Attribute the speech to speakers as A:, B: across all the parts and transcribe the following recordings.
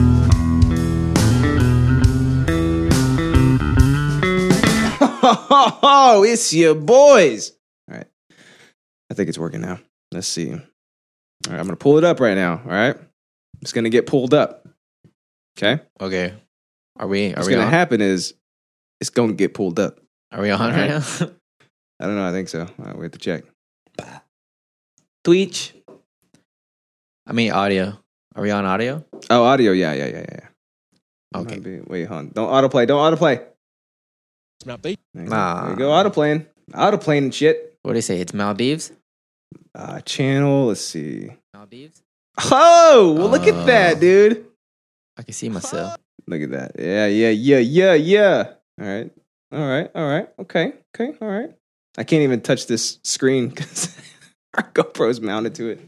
A: ho, Oh, it's your boys. All right. I think it's working now. Let's see. All right, I'm going to pull it up right now. All right. It's going to get pulled up. Okay.
B: Okay. Are we? Are
A: What's
B: we
A: going to
B: on?
A: happen is it's going to get pulled up.
B: Are we on right now?
A: I don't know. I think so. All right, we have to check.
B: Twitch. I mean audio. Are we on audio?
A: Oh, audio. Yeah, yeah, yeah, yeah. yeah.
B: Okay.
A: Might Be, wait, hon. Don't autoplay. Don't autoplay. There you go.
B: Nah.
A: There you go. Autoplaying. Autoplaying and shit.
B: What do they say? It's Maldives.
A: Uh, channel. Let's see.
B: Maldives.
A: Oh, well, look
B: Oh.
A: at that, dude.
B: I can see myself.
A: Look at that. Yeah, yeah, yeah, yeah, yeah. All right. All right. All right. Okay. Okay. All right. I can't even touch this screen because our GoPro's mounted to it.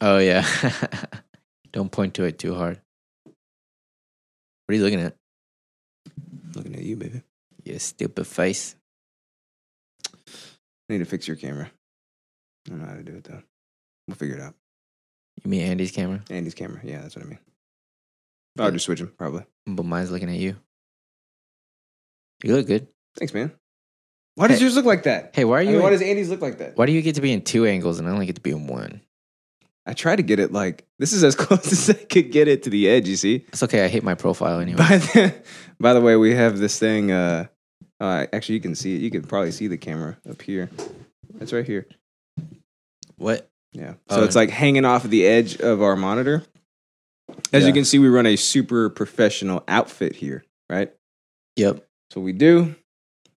B: Oh yeah. Don't point to it too hard. What are you looking at?
A: Looking at you, baby.
B: You stupid face.
A: I need to fix your camera. I don't know how to do it, though. We'll figure it out.
B: You mean Andy's camera?
A: Andy's camera. Yeah, that's what I mean. I'll just switch him, probably.
B: But mine's looking at you. You look good.
A: Thanks, man. Why does
B: Hey.
A: yours look like that?
B: Hey, why are
A: I
B: you?
A: mean, why
B: in-
A: does Andy's look like that?
B: why do you get to be in two angles and I only get to be in one?
A: I try to get it like this is as close as I could get it to the edge. You see,
B: It's okay. I hate my profile anyway.
A: By the, by the way, we have this thing. Uh, uh, actually, you can see it. You can probably see the camera up here. It's right here.
B: What?
A: Yeah. So
B: Oh.
A: it's like hanging off the edge of our monitor. As
B: Yeah.
A: you can see, we run a super professional outfit here, right?
B: Yep.
A: So we do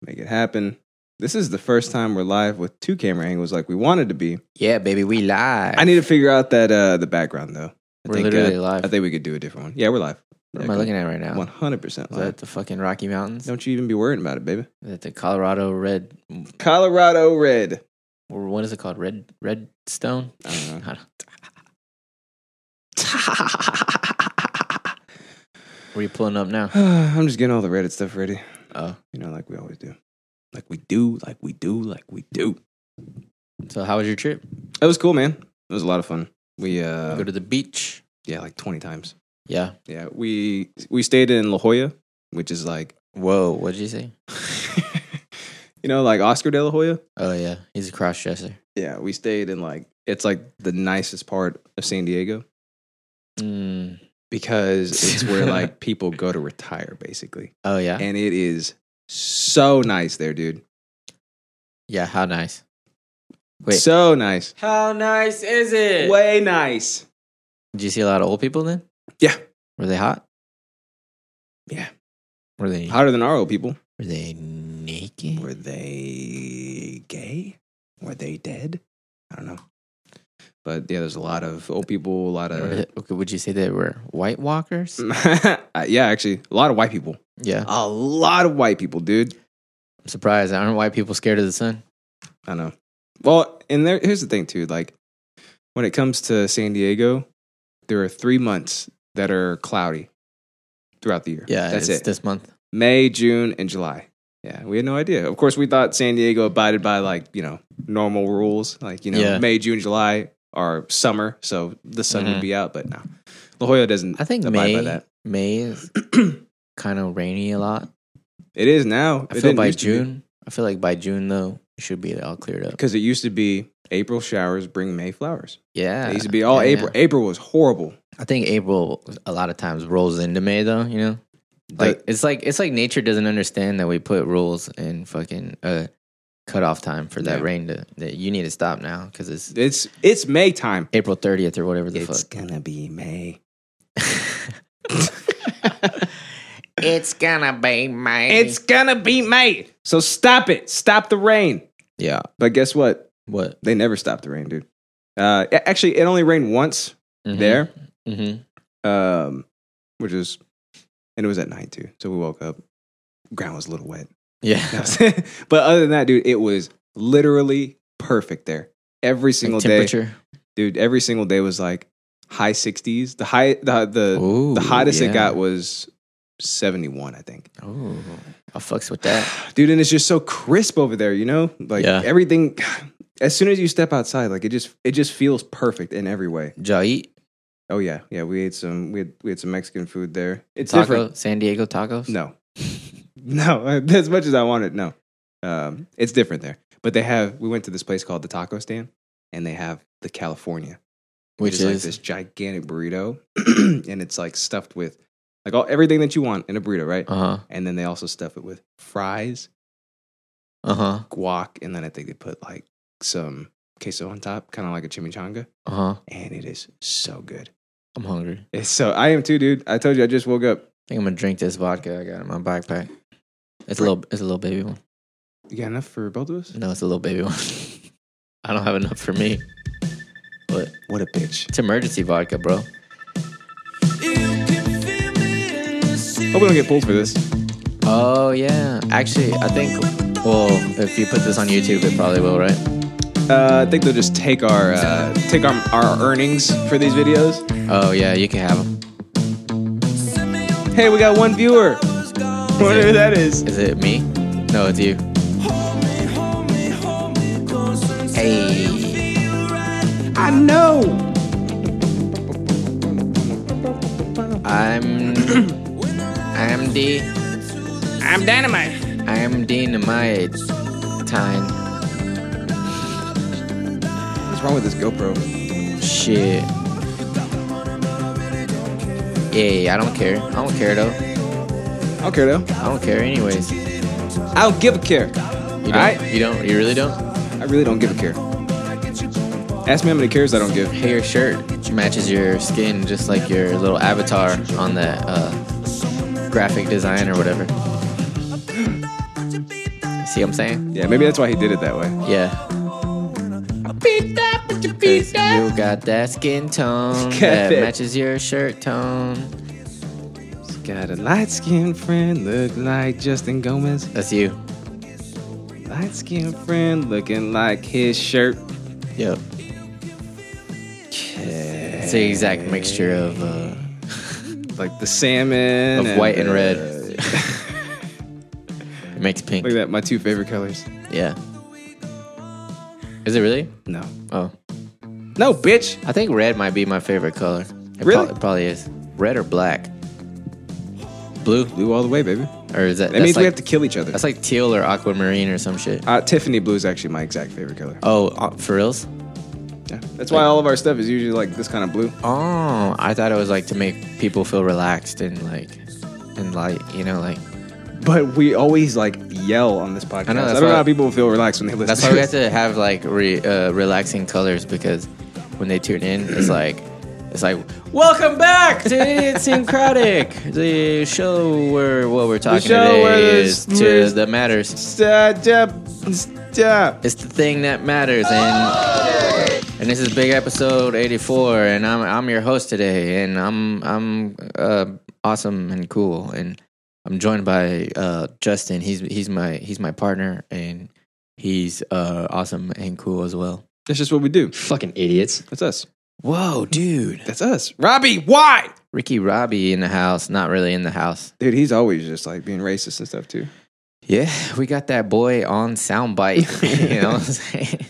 A: make it happen. This is the first time we're live with two camera angles like we wanted to be.
B: Yeah, baby, we live.
A: I need to figure out that uh, the background though. I
B: We're
A: think, uh,
B: literally live.
A: I think we could do a different one. Yeah, we're live.
B: what am I looking at right now?
A: One hundred percent
B: Is
A: live.
B: that the fucking Rocky Mountains?
A: Don't you even be worrying about it, baby.
B: Is that the Colorado Red?
A: Colorado red.
B: Or what is it called? Red Redstone?
A: I don't know.
B: I Where are you pulling up now?
A: I'm just getting all the Reddit stuff ready.
B: Oh,
A: You know, like we always do. Like we do, like we do, like we do.
B: so how was your trip?
A: It was cool, man. It was a lot of fun. We uh
B: Go to the beach.
A: yeah, like 20 times.
B: Yeah.
A: Yeah, we we stayed in La Jolla, which is like
B: Whoa. What did you say?
A: you know, like Oscar de La Jolla.
B: Oh yeah, he's a cross dresser.
A: Yeah, we stayed in like it's like the nicest part of San Diego
B: Mm.
A: because it's where like people go to retire basically.
B: Oh yeah.
A: And it is so nice there, dude.
B: yeah. How nice. Wait.
A: So nice.
B: how nice is it?
A: Way nice.
B: Did you see a lot of old people then?
A: Yeah.
B: Were they hot?
A: Yeah.
B: Were they
A: Hotter than our old people.
B: Were they naked?
A: Were they gay? Were they dead? I don't know. But yeah, there's a lot of old people, a lot
B: Were they-
A: of Uh,
B: okay, would you say they were White Walkers?
A: Mm. yeah, actually, a lot of white people.
B: Yeah.
A: A lot of white people, dude.
B: I'm surprised. Aren't white people scared of the sun?
A: I know. Well, and there here's the thing too, like when it comes to San Diego, there are 3 months that are cloudy throughout the year.
B: Yeah,
A: that's
B: it's
A: it.
B: this month.
A: May, June, and July. Yeah, we had no idea. Of course, we thought San Diego abided by like you know normal rules, like you know
B: Yeah.
A: May, June, July are summer, so the sun
B: Mhm.
A: would be out. But no, La Jolla doesn't.
B: I think
A: abide
B: May
A: by that.
B: May is kind of rainy a lot.
A: It is now.
B: I feel by June. I feel like by June though, it should be all cleared up.
A: because it used to be April showers bring May flowers.
B: Yeah.
A: it used to be all
B: Ah, yeah,
A: April.
B: yeah.
A: April was horrible.
B: I think April a lot of times rolls into May though, you know? Like it's like it's like nature doesn't understand that we put rules and fucking uh cutoff time for that
A: Yeah.
B: rain to that you need to stop now because it's
A: The- it's it's May time.
B: April 30th or whatever the fuck.
A: gonna be May.
B: it's gonna be mine.
A: It's gonna be May. So stop it. Stop the rain.
B: yeah.
A: But guess what?
B: What
A: They never stopped the rain, dude. Uh, a- actually, it only rained once there,
B: Mm-hmm.
A: um, which is, and it was at night too. So we woke up, ground was a little wet. That
B: Yeah.
A: was it. but other than that, dude, it was literally perfect there. Every single day,
B: temperature.
A: dude. Every single day was like high sixties. The high, the the,
B: Ooh,
A: the hottest
B: yeah.
A: it got was seventy one, I think.
B: Ooh, I fucks with that.
A: dude and it's just so crisp over there you know like
B: Yeah.
A: everything as soon as you step outside like it just it just feels perfect in every way
B: Did I eat
A: oh yeah yeah we ate some we had, we had some mexican food there it's
B: taco
A: different
B: San Diego tacos?
A: no no as much as i wanted no Um, it's different there, but they have. We went to this place called the Taco Stand, and they have the California,
B: Which
A: like
B: is-
A: this gigantic burrito, and it's like stuffed with like all everything that you want in a burrito, right?
B: Uh huh.
A: and then they also stuff it with fries,
B: Uh huh.
A: guac, and then I think they put like some queso on top, kind of like a chimichanga,
B: Uh huh.
A: and it is so good.
B: I'm hungry. I
A: It's so I am too, dude. I told you I just woke up.
B: think I'm gonna drink this vodka I got in my backpack. It's a little. It's a little baby one.
A: You got enough for both of us?
B: No, it's a little baby one. I don't have enough for me. But
A: What a bitch.
B: it's emergency vodka, bro.
A: Hope we don't get pulled for this.
B: Oh yeah. Actually, I think. Well, if you put this on YouTube, it probably will, right?
A: Uh, I think they'll just take our uh, take our, our earnings for these videos.
B: Oh yeah, you can have them.
A: Hey, we got one viewer. Whatever that is.
B: Is it me? No, it's you. Hey.
A: I know.
B: I'm I'm D
A: I'm dynamite.
B: I'm Dean my time.
A: What's wrong with this GoPro?
B: Shit. Yeah, I don't care. I don't care though.
A: I don't care though.
B: I don't care anyways. You
A: I don't give a care.
B: don't
A: Alright.
B: you don't you really don't?
A: I really don't give a care. Ask me how many cares I don't give.
B: Hey your shirt matches your skin just like your little avatar on that uh, graphic design or whatever. See what I'm saying?
A: Yeah, maybe that's why he did it that way.
B: Yeah. Cause you got that skin tone
A: Got
B: that
A: it.
B: matches your shirt tone.
A: Got a light skinned friend, look like Justin Gomez.
B: That's you.
A: Light skinned friend, looking like his shirt.
B: Yep. It's the exact mixture of uh,
A: Like the salmon.
B: Of white and
A: uh,
B: red.
A: look
B: it makes pink.
A: at that, my two favorite colors.
B: Yeah. Is it really?
A: No.
B: Oh,
A: No, bitch.
B: I think red might be my favorite color. It prob-
A: Really?
B: it probably is. Red or black? Blue?
A: Blue all the way, baby.
B: Or is that?
A: That
B: that's
A: means
B: like,
A: we have to kill each other.
B: That's like teal or aquamarine or some shit.
A: Uh, Tiffany blue is actually my exact favorite color.
B: Oh, uh, for reals?
A: Yeah. That's why all of our stuff is usually like this kind of blue.
B: Oh, I thought it was like to make people feel relaxed and like and light, you know, like
A: But we always like yell on this podcast. I,
B: I know, that's
A: don't know
B: why-
A: how people feel relaxed when they listen
B: that's
A: to
B: why we
A: this.
B: have to have like re, uh, relaxing colors because when they tune in, it's like it's like welcome back to It's Syncratic, the show where what we're talking
A: show where
B: today
A: there's-
B: is to
A: there's-
B: the matters.
A: Stop. Stop.
B: It's the thing that matters, and and this is big episode eighty four, and I'm I'm your host today, and I'm I'm uh, awesome and cool, and I'm joined by uh, Justin. He's he's my he's my partner, and he's uh, awesome and cool as well.
A: That's just what we do.
C: Fucking idiots.
A: That's us.
B: Whoa, dude!
A: That's us. Robbie, why?
B: Ricky Robbie in the house, not really in the house.
A: Dude, he's always just like being racist and stuff too.
B: Yeah, we got that boy on soundbite. you know what I'm saying?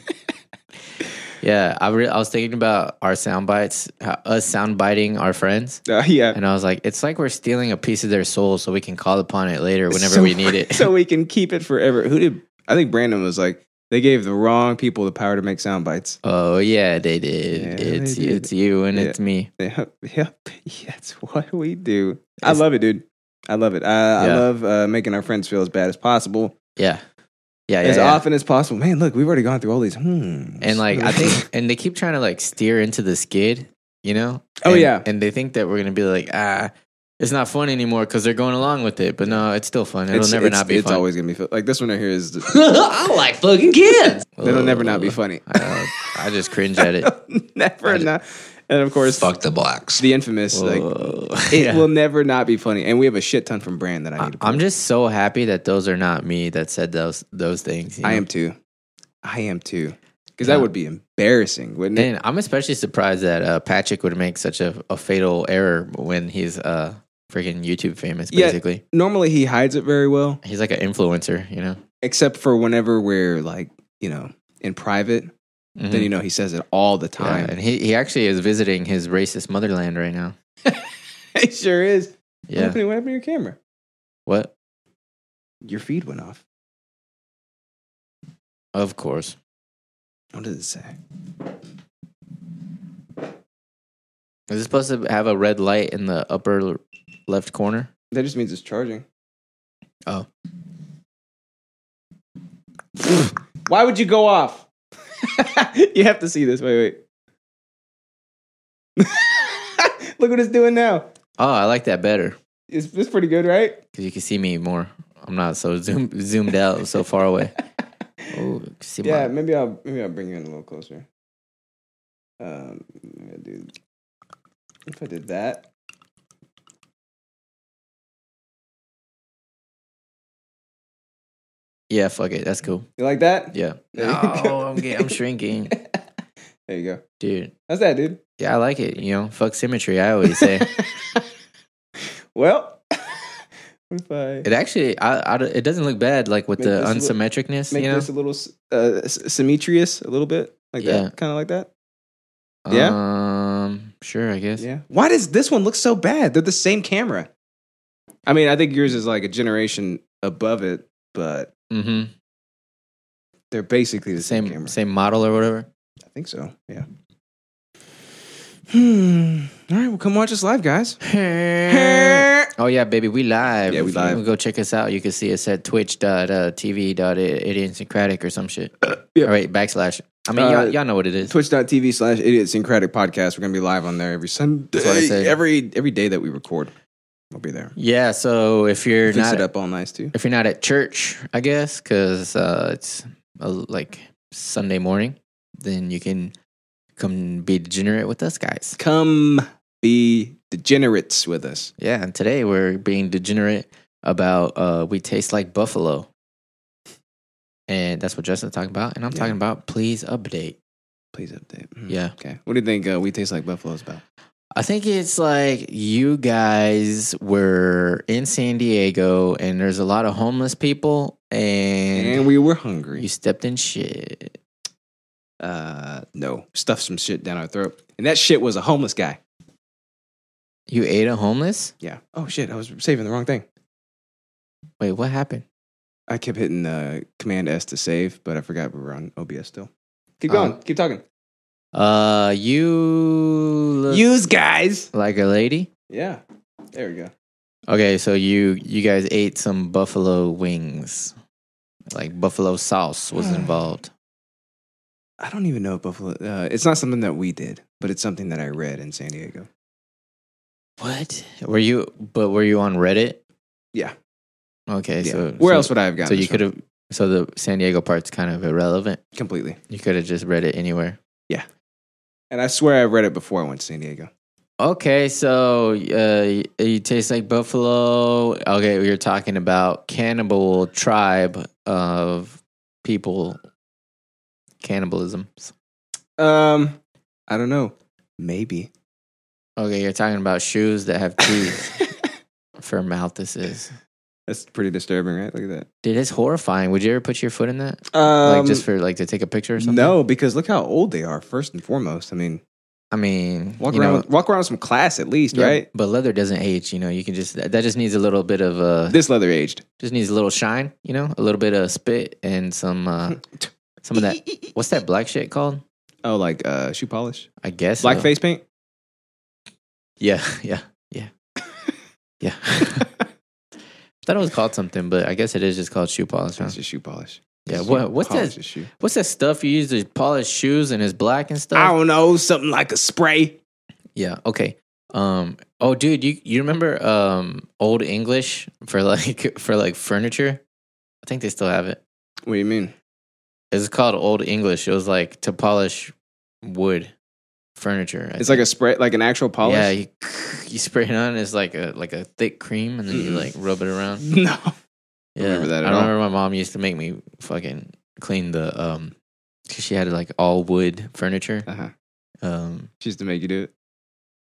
B: yeah, I, re- I was thinking about our soundbites, how- us soundbiting our friends.
A: Uh, yeah.
B: And I was like, it's like we're stealing a piece of their soul so we can call upon it later whenever
A: So-
B: we need it.
A: so we can keep it forever. Who did I think Brandon was like they gave the wrong people the power to make sound bites.
B: oh, yeah, they did.
A: Yeah, they
B: it's,
A: did.
B: it's you and
A: Yeah.
B: it's me.
A: Yep. Yep. That's what we do. I
B: It's-
A: love it, dude. I love it. I, I
B: Yeah.
A: love uh, making our friends feel as bad as possible,
B: Yeah. Yeah, yeah.
A: as
B: yeah.
A: often as possible. Man, look, we've already gone through all these. Hmm.
B: And like, I think, and they keep trying to like steer into the skid, you know?
A: Oh,
B: And-
A: yeah.
B: And they think that we're going to be like, ah, it's not fun anymore because they're going along with it. But no, it's still fun. It'll
A: it's,
B: never
A: it's-
B: not be
A: It's
B: fun.
A: always gonna be fun. like this one right here is.
C: I like fucking kids.
A: It'll never not be
B: Ugh.
A: funny.
B: I, I just cringe at it.
A: never not. And of course,
C: Fuck the blacks.
A: the infamous like
B: Whoa.
A: it
B: Yeah.
A: will never not be funny. And we have a shit ton from Brand that I need. to
B: I'm just so happy that those are not me that said those those things. you
A: I
B: know?
A: am too. I am too. Because
B: Yeah.
A: that would be embarrassing, wouldn't it?
B: And I'm especially surprised that uh, Patrick would make such a, a fatal error when he's uh, freaking YouTube famous.
A: Yeah.
B: Basically,
A: Normally he hides it very well,
B: he's like an influencer, you know.
A: except for whenever we're like, you know, in private. Then you know he says it all the
B: Mm-hmm. Yeah,
A: time.
B: and he, he actually is visiting his racist motherland right now.
A: it sure is. What,
B: Yeah.
A: happened, what happened to your camera?
B: What?
A: Your feed went off.
B: Of course.
A: What does it say?
B: Is it supposed to have a red light in the upper l- left corner?
A: That just means it's charging.
B: Oh.
A: Why would you go off? you have to see this. Wait, wait. Look what it's doing now.
B: Oh, I like that better
A: It's, it's pretty good, right?
B: because you can see me more. I'm not so zoom, zoomed out, so far away. Oh, see my-
A: Yeah, maybe I'll maybe I'll bring you in a little closer. Um, maybe I'll do- if I did that.
B: yeah, fuck it. That's cool.
A: You like that?
B: Yeah.
A: There you go.
B: No, I'm, getting, I'm shrinking.
A: There you go.
B: Dude.
A: How's that, dude?
B: Yeah, I like it. You know, fuck symmetry. I always say
A: Well, what if I
B: it. Actually, I, I- it doesn't look bad. Like with
A: Make
B: the
A: this look-
B: unsymmetricness,
A: make
B: you know.
A: this a little s- uh, s- symmetrious, a little bit like
B: Yeah.
A: that, kind of like that? yeah?
B: Um. Sure. I guess.
A: Yeah. Why does this one look so bad? They're the same camera. I mean, I think yours is like a generation above it, but
B: Mm-hmm.
A: they're basically the same,
B: Same.
A: camera.
B: Same model or whatever.
A: I think so. Yeah. Hmm. All right, well, come watch us live, guys.
B: Oh yeah, baby, we live.
A: Yeah, we
B: If you
A: live.
B: wanna Go check us out. You can see us at twitch.tv dot idiosyncratic or some shit.
A: Uh, yeah.
B: All right, backslash. I mean,
A: Uh,
B: y'all, y'all know what it is.
A: Twitch.tv slash idiosyncratic podcast. We're going to be live on there every Sunday.
B: what I said.
A: Every, every day that we record, we'll be there.
B: yeah. So if you're
A: Fix
B: not
A: it up all nice, too.
B: if you're not at church, I guess, because uh, it's uh, like Sunday morning, then you can come be degenerate with us guys.
A: Come be degenerates with us.
B: Yeah, and today we're being degenerate about uh, we taste like buffalo, and that's what Justin's talking about, and I'm
A: Yeah.
B: talking about please update.
A: Please update. Mhm.
B: Yeah.
A: Okay. What do you think uh, We Taste Like Buffalo's about?
B: I think it's like you guys were in San Diego, and there's a lot of homeless people,
A: And
B: and,
A: we were hungry.
B: you stepped in shit. Uh,
A: no, stuffed some shit down our throat. And that shit was a homeless guy.
B: you ate a homeless.
A: Yeah. Oh shit, I was saving the wrong thing.
B: Wait, what happened?
A: I kept hitting uh, Command S to save, but I forgot we were on OBS still. Keep
B: Oh.
A: going. Keep talking.
B: Uh, you look
A: Use guys.
B: like a lady.
A: Yeah. There we go.
B: Okay, so you you guys ate some buffalo wings, like buffalo sauce was
A: Hmm.
B: involved.
A: I don't even know if Buffalo. Uh, it's not something that we did, but it's something that I read in San Diego.
B: What were you? But were you on Reddit?
A: Yeah.
B: Okay,
A: Yeah.
B: so
A: Where
B: so-
A: else would I have gotten?
B: So you
A: this from?
B: could have. So the San Diego part's kind of irrelevant.
A: completely.
B: You could have just read it anywhere.
A: And I swear I read it before I went to San Diego.
B: Okay, so uh, you taste like buffalo. Okay, we were talking about cannibal tribe of people, cannibalism.
A: Um, I don't know. Maybe.
B: Okay, you're talking about shoes that have teeth for mouth. This is
A: That's pretty disturbing, right? Look at
B: dude. It's horrifying. Would you ever put your foot in that?
A: that. Um,
B: like just for like to take a picture or something?
A: No, because look how old they are. First and foremost, I mean,
B: I mean
A: walk
B: you
A: around,
B: know,
A: with, walk around with some class at least,
B: yeah,
A: right?
B: But leather doesn't age. You know, you can just that that just needs a little bit of uh
A: This leather aged.
B: just needs a little shine, you know, a little bit of spit and some uh some of that what's that black shit called?
A: Oh, like uh, shoe polish,
B: I guess
A: black
B: uh,
A: face paint.
B: Yeah, yeah, yeah. yeah. Thought it was called something, but I guess it is just called shoe polish. Huh?
A: That's just shoe polish.
B: Yeah.
A: Shoe
B: What, what's
A: polish
B: that?
A: is shoe.
B: What's that stuff you use to polish shoes and it's black and stuff?
A: I don't know, something like a spray.
B: Yeah. Okay. Um. Oh, dude, you you remember um old English for like for like furniture? I think they still have it.
A: What do you mean?
B: It's called old English. It was like to polish wood furniture. I
A: It's like a spray, like an actual
B: think.
A: polish.
B: yeah. You, you spray it on. It's like a like a thick cream, and then you
A: Mm-mm.
B: like rub it around.
A: No.
B: Yeah.
A: remember that at
B: I
A: all.
B: remember my mom used to make me fucking clean the um. 'cause she had like all wood furniture.
A: Uh huh.
B: Um.
A: She used to make you do it.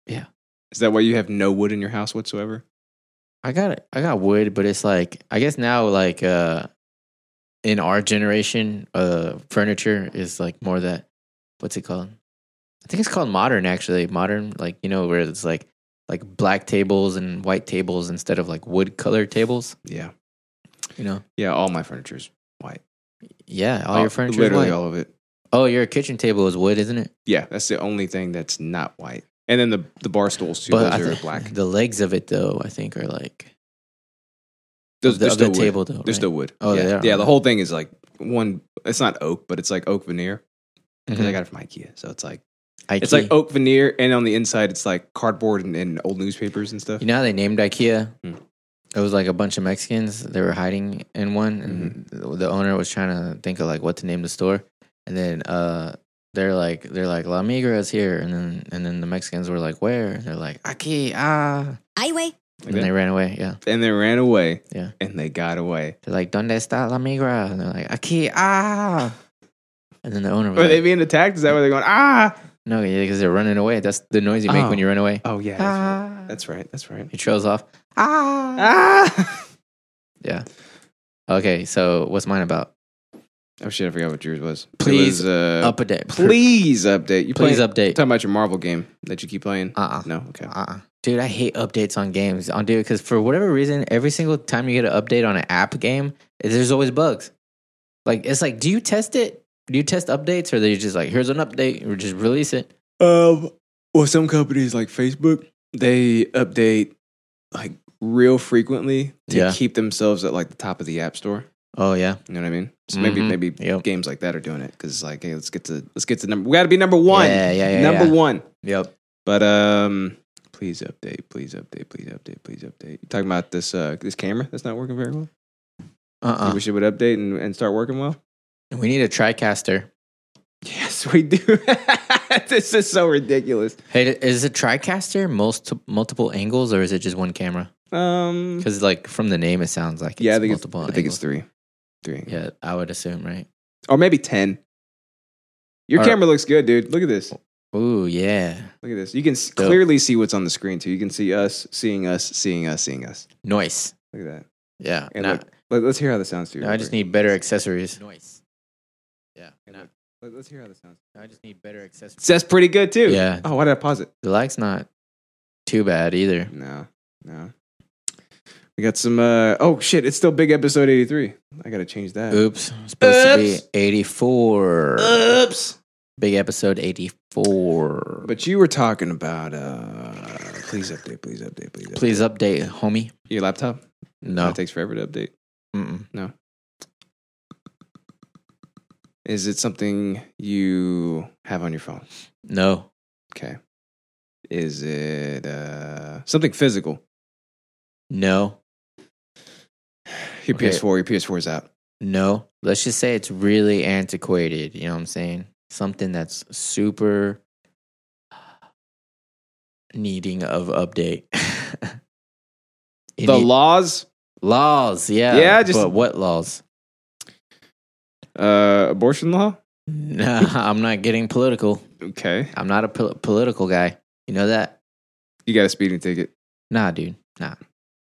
B: Yeah.
A: Is that why you have no wood in your house whatsoever?
B: I got I got wood, but it's like I guess now like uh in our generation, uh furniture is like more that what's it called? I think it's called modern actually. Modern like you know where it's like like black tables and white tables instead of like wood color tables,
A: Yeah.
B: you know.
A: Yeah. All my furniture is white.
B: Yeah, all
A: Oh,
B: your furniture is
A: literally
B: white.
A: all of it.
B: Oh, your kitchen table is wood, isn't it?
A: Yeah, that's the only thing that's not white. And then the the bar stools too.
B: But I
A: those are
B: thi-
A: black.
B: The legs of it, though, I think are like
A: Those,
B: the,
A: they're
B: of the
A: still wood.
B: table, though.
A: They're
B: right?
A: still wood.
B: Oh,
A: yeah.
B: they are.
A: Yeah, the whole thing is like one. It's not oak, but it's like oak veneer because I
B: Mhm.
A: got it from IKEA. So it's like Mm-hmm. it's
B: Ikea.
A: like oak veneer, and on the inside it's like cardboard and, and old newspapers and stuff.
B: You know how they named IKEA?
A: Hmm.
B: It was like a bunch of Mexicans. They were hiding in one, and
A: Mm-hmm.
B: the- the owner was trying to think of like what to name the store. And then uh, they're like, they're like La Migra is here, and then and then the Mexicans were like, where? And they're like IKEA, ah.
D: I way.
A: Like
B: and
A: that.
B: they ran away. Yeah,
A: and they ran away.
B: Yeah.
A: and they got away.
B: they're like, ¿Dónde está La Migra? And they're like IKEA, ah. And then the owner was
A: Are
B: like,
A: they being attacked? Is that where they're going? Ah!
B: no, because they're running away. That's the noise you make
A: Oh.
B: when you run away.
A: Oh yeah,
B: Ah.
A: that's right. That's right.
B: It trails off. Ah.
A: Ah!
B: Yeah. Okay, so what's mine about?
A: Oh shit! I forgot what yours was. It
B: Please
A: was, uh,
B: Up a day.
A: please update. Uh, You
B: Please
A: playing-
B: update.
A: Talking about your Marvel game that you keep playing.
B: Uh-uh.
A: No, okay.
B: Uh-uh. Dude, I hate updates on games. On dude, because for whatever reason, every single time you get an update on an app game, there's always bugs. Like it's like, do you test it? Do you test updates, or they just like, here's an update, or just release it?
A: Um, well, some companies like Facebook, they update like real frequently to
B: Yeah.
A: keep themselves at like the top of the app store.
B: Oh yeah,
A: You know what I mean? So maybe
B: Mhm.
A: maybe
B: Yep.
A: games like that are doing it because like hey, let's get to let's get to number. We got to be number one.
B: Yeah, yeah, yeah,
A: number
B: yeah.
A: one.
B: yep.
A: But um, please update, please update, please update, please update. You talking about this uh this camera that's not working very well? You
B: Uh-uh.
A: wish it would update and, and start working well.
B: We need a TriCaster.
A: Yes, we do. this is so ridiculous.
B: Hey, is a TriCaster most multiple angles, or is it just one camera?
A: Um,
B: Because like from the name, it sounds like it's
A: yeah, I think it's,
B: multiple
A: I think it's
B: angles.
A: three, three.
B: yeah, I would assume, right?
A: or maybe 10. Your
B: All right.
A: camera looks good, dude. Look at this.
B: Ooh, yeah.
A: Look at this. You can s
B: Dope.
A: clearly see what's on the screen, too. You can see us, seeing us, seeing us, seeing us.
B: Nice.
A: Look at that.
B: Yeah.
A: And
B: nah.
A: look, let, us hear how this sounds, too.
B: No, I just need better accessories. Noise. Yeah.
A: And look, let, us hear how this sounds.
B: I just need better accessories.
A: That's pretty good, too.
B: Yeah.
A: Oh, why did I pause it?
B: The lag's not too bad either.
A: No, no. We got some. Uh, oh, shit. It's still big episode 83. I got to change that.
B: Oops. It's supposed
C: Oops.
B: to be 84.
C: Oops.
B: Big episode 84.
A: But you were talking about. Uh, please update, please update, please update.
B: Please update, homie.
A: Your laptop?
B: No.
A: It takes forever to update.
B: Mm-mm.
A: Is it something you have on your phone?
B: No.
A: Okay. Is it uh, something physical?
B: No.
A: Your
B: Okay.
A: PS4, your PS4 is out.
B: No. Let's just say it's really antiquated. You know what I'm saying? Something that's super needing of update. It
A: the
B: need-
A: laws,
B: Laws, yeah.
A: Yeah, just-
B: but what laws?
A: uh, abortion law.
B: Nah, I'm not getting political.
A: Okay.
B: I'm not a pol- political guy. You know that?
A: You got a speeding ticket.
B: Nah, dude. Nah.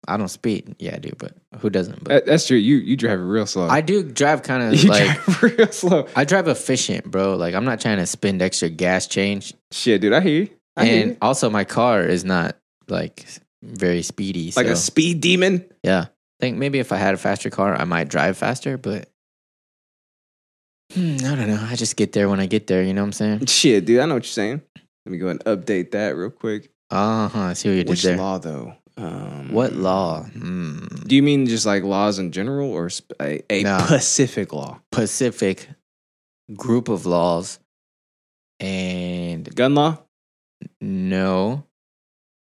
B: I don't speed. Yeah, I do, but who doesn't? But
A: That- that's true. You you drive it real slow.
B: I do drive kind of
A: Uh, you
B: like
A: drive real slow.
B: I drive efficient, bro. Like I'm not trying to spend extra gas change.
A: Shit, dude. I hear you. I hear
B: And
A: you.
B: also my car is not like very speedy.
A: like
B: so,
A: a speed demon.
B: yeah. I think maybe if I had a faster car, I might drive faster, but Hmm, I don't know. I just get there when I get there, you know what I'm saying?
A: Shit, dude. I know what you're saying. Let me go and update that real quick.
B: Uh huh. I see what you did
A: Which
B: there.
A: law though? Um,
B: What law? Hmm.
A: Do you mean just like laws in general, or sp- a, a
B: No.
A: Pacific law?
B: Pacific group of laws. And
A: Gun law?
B: no,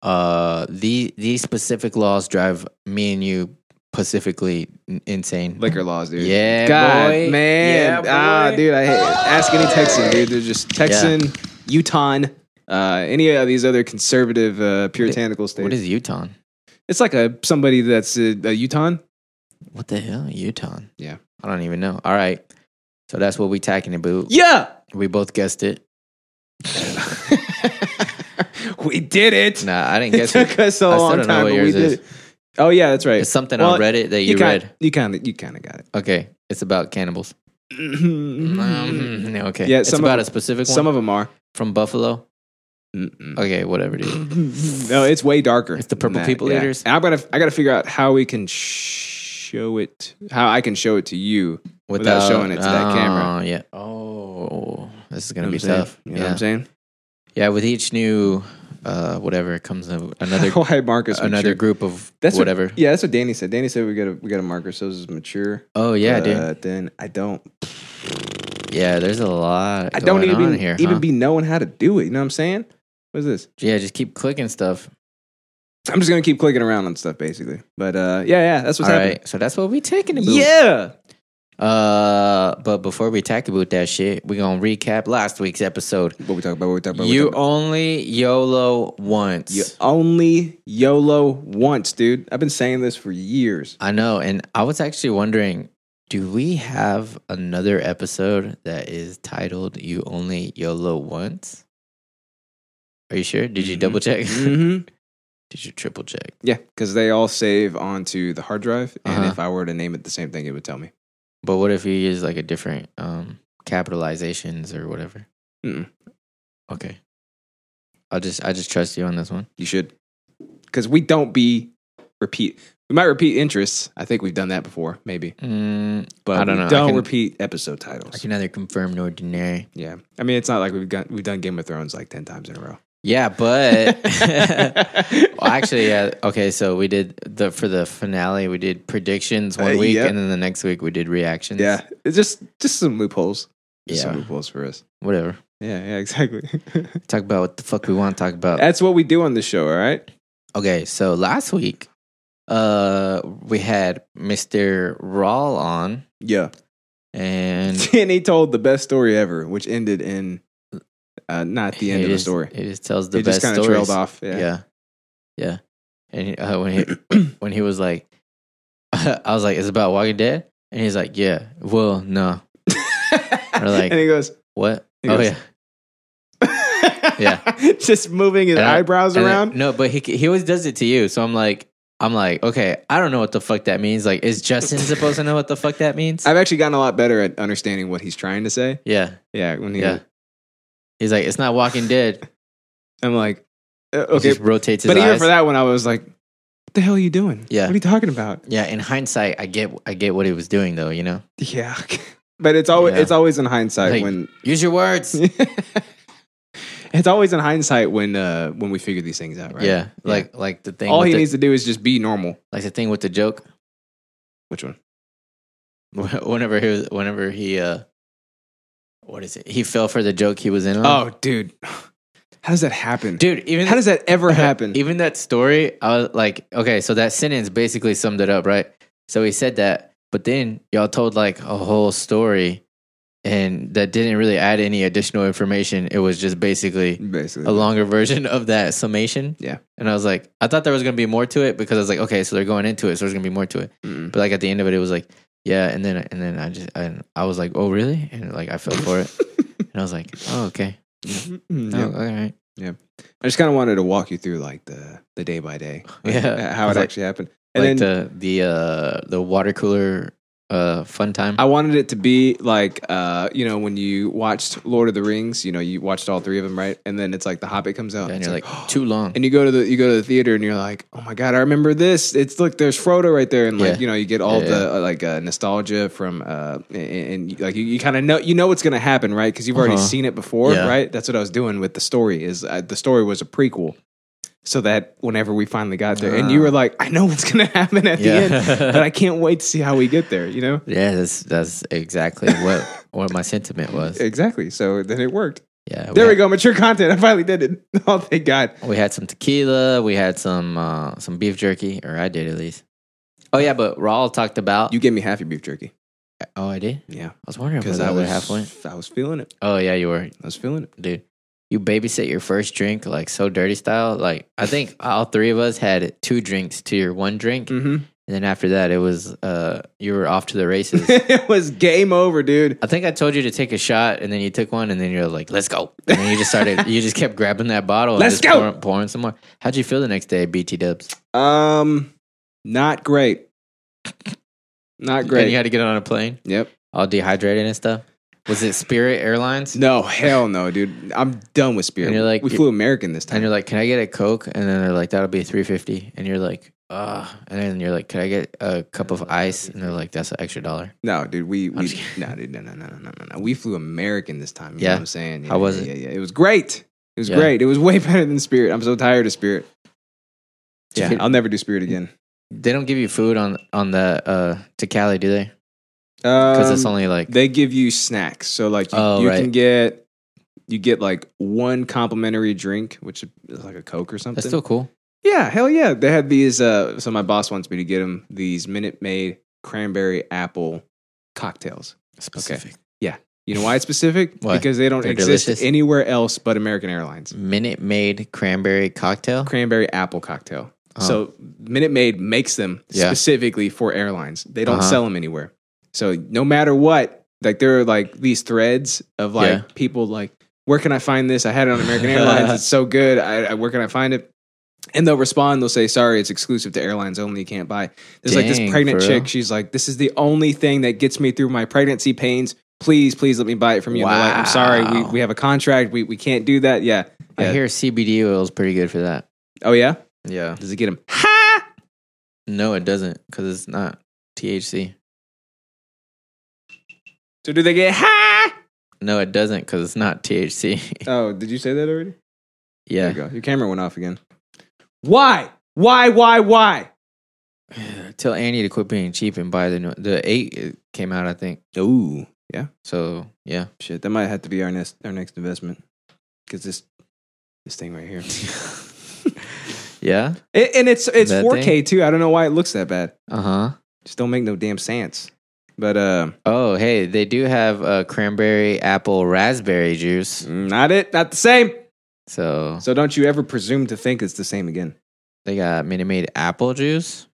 B: uh, the these specific laws drive me and you specifically n- insane.
A: Liquor laws, dude.
B: yeah,
A: God,
B: boy.
A: man.
B: Yeah,
A: ah,
B: boy.
A: dude, I hate ask any Texan, dude. They're just Texan, Utah, uh, any of these other conservative uh, puritanical states.
B: What is Utah?
A: It's like a somebody that's a, a Utah.
B: What the hell, Utah?
A: Yeah.
B: I don't even know. All right, so that's what we tacking it, boo.
A: Yeah,
B: We both guessed it.
A: we did it.
B: Nah, I didn't
A: it
B: guess it.
A: took us a
B: I still
A: long
B: don't know
A: time,
B: what
A: but we
B: yours
A: did
B: is.
A: it. Oh yeah, that's right.
B: It's something
A: Well,
B: on Reddit that you,
A: kind,
B: read.
A: you kind of, you kind of got
B: Okay, it's about cannibals.
A: Um, it.
B: Mm, okay.
A: Mm-hmm. Yeah,
B: it's
A: some
B: about
A: of-
B: a specific one
A: Some of them are.
B: from Buffalo.
A: Mm-mm.
B: Okay, whatever, dude.
A: no, it's way darker.
B: It's the
A: than
B: purple
A: that,
B: people eaters.
A: And I'm gonna, I gotta figure out how we can sh- show it how I can show it to you without, showing it to that camera.
B: Oh, Yeah. Oh, this is gonna
A: You know
B: be
A: what I'm saying?
B: tough.
A: You know
B: yeah.
A: what I'm saying?
B: yeah. With each new, uh, whatever comes a- another
A: Why Marcus
B: another
A: mature?
B: group of
A: That's what-
B: whatever.
A: Yeah, that's what Danny said. Danny said we got to we got to mark ourselves as mature.
B: oh yeah, dude.
A: But Then I don't.
B: Yeah, there's a lot.
A: I don't
B: going
A: even
B: on here,
A: even
B: huh?
A: be knowing how to do it. You know what I'm saying? What is this?
B: Yeah, just keep clicking stuff.
A: I'm just gonna keep clicking around on stuff basically. But uh, yeah, yeah, that's what's
B: All right,
A: happening.
B: so that's what we taking to boot.
A: Yeah.
B: Uh, but before we tackle boot that shit, we gonna recap last week's episode.
A: What we talk about? What we talk about? what we
B: You
A: talk about.
B: only YOLO once.
A: you only YOLO once, dude. I've been saying this for years.
B: I know, and I was actually wondering, do we have another episode that is titled "You Only YOLO Once"? Are you sure? Did you
A: Mhm.
B: double check?
A: mm-hmm.
B: Did you triple check?
A: Yeah, because they all save onto the hard drive, and
B: Uh-huh.
A: if I were to name it the same thing, it would tell me.
B: But what if you use like a different um capitalizations or whatever?
A: Mm-mm.
B: Okay, I'll just I just trust you on this one.
A: You should, because we don't be repeat. We might repeat interests. I think we've done that before, maybe,
B: Mm,
A: but
B: I don't
A: we
B: know. I
A: don't
B: can-
A: repeat episode titles.
B: I can neither confirm nor deny.
A: yeah, I mean, it's not like we've got we've done Game of Thrones like ten times in a row.
B: Yeah, but Uh, Well, actually, yeah. Okay, so we did the for the finale. We did predictions one
A: Uh,
B: week,
A: yep.
B: and then the next week we did reactions.
A: yeah, it's just just some loopholes. Just some
B: yeah.
A: loopholes for us.
B: Whatever.
A: Yeah, yeah, exactly.
B: Talk about what the fuck we want to talk about.
A: That's what we do on this show. All right.
B: Okay, so last week, uh, we had Mister Rawl on,
A: Yeah.
B: and
A: and he told the best story ever, which ended in uh, not the end
B: he
A: of the
B: just-
A: story.
B: He just tells the
A: it
B: best
A: just kind of
B: stories.
A: trailed off. Yeah.
B: Yeah. yeah, And he- uh, when he when he was like, I was like, "It's about Walking Dead," and he's like, "Yeah, well, no, Or like-
A: and he goes,
B: what?
A: He
B: oh
A: goes,
B: yeah." Yeah.
A: just moving his
B: And I-
A: eyebrows
B: And I-
A: around.
B: no, but he he always does it to you. So I'm like, I'm like, okay, I don't know what the fuck that means. Like, is Justin supposed to know what the fuck that means?
A: I've actually gotten a lot better at understanding what he's trying to say.
B: yeah,
A: Yeah, when he,
B: yeah. He's like, it's not Walking Dead.
A: I'm like, uh,
B: He
A: okay,
B: just rotates his
A: but even
B: eyes.
A: for that one, I was like, what the hell are you doing?
B: Yeah.
A: what are you talking about?
B: yeah, in hindsight, I get I get what he was doing though. You know,
A: Yeah, but it's always
B: Yeah.
A: it's always in hindsight
B: Like-
A: when
B: use your words.
A: it's always in hindsight when uh when we figure these things out, right?
B: Yeah, like like the thing.
A: all
B: with
A: he
B: the,
A: needs to do is just be normal.
B: like the thing with the joke.
A: Which one?
B: Whenever he was, whenever he uh, what is it? He fell for the joke he was in on.
A: Oh, dude, how does that happen?
B: dude, even
A: how does that ever happen?
B: Even that story, I was like, okay, so that sentence basically summed it up, right? So he said that, but then y'all told like a whole story and that didn't really add any additional information. It was just basically
A: Basically,
B: a longer version of that summation.
A: Yeah.
B: And I was like, I thought there was going to be more to it because I was like, okay, so they're going into it. So there's going to be more to it.
A: Mm-mm.
B: But like at the end of it, it was like, yeah. And then, and then I just, and I was like, oh, really? And like I fell for it. and I was like, oh, okay.
A: Mm,
B: Oh,
A: yeah.
B: all right.
A: I just kind of wanted to walk you through like the the day by day, like, uh,
B: Yeah.
A: how
B: It's
A: it
B: like-
A: actually happened, and
B: like
A: then
B: the the uh the water cooler uh fun time.
A: I wanted it to be like uh you know when you watched Lord of the Rings, you know you watched all three of them, right? And then it's like the Hobbit comes out,
B: and
A: it's
B: you're like too long.
A: and you go to the you go to the theater and you're like, oh my god, I remember this. It's look, there's Frodo right there, and like
B: Yeah.
A: you know, you get all
B: Yeah,
A: the uh, like uh, nostalgia from, uh, and, and like you, you kind of know you know what's gonna happen, right? Because you've already
B: Uh-huh.
A: seen it before,
B: Yeah.
A: right? That's what I was doing with the story. Is uh, the story was a prequel, so that whenever we finally got there, and you
B: Ah.
A: were like, I know what's gonna happen at
B: Yeah.
A: the end, but I can't wait to see how we get there. You know.
B: yeah, that's that's exactly what what my sentiment was.
A: Exactly. So then it worked.
B: Yeah,
A: There
B: we,
A: we go. Mature content. I finally did it. Oh, thank God.
B: go. We had some tequila. We had some uh some beef jerky, or I did at least. Oh yeah, but Raul talked about.
A: You gave me half your beef jerky.
B: oh, I did.
A: Yeah.
B: I was wondering where
A: Because
B: the
A: I
B: other
A: was
B: half went.
A: I was feeling it.
B: Oh yeah, you were,
A: I was feeling it.
B: dude. You babysit your first drink like so dirty style. Like I think all three of us had two drinks to your one drink,
A: Mm-hmm.
B: and then after that, it was uh you were off to the races.
A: it was game over, dude.
B: I think I told you to take a shot, and then you took one, and then you're like, "Let's go!" And then you just started, you just kept grabbing that bottle, and
A: Let's
B: just
A: go!
B: Pouring, pouring some more. How'd you feel the next day, BT Dubs?
A: Um, not great. Not
B: And
A: great.
B: you had to get on a plane,
A: yep.
B: all dehydrated and stuff. Was it Spirit Airlines?
A: No, hell no, dude. I'm done with Spirit.
B: And you're like-
A: we flew American this
B: And
A: time.
B: you're like, "Can I get a Coke?" And then they're like, "That'll be 350 And you're like, uh, and then you're like, could I get a cup of ice? And they're like, that's an extra dollar.
A: No, dude, we, we
B: just
A: no, dude, no, no, no, no, no, no, no. We flew American this time. You know
B: Yeah.
A: what I'm saying? Yeah,
B: How was
A: yeah,
B: it?
A: Yeah, yeah. It was great. It was
B: Yeah.
A: great. It was way better than Spirit. I'm so tired of Spirit. Yeah,
B: Dude.
A: I'll never do Spirit again.
B: They don't give you food on on the uh to Cali, do they? Because
A: Because
B: it's only like
A: they give you snacks. So like you,
B: Oh,
A: you
B: right.
A: can get you get like one complimentary drink, which is like a Coke or something.
B: that's still cool.
A: yeah, hell yeah. They had these uh so my boss wants me to get him these Minute Maid cranberry apple cocktails.
B: Specific
A: You know why it's specific?
B: Why?
A: Because they don't
B: They're
A: exist
B: delicious? Mm.
A: anywhere else but American Airlines.
B: Minute Maid cranberry cocktail.
A: Cranberry apple cocktail.
B: Oh.
A: So Minute Maid makes them
B: Yeah.
A: specifically for airlines. They don't
B: Uh-huh.
A: sell them anywhere. So no matter what, like there are like these threads of like
B: Yeah.
A: people like, where can I find this? I had it on American Airlines. It's so good. I, I where can I find it? And they'll respond. They'll say, "Sorry, it's exclusive to airlines only. You can't buy." There's like
B: Dang,
A: this pregnant
B: for
A: chick.
B: real?
A: She's like, "This is the only thing that gets me through my pregnancy pains. Please, please let me buy it from you." And they're like, "I'm sorry. We,
B: Wow.
A: we have a contract. We we can't do that." Yeah.
B: I
A: Yeah.
B: hear CBD oil is pretty good for that.
A: Oh yeah.
B: Yeah.
A: Does it get him?
B: No, it doesn't because it's not THC.
A: So do they get high?
B: No, it doesn't because it's not THC.
A: Oh, did you say that already?
B: yeah.
A: There you go. Your camera went off again. Why? Why? Why? Why?
B: Tell Annie to quit being cheap and buy the new the eight it came out, I think.
A: Ooh, yeah,
B: So yeah.
A: shit. That might have to be our next our next investment because this this thing right here,
B: yeah.
A: it, and it's it's
B: That
A: 4K too. I don't know why it looks that bad.
B: Uh huh.
A: Just don't make no damn sense. But uh,
B: Oh, hey, they do have uh, cranberry, apple, raspberry juice.
A: not it, not the same.
B: So
A: So don't you ever presume to think it's the same again.
B: they got Minute Maid apple juice.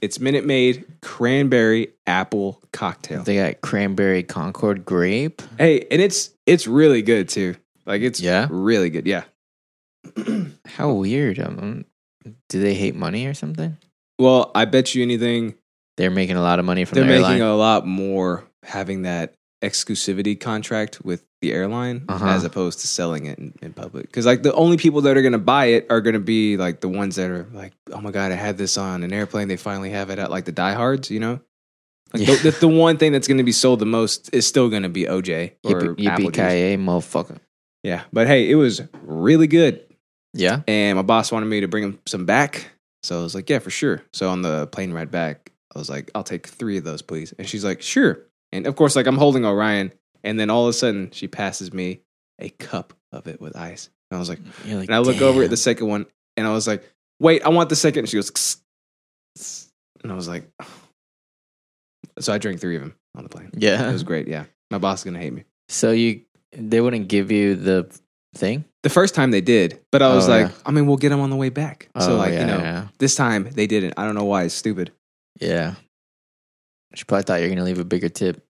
A: It's Minute Maid cranberry apple cocktail.
B: They got cranberry Concord grape.
A: Hey, and it's it's really good too. Like it's
B: Yeah?
A: really good. Yeah.
B: How weird. Um, do they hate money or something?
A: Well, I bet you anything
B: They're making a lot of money from
A: they're
B: the
A: making
B: airline.
A: a lot more having that exclusivity contract with the airline
B: Uh-huh.
A: as opposed to selling it in, in public because like the only people that are going to buy it are going to be like the ones that are like oh my god i had this on an airplane they finally have it at like the diehards you know like
B: Yeah.
A: the, the, the one thing that's going to be sold the most is still going to be oj or
B: Yippee-
A: apple juice.
B: Yippee-ki-yay, motherfucker.
A: yeah but hey it was really good
B: Yeah.
A: and my boss wanted me to bring him some back. So I was like, yeah, for sure. So on the plane ride back, I was like, I'll take three of those, please. And she's like, sure. And of course, like I'm holding Orion. And then all of a sudden, she passes me a cup of it with ice. And I was like,
B: You're like,
A: and I look over at
B: "Damn."
A: the second one and I was like, wait, I want the second. And she goes, "Kss, kss." and I was like, so I drank three of them on the plane. It
B: Yeah.
A: was great. Yeah. My boss is going to hate me.
B: So you, they wouldn't give you the thing.
A: The first time they did, but I was
B: Oh,
A: like,
B: yeah.
A: I mean, we'll get them on the way back. so,
B: Oh,
A: like,
B: yeah,
A: you know,
B: yeah,
A: This time they didn't. I don't know why. It's stupid.
B: yeah. She probably thought you were gonna leave a bigger tip,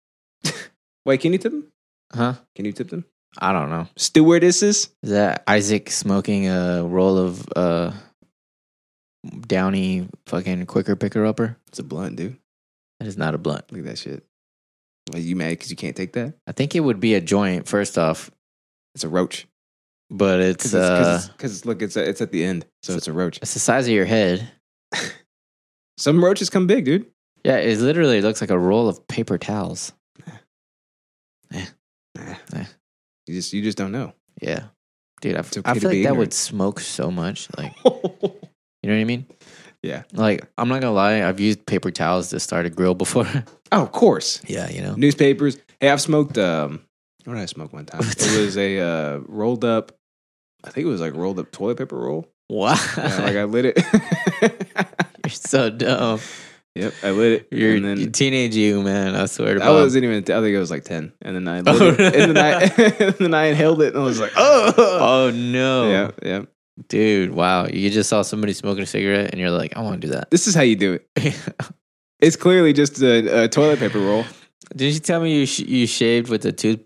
A: Wait, can you tip them?
B: huh?
A: Can you tip them?
B: I don't know.
A: Stewardesses?
B: Is that Isaac smoking a roll of uh, Downy fucking quicker picker upper?
A: It's a blunt, dude.
B: That is not a blunt.
A: Look at that shit. Are you mad because you can't take that?
B: I think it would be a joint first off,
A: It's a roach.
B: but it's
A: Because
B: uh, it's,
A: look, it's a, it's at the end, so it's a roach.
B: the size of your head.
A: Some roaches come big, dude.
B: Yeah, it literally looks like a roll of paper towels.
A: You just you just don't know.
B: Yeah, dude, I,
A: It's okay
B: I
A: to
B: feel
A: be
B: like that
A: ignorant.
B: would smoke so much. Like,
A: Oh,
B: you know what I mean?
A: Yeah.
B: Like, I'm not gonna lie, I've used paper towels to start a grill before.
A: oh, of course.
B: yeah, you know.
A: Newspapers. Hey, I've smoked. Um, what did I smoke one time? it was a uh, rolled up. I think it was like rolled up toilet paper roll.
B: Wow,
A: Yeah, like I lit it.
B: you're so dumb.
A: yep, I lit it.
B: You're
A: and then,
B: teenage you, man. I swear to
A: I
B: God.
A: wasn't even. I think I was like ten, and then I lit
B: Oh,
A: it,
B: really?
A: and then I and then I inhaled it, and I was like, oh,
B: oh no,
A: yeah, yeah.
B: dude! Wow, you just saw somebody smoking a cigarette, and you're like, I want to do that.
A: This is how you do it. It's clearly just a, a toilet paper roll
B: Didn't you tell me you sh- you shaved with a tooth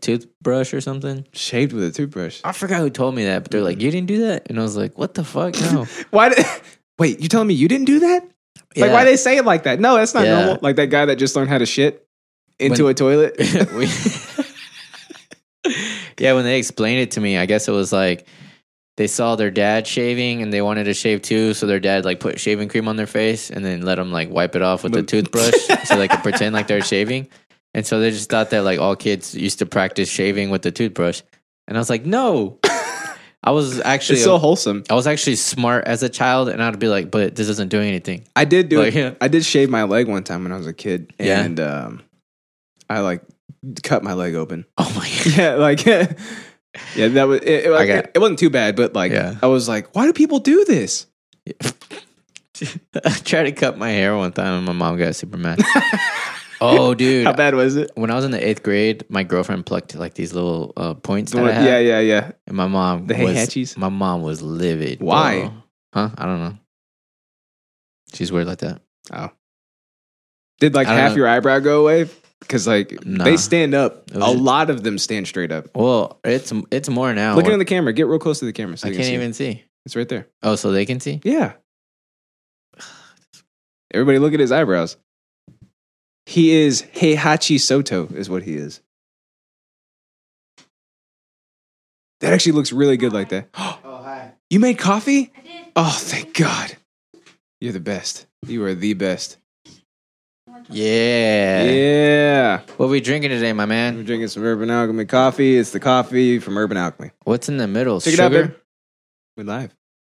B: toothbrush or something?
A: shaved with a toothbrush.
B: I forgot who told me that, but they're
A: Mm.
B: like, you didn't do that, and I was like, what the fuck? No.
A: Why? Did, wait, you telling me you didn't do that? Like, why
B: Yeah.
A: they say it like that? No, that's not
B: Yeah.
A: normal. Like that guy that just learned how to shit into
B: When-
A: a toilet.
B: We- yeah, when they explained it to me, I guess it was like they saw their dad shaving and they wanted to shave too, so their dad like put shaving cream on their face and then let them like wipe it off with a
A: But-
B: toothbrush so they could pretend like they're shaving. And so they just thought that like all kids used to practice shaving with the toothbrush. And I was like, no. I was actually
A: It's so wholesome.
B: I was actually smart as a child and I'd be like, but this doesn't do anything.
A: I did do
B: Like,
A: it.
B: yeah.
A: I did shave my leg one time when I was a kid,
B: Yeah.
A: and um, I like cut my leg open.
B: Oh my god.
A: Yeah, like yeah, that was it. It,
B: I got-
A: it wasn't too bad, but like
B: Yeah.
A: I was like, why do people do this?
B: I tried to cut my hair one time and my mom got super mad. oh, dude.
A: How bad was it?
B: When I was in the eighth grade, my girlfriend plucked like these little uh, points.
A: The
B: That I
A: one-
B: had,
A: yeah, yeah, yeah.
B: And my mom
A: The
B: was
A: Heihachi's?
B: my mom was livid.
A: Why?
B: bro. Huh? I don't know. She's weird like that.
A: Did like
B: I don't
A: half
B: know.
A: your eyebrow go away? Because like
B: Nah.
A: they stand up.
B: It
A: A
B: was-
A: lot of them stand straight up.
B: Well, it's it's more now.
A: Look at the camera. Get real close to the camera. So
B: I
A: you can
B: can't
A: see.
B: even see.
A: It's right there.
B: Oh, so they can see?
A: Yeah. Everybody, look at his eyebrows. He is Heihachi Soto, is what he is. That actually looks really good like that.
B: Oh hi.
A: You made coffee?
D: I did.
A: Oh, thank God. You're the best. You are the best.
B: Yeah.
A: Yeah.
B: What we drinking today, my
A: We're
B: man?
A: drinking some Urban Alchemy coffee. It's the coffee from Urban Alchemy.
B: What's in the middle?
A: Check it out,
B: Sugar?
A: baby. We're live.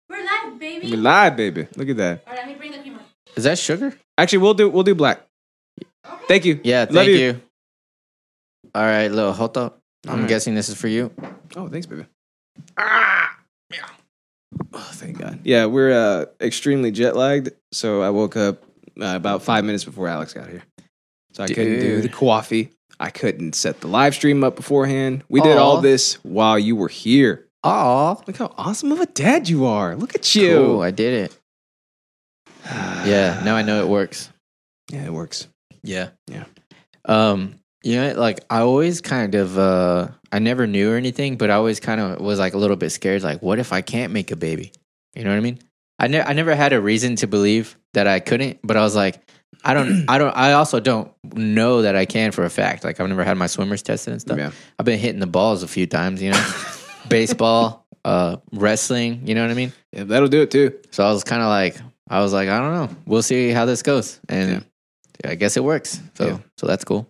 D: We're live, baby.
A: We're live, baby. Look at that.
D: All right, let me bring the creamer.
B: Is that sugar?
A: Actually, we'll do we'll do black. Thank you.
B: Yeah, thank
A: Love
B: you. All right, little Hoto. I'm
A: All right.
B: guessing this is for you.
A: Oh, thanks, baby. Ah, oh, thank God. Yeah, we're uh, extremely jet lagged, so I woke up uh, about five minutes before Alex got here, so I couldn't do
B: Dude.
A: the coffee. I couldn't set the live stream up beforehand. We did all
B: Aw.
A: this while you were here.
B: Oh,
A: Look how awesome of a dad you are. Look at you.
B: cool. I did it. Yeah, now I know it works.
A: Yeah, it works.
B: Yeah.
A: Yeah.
B: Um, you know, like I always kind of uh I never knew or anything, but I always kind of was like a little bit scared like what if I can't make a baby? You know what I mean? I ne- I never had a reason to believe that I couldn't, but I was like I don't I don't I also don't know that I can for a fact. Like I've never had my swimmers tested and stuff.
A: Yeah.
B: I've been hitting the balls a few times, you know. Baseball, uh wrestling, you know what I mean?
A: yeah, that'll do it too.
B: So I was kind of like, I was like, I don't know. We'll see how this goes, and I guess it works. So,
A: Yeah.
B: so that's cool.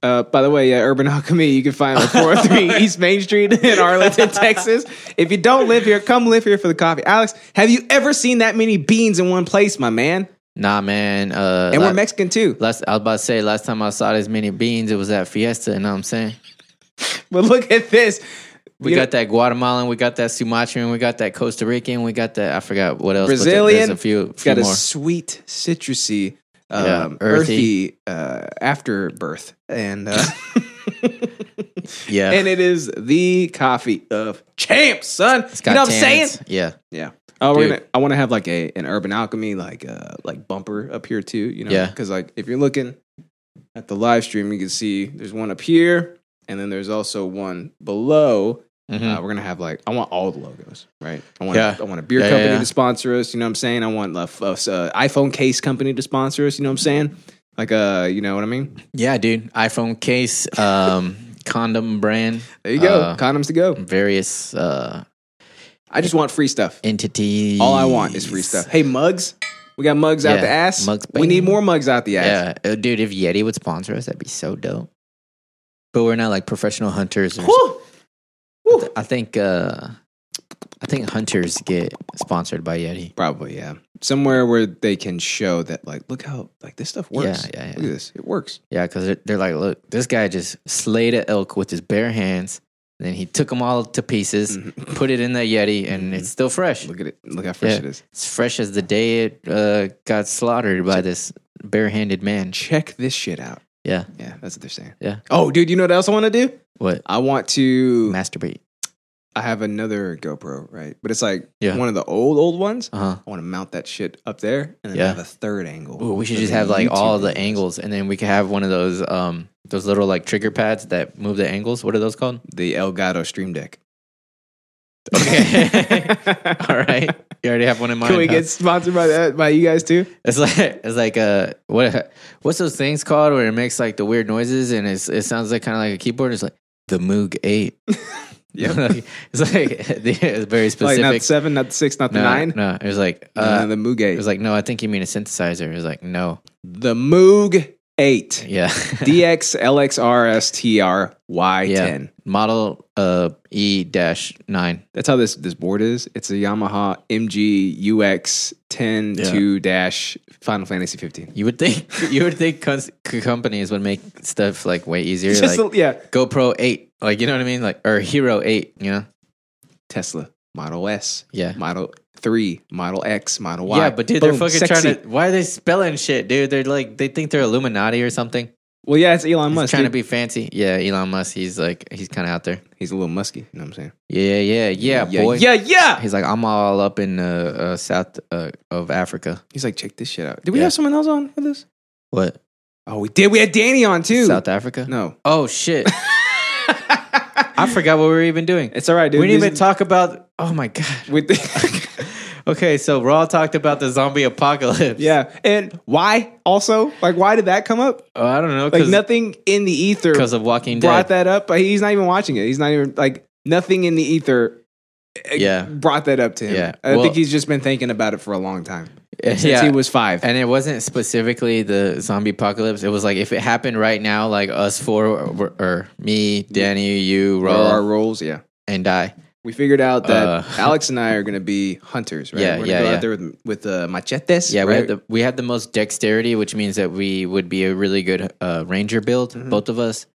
A: Uh, by the way, yeah, Urban Alchemy, you can find on 403 East Main Street in Arlington, Texas. If you don't live here, come live here for the coffee. Alex, have you ever seen that many beans in one place, my man?
B: Nah, man. Uh,
A: And
B: la-
A: we're Mexican too.
B: last, I was about to say, last time I saw this many beans, it was at Fiesta. You know what I'm saying?
A: But look at this.
B: We
A: You know-
B: got that Guatemalan, we got that Sumatran, we got that Costa Rican, we got that I forgot what else. but there-
A: Brazilian.
B: there's a few,
A: It's
B: few
A: got a
B: more.
A: sweet, citrusy, um,
B: Yeah,
A: earthy, uh, afterbirth. And, uh,
B: yeah,
A: and it is the coffee of champs, son.
B: It's
A: you
B: got
A: know what I'm saying?
B: tans. Yeah,
A: Yeah. Oh, we're
B: Dude.
A: gonna, I want to have like a an urban alchemy like uh like bumper up here too. You know,
B: Yeah.
A: Because like if you're looking at the live stream, you can see there's one up here, and then there's also one below.
B: Mhm.
A: Uh, we're gonna have like I want all the logos, right? I want
B: Yeah.
A: I want a beer
B: Yeah, yeah,
A: company
B: yeah.
A: to sponsor us. You know what I'm saying? I want a, f- a s- uh, iPhone case company to sponsor us. You know what I'm saying? Like uh, you know what I mean?
B: yeah, dude. iPhone case, um, condom brand.
A: There you go.
B: Uh,
A: Condoms to go.
B: various uh,
A: I just want free stuff.
B: entities.
A: All I want is free stuff. Hey, mugs. We got mugs out
B: Yeah,
A: the ass.
B: mugs,
A: we need
B: bang.
A: more mugs out the ass.
B: Yeah, Uh, dude, if Yeti would sponsor us, that'd be so dope. But we're not like professional hunters. Or
A: Whew. Whew.
B: I think uh, I think hunters get sponsored by Yeti.
A: Probably, yeah. Somewhere where they can show that, like, look how like this stuff works.
B: Yeah, yeah, yeah.
A: Look at this, it works.
B: Yeah, because they're, they're like, look, this guy just slayed an elk with his bare hands. Then he took them all to pieces, put it in that Yeti, and it's still fresh.
A: Look at it. Look how fresh
B: Yeah.
A: it is.
B: It's fresh as the day it uh, got slaughtered by this barehanded man.
A: Check this shit out.
B: Yeah,
A: Yeah, that's what they're saying.
B: Yeah.
A: Oh, dude, you know what else I want to do?
B: what?
A: I want to.
B: Masturbate.
A: I have another GoPro, right? But it's like
B: Yeah.
A: one of the old old ones.
B: Uh huh.
A: I want to mount that shit up there, and then
B: Yeah.
A: have a third angle.
B: Ooh, we should
A: So
B: just
A: the
B: have like all
A: YouTube
B: the
A: videos.
B: angles, and then we could have one of those um those little like trigger pads that move the angles. What are those called?
A: The Elgato Stream Deck.
B: Okay, all right. You already have one in mind.
A: Can we
B: huh?
A: get sponsored by that by you guys too?
B: It's like it's like uh what what's those things called where it makes like the weird noises and it's it sounds like kind of like a keyboard. It's like the Moog Eight.
A: Yep.
B: it's like it's very
A: like
B: specific.
A: not the seven, not the six, not the
B: no,
A: nine.
B: No, it was like
A: Uh,
B: uh,
A: the Moog eight.
B: it was like no. I think you mean a synthesizer. It was like no.
A: the Moog eight.
B: Yeah.
A: DX LXRSTR Y10.
B: Model uh, E dash nine.
A: That's how this this board is. It's a Yamaha MG UX 10
B: Yeah.
A: 2 dash Final Fantasy 15.
B: You would think you would think cons- c- companies would make stuff like way easier,
A: Just
B: like
A: a- yeah,
B: GoPro eight, like you know what I mean, like or Hero eight. You know,
A: Tesla Model S,
B: yeah.
A: Model 3, Model X, Model Y.
B: Yeah, but dude,
A: Boom,
B: they're fucking
A: sexy.
B: trying to. Why are they spelling shit, dude? They're like, they think they're Illuminati or something.
A: Well, yeah, it's Elon
B: He's
A: Musk.
B: trying
A: dude.
B: to be fancy. Yeah, Elon Musk. He's like, he's kind of out there.
A: He's a little musky. You know what I'm saying?
B: Yeah, yeah, yeah,
A: yeah,
B: boy.
A: yeah, yeah.
B: He's like, I'm all up in uh, uh, south uh, of Africa.
A: He's like, check this shit out. Did we
B: Yeah.
A: have someone else on with us?
B: What?
A: Oh, we did. We had Danny on too.
B: South Africa?
A: No,
B: Oh shit! I forgot what we were even doing.
A: it's all right, dude.
B: we didn't
A: These-
B: even talk about. Oh my god.
A: with
B: Okay, so Raw talked about the zombie apocalypse.
A: yeah, and why? Also, like, why did that come up?
B: Oh, I don't know
A: Like,
B: because
A: nothing in the ether
B: of Walking Dead.
A: brought that up. But he's not even watching it. He's not even like nothing in the ether. eh,
B: Yeah.
A: brought that up to him.
B: Yeah.
A: I
B: Well-
A: think he's just been thinking about it for a long time since
B: yeah,
A: he was five.
B: and it wasn't specifically the zombie apocalypse. It was like if it happened right now, like us four or, or me, Danny, you,
A: There are our
B: Raw,
A: roles, yeah.
B: and I.
A: We figured out that
B: Uh,
A: Alex and I are going to be hunters, right?
B: Yeah,
A: We're
B: yeah,
A: gonna go
B: yeah.
A: out there with with uh, machetes.
B: Yeah, we
A: right?
B: had the we had the most dexterity, which means that we would be a really good uh, ranger build,
A: Mm-hmm.
B: both of us.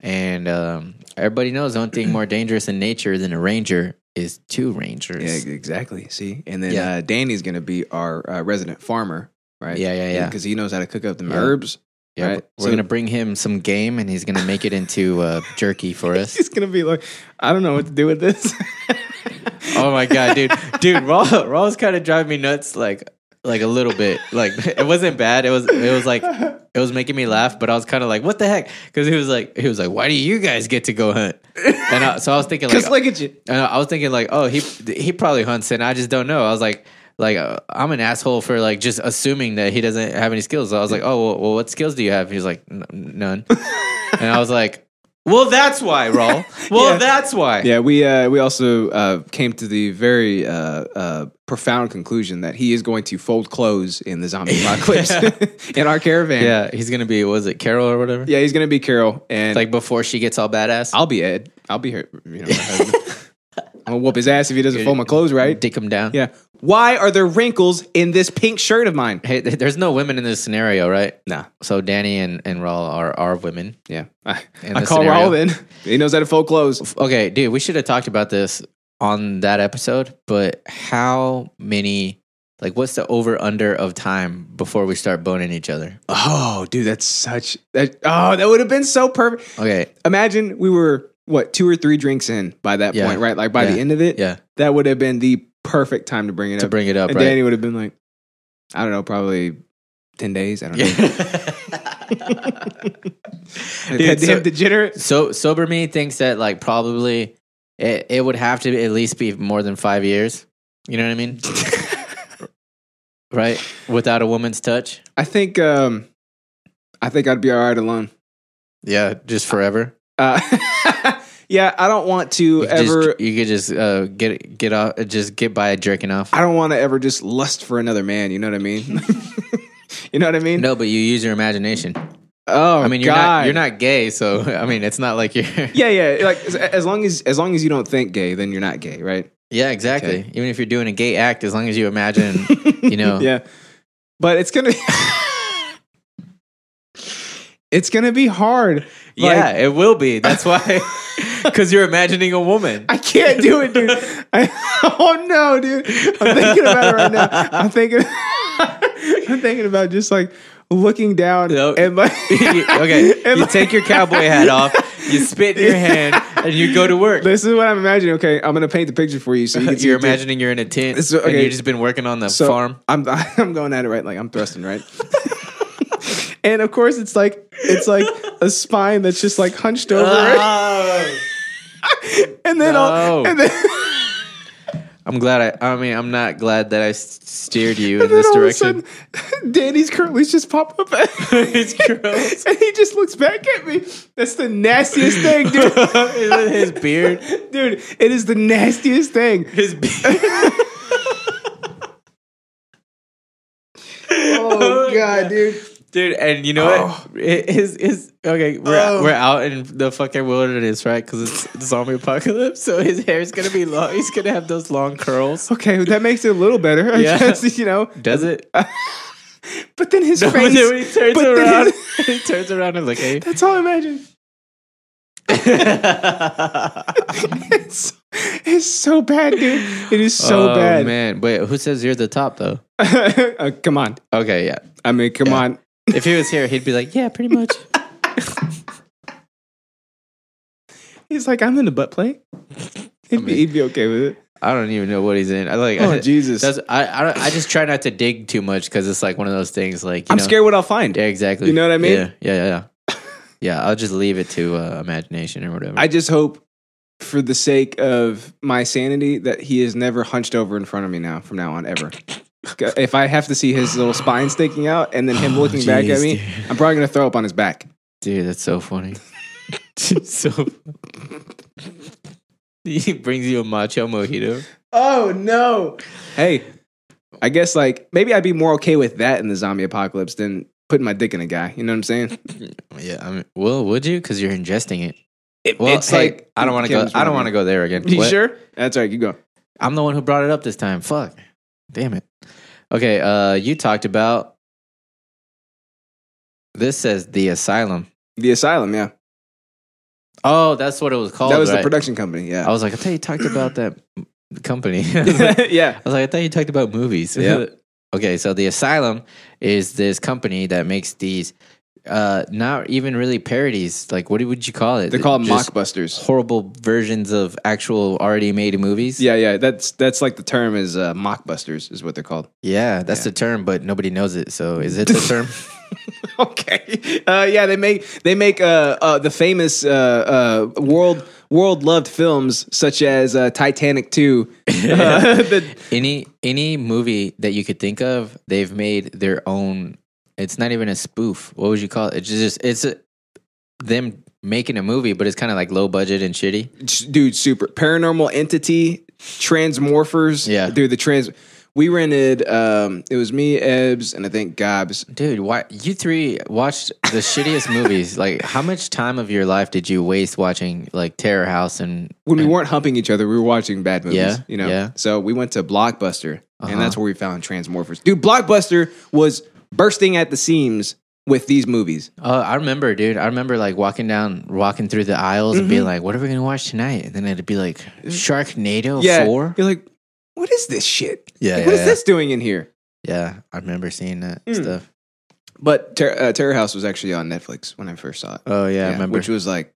B: And um, everybody knows one thing more dangerous in nature than a ranger is two rangers.
A: Yeah, exactly. See, and then
B: Yeah.
A: uh, Danny's going to be our uh, resident farmer, right?
B: Yeah, yeah, yeah.
A: Because he knows how to cook up the
B: Yeah.
A: herbs.
B: Yeah,
A: Right.
B: we're
A: So-
B: gonna bring him some game, and he's gonna make it into uh, jerky for us.
A: He's going to be like, I don't know what to do with this.
B: oh my god, dude, dude, Raw, Raw was kind of driving me nuts, like, like a little bit. Like, it wasn't bad. It was, it was like, it was making me laugh, but I was kind of like, what the heck? Because he was like, he was like, why do you guys get to go hunt? And I, so I was thinking, like,
A: Just look at you.
B: and I was thinking, like, oh, he he probably hunts, and I just don't know. I was like. Like uh, I'm an asshole for like just assuming that he doesn't have any skills. So I was like, oh well, well what skills do you have? He was like, "N- none. and I was like, well, that's why, Raul. Well,
A: Yeah.
B: that's why.
A: Yeah, we uh, we also uh, came to the very uh, uh, profound conclusion that he is going to fold clothes in the zombie apocalypse in our caravan.
B: Yeah, he's gonna be was it Carol or whatever?
A: yeah, he's going to be Carol, and
B: Like before she gets all badass,
A: I'll be Ed. I'll be her. You know, my husband. I'm gonna whoop his ass if he doesn't fold my clothes right.
B: dick him down.
A: Yeah. Why are there wrinkles in this pink shirt of mine?
B: Hey, th- there's no women in this scenario, right?
A: Nah.
B: So Danny and and Raul are are women.
A: Yeah. I,
B: In
A: I
B: this
A: call
B: scenario.
A: Raul in. He knows how to fold clothes.
B: Okay, dude, we should have talked about this on that episode. But how many? Like, what's the over under of time before we start boning each other?
A: Oh, dude, that's such that oh, that would have been so perfect.
B: Okay,
A: Imagine we were what, two or three drinks in by that
B: Yeah.
A: point, right? Like by
B: Yeah.
A: the end of it,
B: yeah,
A: that would have been the perfect time to bring it
B: to
A: up.
B: bring it up,
A: and
B: right?
A: Danny would have been like, I don't know, probably ten days. I don't know.
B: Yeah.
A: That
B: Dude,
A: damn
B: so-
A: degenerate.
B: So sober me thinks that like probably it, it would have to at least be more than five years. You know what I mean? right? Without a woman's touch.
A: I think um I think I'd be all right alone.
B: Yeah, just forever.
A: Uh, yeah, I don't want to
B: You could
A: ever.
B: just, you could just uh, get get off, just get by jerking off.
A: I don't want to ever just lust for another man. You know what I mean? you know what I mean?
B: No, but you use your imagination.
A: Oh,
B: I mean, you're
A: God.
B: not you're not gay, so I mean, it's not like you're.
A: Yeah, yeah. Like as, as long as as long as you don't think gay, then you're not gay, right?
B: Yeah, exactly.
A: Okay.
B: Even if you're doing a gay act, as long as you imagine, you know.
A: Yeah, but it's gonna. it's gonna be hard.
B: Yeah,
A: Like,
B: it will be. That's why, because you're imagining a woman.
A: I can't do it, dude. I, oh no, dude. I'm thinking about it right now. I'm thinking. I'm thinking about just like looking down
B: No.
A: and like.
B: You- okay,
A: and
B: you
A: like-
B: take your cowboy hat off, you spit in your hand, and you go to work.
A: This is what I'm imagining. Okay, I'm gonna paint the picture for you so you can see
B: You're
A: it, dude.
B: imagining you're in a tent,
A: This is- okay.
B: and you've just been working on the
A: So
B: farm.
A: I'm I'm going at it right, like I'm thrusting right. and of course, it's like it's like a spine that's just like hunched over,
B: Oh,
A: and then I'll,
B: no.
A: and then
B: I'm glad I. I mean, I'm not glad that I s- steered you in
A: And then
B: this
A: all of a
B: direction.
A: sudden, Danny's curlies just pop up. His
B: curls.
A: and he just looks back at me. That's the nastiest thing, dude.
B: Is it his beard?
A: Dude, it is the nastiest thing.
B: His beard.
A: Oh, God, Oh. dude.
B: Dude, and you know what? It is is okay. We're
A: Oh.
B: we're out in the fucking wilderness, right? Because it's the zombie apocalypse. So his hair is gonna be long. He's gonna have those long curls.
A: Okay, well, that makes it a little better. I
B: Yeah.
A: guess, you know.
B: Does it?
A: But then his
B: No,
A: face.
B: and then when he turns
A: but then
B: around,
A: his-
B: he turns around and like, hey,
A: that's all I imagine. It's, it's so bad, dude. It is so
B: oh,
A: bad.
B: man. Wait, who says you're the top though?
A: Uh, come on.
B: Okay, yeah.
A: I mean, come on.
B: If he was here, he'd be like, yeah, pretty much.
A: He's like, I'm in a butt play. He'd, be,
B: mean-
A: he'd be okay with it.
B: I don't even know what he's in. I like,
A: Oh,
B: I,
A: Jesus.
B: That's, I, I, don't, I just try not to dig too much because it's like one of those things. Like, you
A: I'm
B: know-
A: scared what I'll find.
B: Yeah, exactly.
A: You know what I mean?
B: Yeah, yeah, yeah. Yeah, Yeah, I'll just leave it to uh, imagination or whatever.
A: I just hope, for the sake of my sanity, that he is never hunched over in front of me now, from now on, ever. If I have to see his little spine sticking out and then him
B: Oh,
A: looking back
B: jeez,
A: at me,
B: dude.
A: I'm probably going to throw up on his back.
B: Dude, that's so funny. so he brings you a macho mojito.
A: Oh, no. Hey, I guess, like, maybe I'd be more okay with that in the zombie apocalypse than putting my dick in a guy. You know what I'm saying?
B: Yeah, I mean, well, would you? Because you're ingesting it.
A: It-
B: Well,
A: it's
B: hey,
A: like.
B: I don't want to go.
A: Kim's
B: I don't
A: wrong.
B: want to go there again.
A: You
B: What?
A: sure? That's all right. You go.
B: I'm the one who brought it up this time. Fuck. Damn it. Okay, uh you talked about this says the asylum.
A: The Asylum, yeah.
B: Oh, that's what it was called.
A: that was the
B: right?
A: production company,
B: I
A: yeah.
B: was like, I thought you talked about that company. I was like,
A: yeah.
B: I thought you talked about movies.
A: Yeah.
B: okay, so the asylum is this company that makes these uh not even really parodies. Like what would you call it?
A: They're called
B: Just
A: mockbusters.
B: horrible versions of actual already made movies.
A: Yeah, yeah. That's that's like the term is uh, mockbusters is what they're called.
B: Yeah, that's the term, but nobody knows it. So is it the term?
A: okay. Uh, yeah, they make they make uh, uh, the famous uh, uh, world world loved films such as uh, Titanic two. Uh, the-
B: any any movie that you could think of, they've made their own. It's not even a spoof. What would you call it? It's just it's a, them making a movie, but it's kind of like low budget and shitty.
A: dude, super paranormal entity, transmorphers.
B: Yeah.
A: dude, the trans. We rented. Um, it was me, Ebbs, and I think Gobs.
B: Dude, why you three watched the shittiest movies? Like, how much time of your life did you waste watching like Terror House and
A: When we weren't humping each other, we were watching bad movies.
B: Yeah,
A: you know.
B: yeah.
A: So we went to Blockbuster,
B: Uh-huh.
A: and that's where we found Transmorphers. Dude, Blockbuster was bursting at the seams with these movies.
B: Oh, I remember, dude. I remember like walking down, walking through the aisles and
A: Mm-hmm.
B: being like, "What are we gonna watch tonight?" And then it'd be like Sharknado
A: Yeah,
B: Four.
A: you're like, what is this shit?
B: Yeah,
A: Like,
B: yeah,
A: what is
B: yeah.
A: this doing in here?
B: Yeah, I remember seeing that
A: Mm.
B: stuff.
A: But Ter- uh, Terror House was actually on Netflix when I first saw it.
B: Oh yeah, I remember.
A: which was like,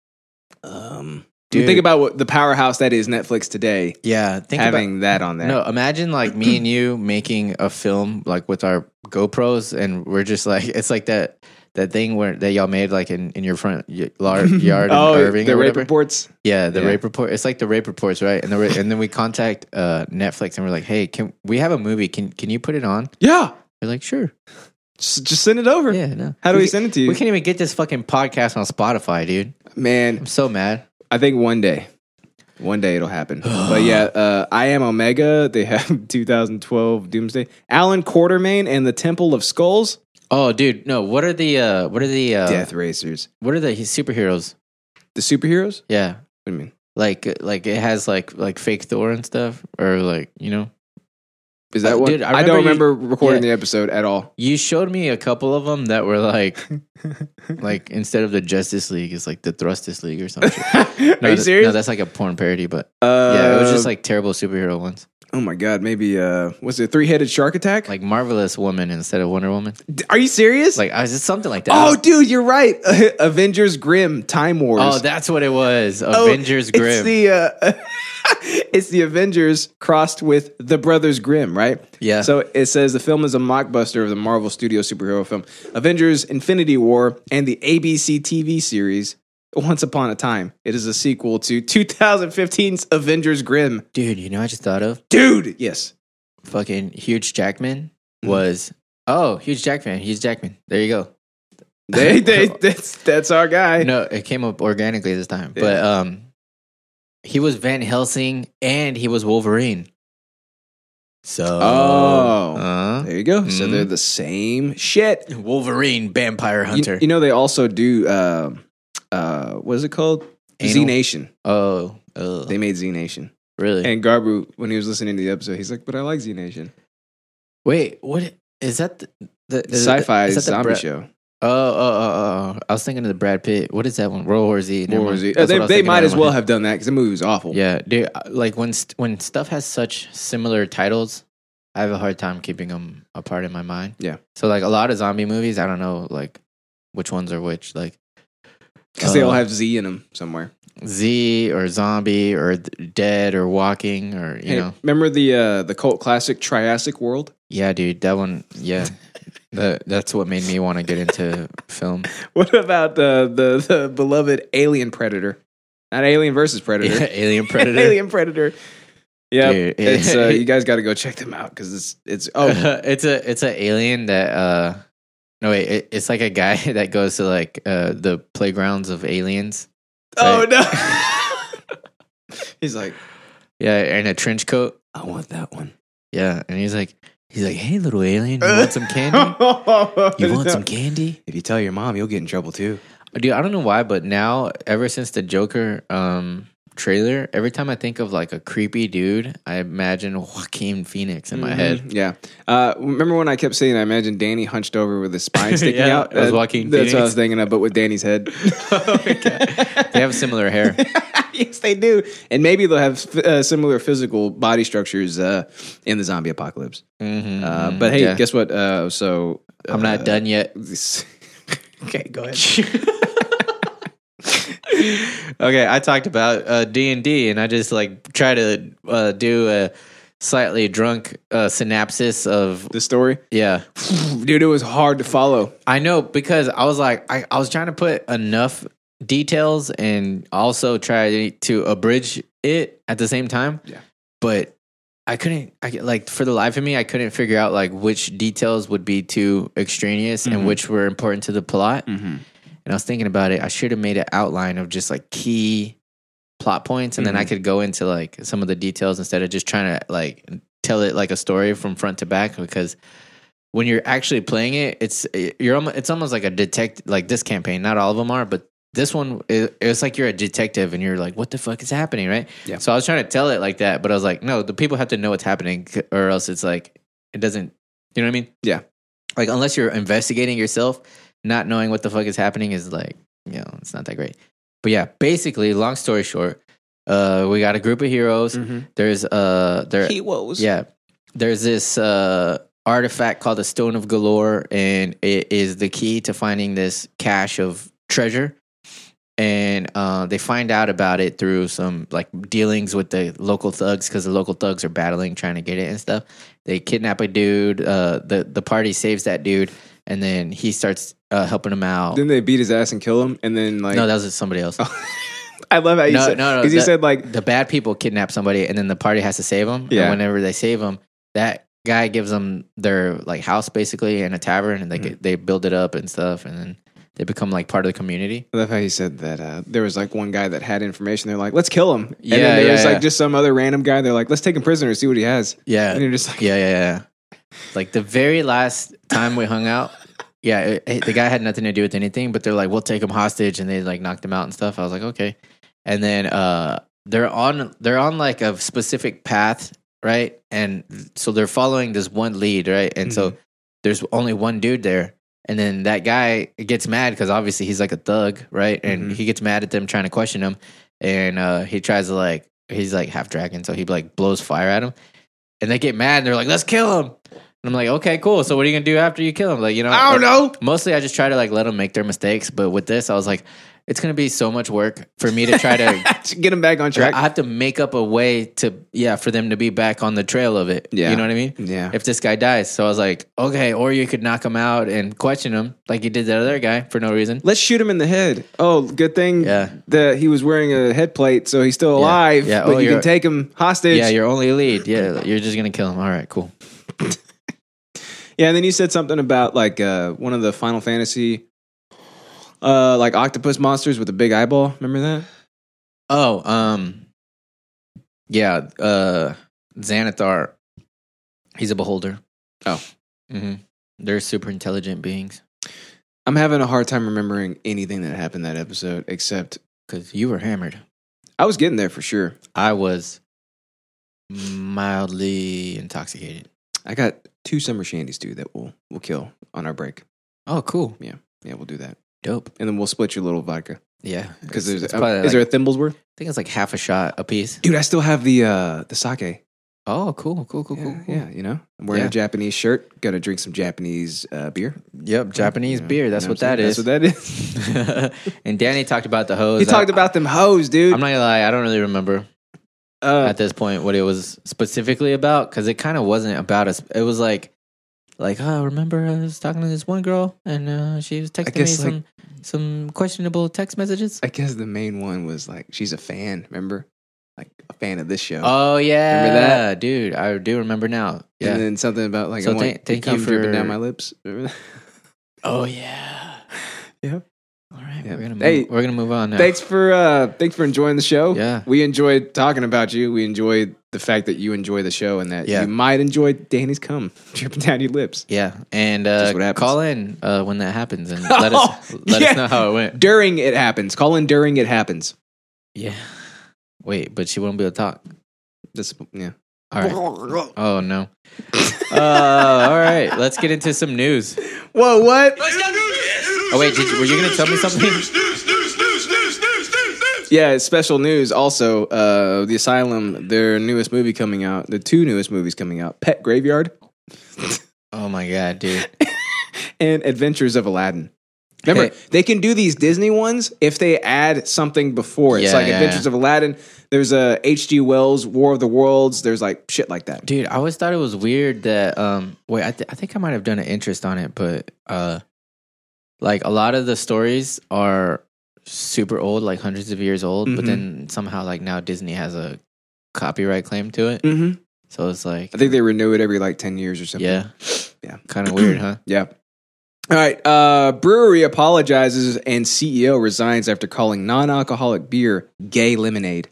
A: um, I mean,
B: Dude.
A: think about what the powerhouse that is Netflix today.
B: yeah, think about
A: having that on there.
B: No, imagine like me and you making a film like with our GoPros, and we're just like it's like that that thing where that y'all made like in, in your front y- lar- yard in
A: oh,
B: Irving
A: the
B: or
A: rape
B: whatever.
A: reports.
B: Yeah, the
A: Yeah.
B: rape report. It's like the rape reports, right? And the ra- and then we contact uh, Netflix and we're like, hey, can we have a movie? Can can you put it on?
A: Yeah,
B: They're like, sure.
A: S- just send it over.
B: Yeah, no.
A: How do we
B: ca-
A: send it to you?
B: We can't even get this fucking podcast on Spotify, dude.
A: Man,
B: I'm so mad.
A: I think one day, one day it'll happen. but yeah, uh, I am Omega. They have 2012 Doomsday. Alan Quartermain and the Temple of Skulls.
B: Oh, dude, no. What are the uh, what are the uh,
A: Death Racers.
B: what are the superheroes?
A: The superheroes.
B: Yeah,
A: What do you mean?
B: like like it has like like fake Thor and stuff, or like you know.
A: Is that
B: Uh,
A: one?
B: dude, I
A: I, don't
B: remember
A: remember recording
B: yeah.
A: the episode at all.
B: You showed me a couple of them that were like, like instead of the Justice League, it's like the Thrustus League or something.
A: Are you serious?
B: No, that's like a porn parody, but
A: uh,
B: yeah, it was just like terrible superhero ones,
A: oh my god, maybe uh, was it three headed shark attack?
B: like Marvelous Woman instead of Wonder Woman.
A: D- are you serious?
B: Like uh, I was just something like that.
A: oh, dude, you're right. Avengers Grim Time Wars.
B: Oh, that's what it was.
A: Oh,
B: Avengers Grim.
A: It's the uh, it's the Avengers crossed with the Brothers Grimm, right?
B: Yeah.
A: So it says the film is a mockbuster of the Marvel Studio superhero film Avengers: Infinity War and the ABC TV series Once Upon a Time. It is a sequel to 2015's Avengers Grim.
B: Dude, you know what I just thought of?
A: Dude, yes.
B: Fucking Huge Jackman
A: Mm-hmm.
B: was oh, Huge Jackman, Huge Jackman. There you go.
A: They, they, that's, that's our guy.
B: No, it came up organically this time.
A: Yeah.
B: But um he was Van Helsing and he was Wolverine. So
A: Oh.
B: uh,
A: There you go. So
B: Mhm.
A: they're the same shit.
B: Wolverine vampire
A: You-
B: hunter.
A: You, know, they also do, uh, uh, what is it called? Z
B: Anal-
A: Nation.
B: oh, oh.
A: They made Z Nation.
B: really?
A: And Garbu, when he was listening to the episode, he's like, but I like Z Nation.
B: Wait, what is that the, the is that the-
A: Sci-fi
B: is that the
A: zombie
B: Bra-
A: show.
B: Oh, oh, oh, oh, oh. I was thinking of the Brad Pitt. What is that one? World War Z. Never
A: War
B: mind.
A: Z.
B: That's
A: They,
B: what I was
A: they
B: thinking
A: might
B: of
A: as
B: in my
A: well
B: head.
A: have done that because the movie was awful.
B: Yeah, dude. I- Like when st- when stuff has such similar titles, I have a hard time keeping them apart in my mind.
A: Yeah.
B: So like a lot of zombie movies, I don't know like which ones are which. Like
A: Because they all
B: Uh,
A: have Z in them somewhere.
B: Z or zombie or d- dead or walking or you
A: Hey,
B: know.
A: remember the uh, the cult classic Triassic World?
B: Yeah, dude. That one. Yeah. that that's what made me want to get into film.
A: What about the the, the beloved Alien Predator? Not Alien versus Predator.
B: Yeah, Alien Predator.
A: Alien Predator. Yeah,
B: Dude, it-
A: it's uh, you guys got to go check them out because it's it's oh
B: it's a it's an alien that uh no wait it, it's like a guy that goes to like uh the playgrounds of aliens
A: oh no. He's like,
B: yeah in a trench coat
A: I want that one.
B: yeah and he's like he's like hey little alien you want some candy you want some candy
A: If you tell your mom, you'll get in trouble too.
B: dude i don't know why but now ever since the joker um trailer every time i think of like a creepy dude i imagine joaquin phoenix in my
A: Mm-hmm.
B: head
A: Yeah. Uh, remember when I kept saying I imagine Danny hunched over with his spine sticking
B: Yeah,
A: out?
B: that was
A: Uh,
B: Joaquin
A: That's what I
B: Phoenix.
A: was thinking of, but with Danny's head.
B: they have similar hair
A: yes, they do. And maybe they'll have uh, similar physical body structures uh, in the zombie apocalypse.
B: Mhm.
A: Uh, but hey,
B: Yeah.
A: guess what? Uh, so
B: i'm not done yet
A: okay, go ahead.
B: Okay, I talked about uh, D and D, and I just like try to uh, do a slightly drunk uh, synopsis of
A: the story,
B: yeah.
A: dude, it was hard to follow.
B: I know because I was like I, I was trying to put enough details and also try to abridge it at the same time.
A: Yeah.
B: but I couldn't. I could- like for the life of me, I couldn't figure out like which details would be too extraneous
A: Mhm.
B: and which were important to the plot.
A: Mm-hmm.
B: and I was thinking about it, I should have made an outline of just like key plot points, and then I could go into like some of the details instead of just trying to like tell it like a story from front to back. Because when you're actually playing it, it's eh, you're almost, it's almost like a detect like this campaign. Not all of them are, but this one it, it's like you're a detective and you're like, what the fuck is happening, right?
A: Yeah.
B: So I was trying to tell it like that, but I was like, no, the people have to know what's happening, c- or else it's like it doesn't. You know what I mean?
A: Yeah.
B: Like unless you're investigating yourself, not knowing what the fuck is happening is like, you know, it's not that great. But yeah, basically, long story short, uh, we got a group of heroes. There's uh, there,
A: was.
B: yeah, there's this uh artifact called the Stone of Galore, and it is the key to finding this cache of treasure. And uh, they find out about it through some like dealings with the local thugs because the local thugs are battling, trying to get it and stuff. They kidnap a dude. Uh, the the party saves that dude, and then he starts uh, helping them out.
A: Then they beat his ass and kill him, and then like
B: no, that was somebody else.
A: I love how you
B: No,
A: said
B: no, no,
A: because you
B: that-
A: said like
B: the bad people kidnap somebody and then the party has to save them.
A: Yeah.
B: And whenever they save them, that guy gives them their like house basically and a tavern and they get, they build it up and stuff and then they become like part of the community.
A: I love how he said that uh, there was like one guy that had information. They're like, let's kill him.
B: Yeah,
A: and then there
B: yeah,
A: was
B: yeah.
A: like just some other random guy. They're like, let's take him prisoner, see what he has.
B: Yeah.
A: And you're just like,
B: Yeah, yeah, yeah. Like the very last time we hung out, yeah, it- it- the guy had nothing to do with anything, but they're like, we'll take him hostage, and they like knocked him out and stuff. I was like, okay. And then uh, they're on they're on like a specific path, right? And so they're following this one lead, right? And so there's only one dude there. And then that guy gets mad because obviously he's like a thug, right? And
A: Mhm.
B: he gets mad at them trying to question him, and uh, he tries to like he's like half dragon, so he like blows fire at him and they get mad and they're like, "Let's kill him." And I'm like, "Okay, cool. So what are you gonna do after you kill him?" Like, you know,
A: I don't know.
B: Mostly, I just try to like let them make their mistakes. But with this, I was like, it's gonna be so much work for me to try to.
A: To Get them back on track.
B: I have to make up a way to yeah for them to be back on the trail of it.
A: Yeah.
B: you know what I mean.
A: yeah.
B: If this guy dies, so I was like, okay, or you could knock him out and question him like you did that other guy for no reason.
A: Let's shoot him in the head. Oh, good thing
B: Yeah.
A: that he was wearing a head plate, so he's still alive.
B: Yeah.
A: But
B: Oh,
A: you can
B: you're-
A: take him hostage.
B: Yeah, your only lead. Yeah, you're just gonna kill him. All right, cool.
A: Yeah, and then you said something about like uh, one of the Final Fantasy, uh, like octopus monsters with a big eyeball. Remember that?
B: Oh, um, yeah, uh, Xanathar, he's a beholder.
A: Oh.
B: hmm they're super intelligent beings
A: I'm having a hard time remembering anything that happened that episode, except
B: because you were hammered.
A: I was getting there for sure.
B: I was mildly intoxicated.
A: I got two summer shandies too that we'll we'll kill on our break.
B: Oh, cool,
A: Yeah, we'll do that,
B: dope.
A: and then we'll split your little vodka
B: Yeah,
A: because
B: It's-
A: there's
B: it's
A: uh,
B: probably
A: is
B: like-
A: there a thimbles worth?
B: I think it's like half a shot a piece.
A: Dude, I still have the uh, the sake.
B: Oh, cool, cool, cool,
A: Yeah,
B: cool. cool.
A: yeah, you know, I'm wearing
B: Yeah.
A: a Japanese shirt. Gonna drink some Japanese uh, beer.
B: Yep, Japanese
A: You know,
B: beer.
A: you
B: That's
A: know
B: what
A: I'm
B: that
A: saying?
B: is.
A: That's what that is.
B: and Danny talked about the hose.
A: he talked
B: I-
A: about them hoes, dude.
B: I'm not gonna lie, I don't really remember.
A: Uh,
B: at this point what it was specifically about because it kind of wasn't about us. It was like, like oh, remember I was talking to this one girl and uh, she was texting me
A: guess, like-
B: some some questionable text messages.
A: I guess the main one was like she's a fan, remember? Like a fan of this show.
B: oh yeah,
A: Remember that?
B: dude? I do remember now. Yeah.
A: And then something about like
B: So
A: I want
B: thank- thank you
A: cum dripping
B: for-
A: down my lips. Remember that?
B: oh yeah.
A: Yeah.
B: All right,
A: Yeah.
B: we're gonna move,
A: Hey,
B: we're gonna move on now.
A: Thanks for uh thanks for enjoying the show.
B: Yeah.
A: We enjoyed talking about you. We enjoyed the fact that you enjoy the show and that
B: Yeah.
A: you might enjoy Danny's cum dripping down your lips
B: Yeah, and
A: Just what
B: uh,
A: happens.
B: call in uh, when that happens and let us
A: Oh,
B: let
A: yeah.
B: us know how it went.
A: during it happens. Call in during it happens.
B: Yeah. Wait, but she won't be able to talk.
A: That's yeah.
B: All right. Oh no. uh, all right, let's get into some news.
A: Whoa, what?
B: Oh wait, did you, were you gonna tell me something?
A: Yeah, special news. Also, uh, the Asylum, their newest movie coming out, the two newest movies coming out, Pet Graveyard
B: Oh my god, dude!
A: and Adventures of Aladdin. Remember,
B: Hey.
A: they can do these Disney ones if they add something before. It's
B: Yeah,
A: like
B: yeah,
A: Adventures
B: yeah.
A: of Aladdin. There's a H.G. Wells War of the Worlds. There's like shit like that.
B: Dude, I always thought it was weird that um wait, I, th- I think I might have done an interest on it, but uh like a lot of the stories are super old, like hundreds of years old, but
A: Mhm.
B: then somehow like now Disney has a copyright claim to it.
A: Mm-hmm.
B: So it's like
A: I think they renew it every like ten years or something.
B: yeah.
A: Yeah.
B: Kind of weird, huh?
A: Yeah. All right. Uh, brewery apologizes and CEO resigns after calling non-alcoholic beer gay lemonade.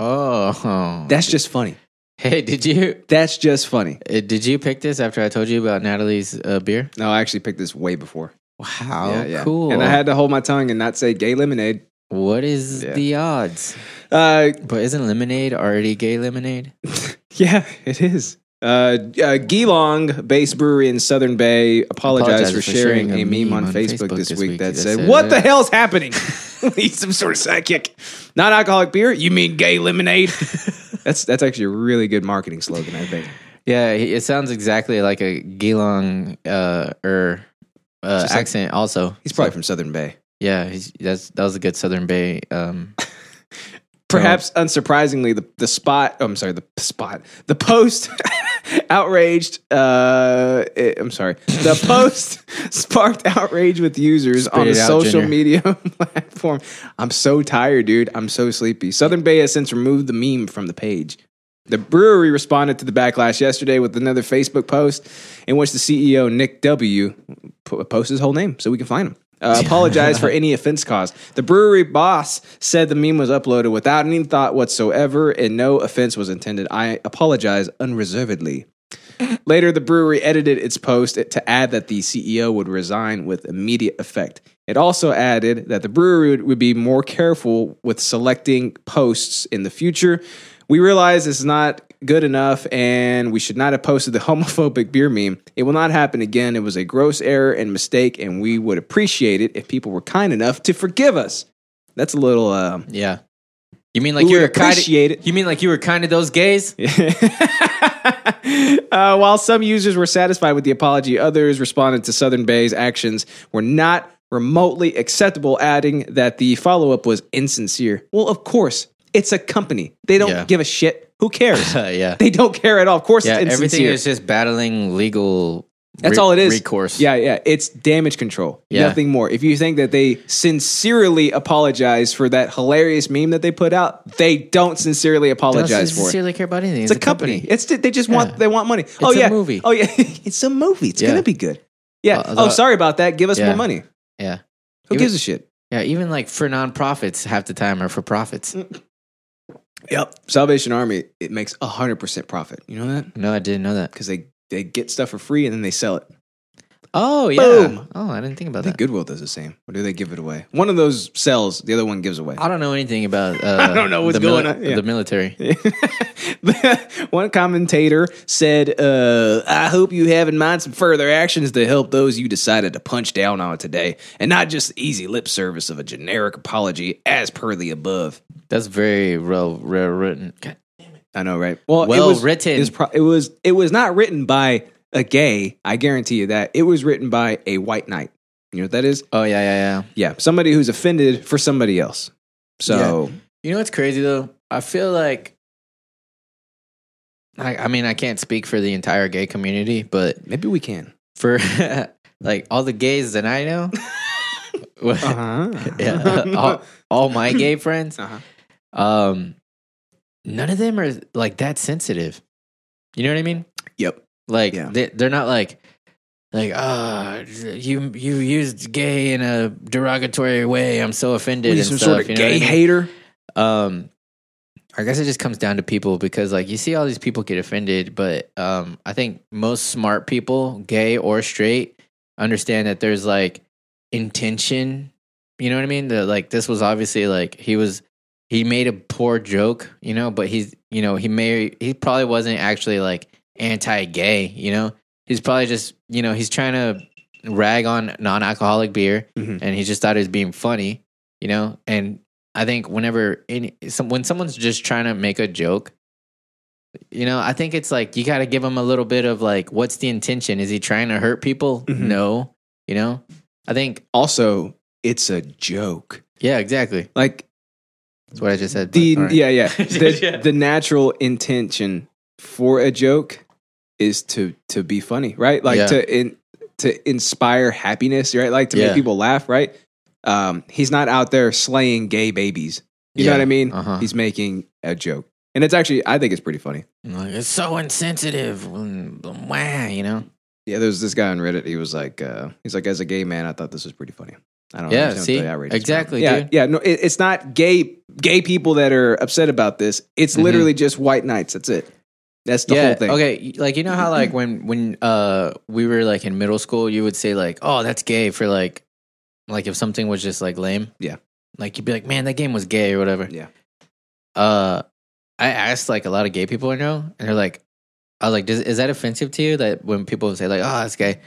B: Oh.
A: That's just funny.
B: Hey, did you
A: That's just funny.
B: uh, did you pick this after I told you about Natalie's uh, beer?
A: No, I actually picked this way before.
B: Wow,
A: Yeah, yeah.
B: cool.
A: And I had to hold my tongue and not say gay lemonade.
B: what is
A: Yeah.
B: the odds?
A: Uh,
B: But isn't lemonade already gay lemonade?
A: yeah, it is. Uh, uh, Geelong based brewery in Southern Bay apologized
B: Apologizes
A: for
B: for
A: sharing, a meme, on, Facebook, this week, that, said, What the
B: uh,
A: hell's happening? He's some sort of sidekick. Non alcoholic beer? You mean gay lemonade? that's, that's actually a really good marketing slogan, I think.
B: Yeah, he- it sounds exactly like a Geelong uh, er, uh,
A: Just like-
B: accent. also,
A: He's probably from Southern Bay.
B: yeah, he's, that's that was a good Southern Bay. Um,
A: Perhaps unsurprisingly, the, the spot, oh, I'm sorry, the spot, the post outraged, uh, eh, I'm sorry, the post sparked outrage with users on
B: Spit
A: the
B: it out,
A: social
B: Junior.
A: media platform. I'm so tired, dude. I'm so sleepy. Southern Bay has since removed the meme from the page. The brewery responded to the backlash yesterday with another Facebook post in which the CEO, Nick W., po- posts his whole name so we can find him. Uh, apologized for any offense caused. The brewery boss said the meme was uploaded without any thought whatsoever and no offense was intended. I apologize unreservedly. Later, the brewery edited its post to add that the CEO would resign with immediate effect. It also added that the brewery would- would be more careful with selecting posts in the future. We realize it's not good enough and we should not have posted the homophobic beer meme. It will not happen again. It was a gross error and mistake, and we would appreciate it if people were kind enough to forgive us. That's a little. Um,
B: yeah, you mean like
A: We
B: you
A: would
B: were kind of,
A: appreciate it.
B: You mean like you were kind of those gays?
A: Uh, while some users were satisfied with the apology, others responded to Southern Bay's actions were not remotely acceptable, adding that the follow up was insincere. Well, of course, it's a company. They don't
B: Yeah.
A: give a shit. Who cares?
B: yeah.
A: they don't care at all. Of course,
B: Yeah,
A: it's
B: everything
A: insincere.
B: is just battling legal.
A: That's
B: re-
A: all it is.
B: Recourse.
A: Yeah, yeah. It's damage control.
B: Yeah.
A: Nothing more. If you think that they sincerely apologize for that hilarious meme that they put out, they don't sincerely
B: They don't
A: apologize for it.
B: sincerely care about anything.
A: It's a company. It's they just
B: Yeah.
A: want they want money. oh
B: a
A: yeah,
B: movie.
A: Oh yeah, it's a movie. It's
B: Yeah.
A: gonna be good. Yeah.
B: Uh,
A: oh,
B: the-
A: sorry about that. Give us
B: Yeah.
A: more money.
B: Yeah.
A: Who
B: Even-
A: gives a shit?
B: Yeah, even like for nonprofits, half the time are for profits.
A: Mm. Yep. Salvation Army. It makes hundred percent profit. You know that
B: No, I didn't know that.
A: because they they get stuff for free and then they sell it.
B: Oh yeah.
A: Boom.
B: Oh, I didn't think
A: I
B: about
A: think
B: that.
A: Goodwill does the same. Or do they give it away? One of those sells, the other one gives away.
B: I don't know anything about. Uh,
A: I don't know what's
B: the mili-
A: going on. Yeah.
B: The military.
A: One commentator said, uh, I hope you have in mind some further actions to help those you decided to punch down on today, and not just the easy lip service of a generic apology as per the above.
B: That's very well, well written. God.
A: I know, right? Well,
B: Well
A: it was,
B: written.
A: It was, pro- it was it was not written by a gay. I guarantee you that it was written by a white knight. You know what that is?
B: Oh yeah, yeah, yeah.
A: Yeah, somebody who's offended for somebody else. So
B: You know what's crazy though? I feel like. I, I mean, I can't speak for the entire gay community, but
A: maybe we can.
B: for like all the gays that I know,
A: Uh-huh.
B: yeah, all, all my gay friends,
A: Uh-huh.
B: um, none of them are like that sensitive. You know what I mean?
A: Yep.
B: Like
A: Yeah.
B: they, they're not like like ah you you used gay in a derogatory way. I'm so offended.
A: What,
B: and
A: some
B: stuff,
A: sort of
B: you know what
A: gay
B: I mean?
A: hater.
B: Um, I guess it just comes down to people because like you see all these people get offended, but um, I think most smart people, gay or straight, understand that there's like intention. You know what I mean? That like this was obviously like he was he made a poor joke, you know, but he's you know he may he probably wasn't actually like anti-gay, you know. He's probably just you know he's trying to rag on non-alcoholic beer,
A: Mhm.
B: and he just thought he was being funny, you know. And I think whenever any some, when someone's just trying to make a joke, you know, I think it's like you got to give them a little bit of like, what's the intention? Is he trying to hurt people?
A: Mhm.
B: No, you know. I think
A: Also, it's a joke.
B: yeah, exactly.
A: Like
B: That's what I just said. but
A: the
B: all right.
A: yeah, yeah. The,
B: Yeah.
A: the natural intention for a joke is to to be funny, right? Like
B: Yeah.
A: to in, to inspire happiness, right? Like to
B: Yeah.
A: make people laugh, right? Um, he's not out there slaying gay babies. You know
B: Yeah.
A: what I mean?
B: Uh-huh.
A: He's making a joke. And it's actually I think it's pretty funny.
B: Like, it's so insensitive. Mm, Wah, you know.
A: Yeah, there's this guy on Reddit. He was like, uh, he's like, as a gay man, I thought this was pretty funny. I don't
B: Yeah,
A: understand
B: see?
A: what the outrage is about.
B: Exactly,
A: yeah,
B: dude.
A: yeah. No, it, it's not gay gay people that are upset about this. It's
B: Mhm.
A: literally just white knights. That's it. That's the
B: yeah.
A: whole thing.
B: Okay. y- Like you know how like when when uh we were like in middle school, you would say like, "Oh, that's gay" for like like if something was just like lame.
A: Yeah.
B: Like you'd be like, "Man, that game was gay" or whatever.
A: Yeah.
B: Uh, I asked like a lot of gay people I know, and they're like, "I was like, Does, is that offensive to you that when people say like, oh, that's gay?'"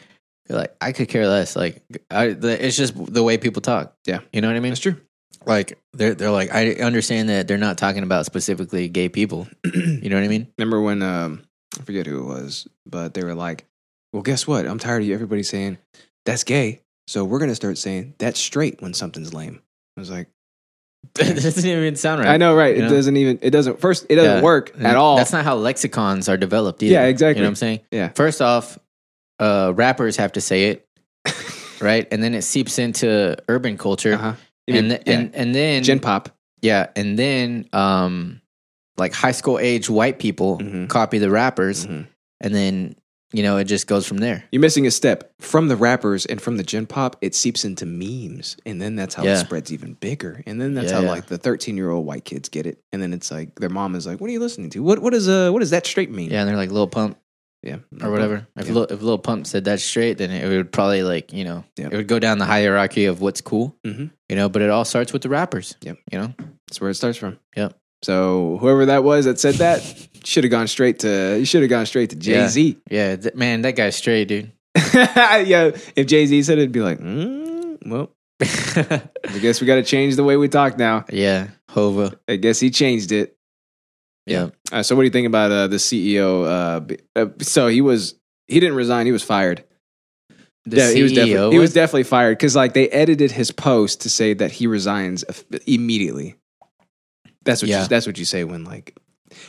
B: They're like, "I could care less." Like, I the, it's just the way people talk.
A: Yeah.
B: You know what I mean?
A: that's true.
B: Like they're they're like, I understand that they're not talking about specifically gay people. you know what I mean?
A: Remember when um, I forget who it was, but they were like, "Well, guess what? I'm tired of you. Everybody saying that's gay, so we're gonna start saying that's straight when something's lame." I was like,
B: that doesn't even sound right.
A: I know, right?
B: You
A: it
B: know?
A: doesn't even. It doesn't. First, it doesn't
B: Yeah.
A: work at all.
B: That's not how lexicons are developed either.
A: Yeah, exactly.
B: You know what I'm saying?
A: Yeah.
B: First off, uh, rappers have to say it, right? And then it seeps into urban culture.
A: Uh-huh. You
B: And,
A: mean-
B: th- and and then
A: yeah. Gen Pop.
B: yeah, and then um, like high school age white people
A: Mhm.
B: copy the rappers,
A: Mhm.
B: and then you know it just goes from there.
A: You're missing a step. From the rappers and from the gen pop, it seeps into memes. And then that's how it
B: Yeah.
A: spreads even bigger. And then that's
B: Yeah,
A: how
B: yeah.
A: like the 13 year old white kids get it. And then it's like their mom is like, What are you listening to? What what is uh what does that straight mean?
B: Yeah, and they're like Lil Pump
A: Yeah.
B: or whatever. If
A: Yeah.
B: Lil, if Lil Pump said that straight, then it would probably like you know
A: Yeah.
B: it would go down the hierarchy of what's cool.
A: Mhm.
B: You know, but it all starts with the rappers.
A: Yep.
B: You know.
A: That's where it starts from.
B: Yep.
A: So whoever that was that said that should have gone straight to you should have gone straight to Jay Z.
B: Yeah, th- man, that guy's straight, dude.
A: Yeah. if Jay Z said it, it'd be like, mm, well, I guess we got to change the way we talk now.
B: yeah, Hova.
A: I guess he changed it.
B: Yeah.
A: Uh, E so what do you think about uh, the CEO? Uh, b- uh, so he was he didn't resign. He was fired.
B: the E
A: yeah, he was
B: CEO
A: definitely he was definitely fired because like they edited his post to say that he resigns eff- immediately. That's what
B: Yeah.
A: you, that's what you say when like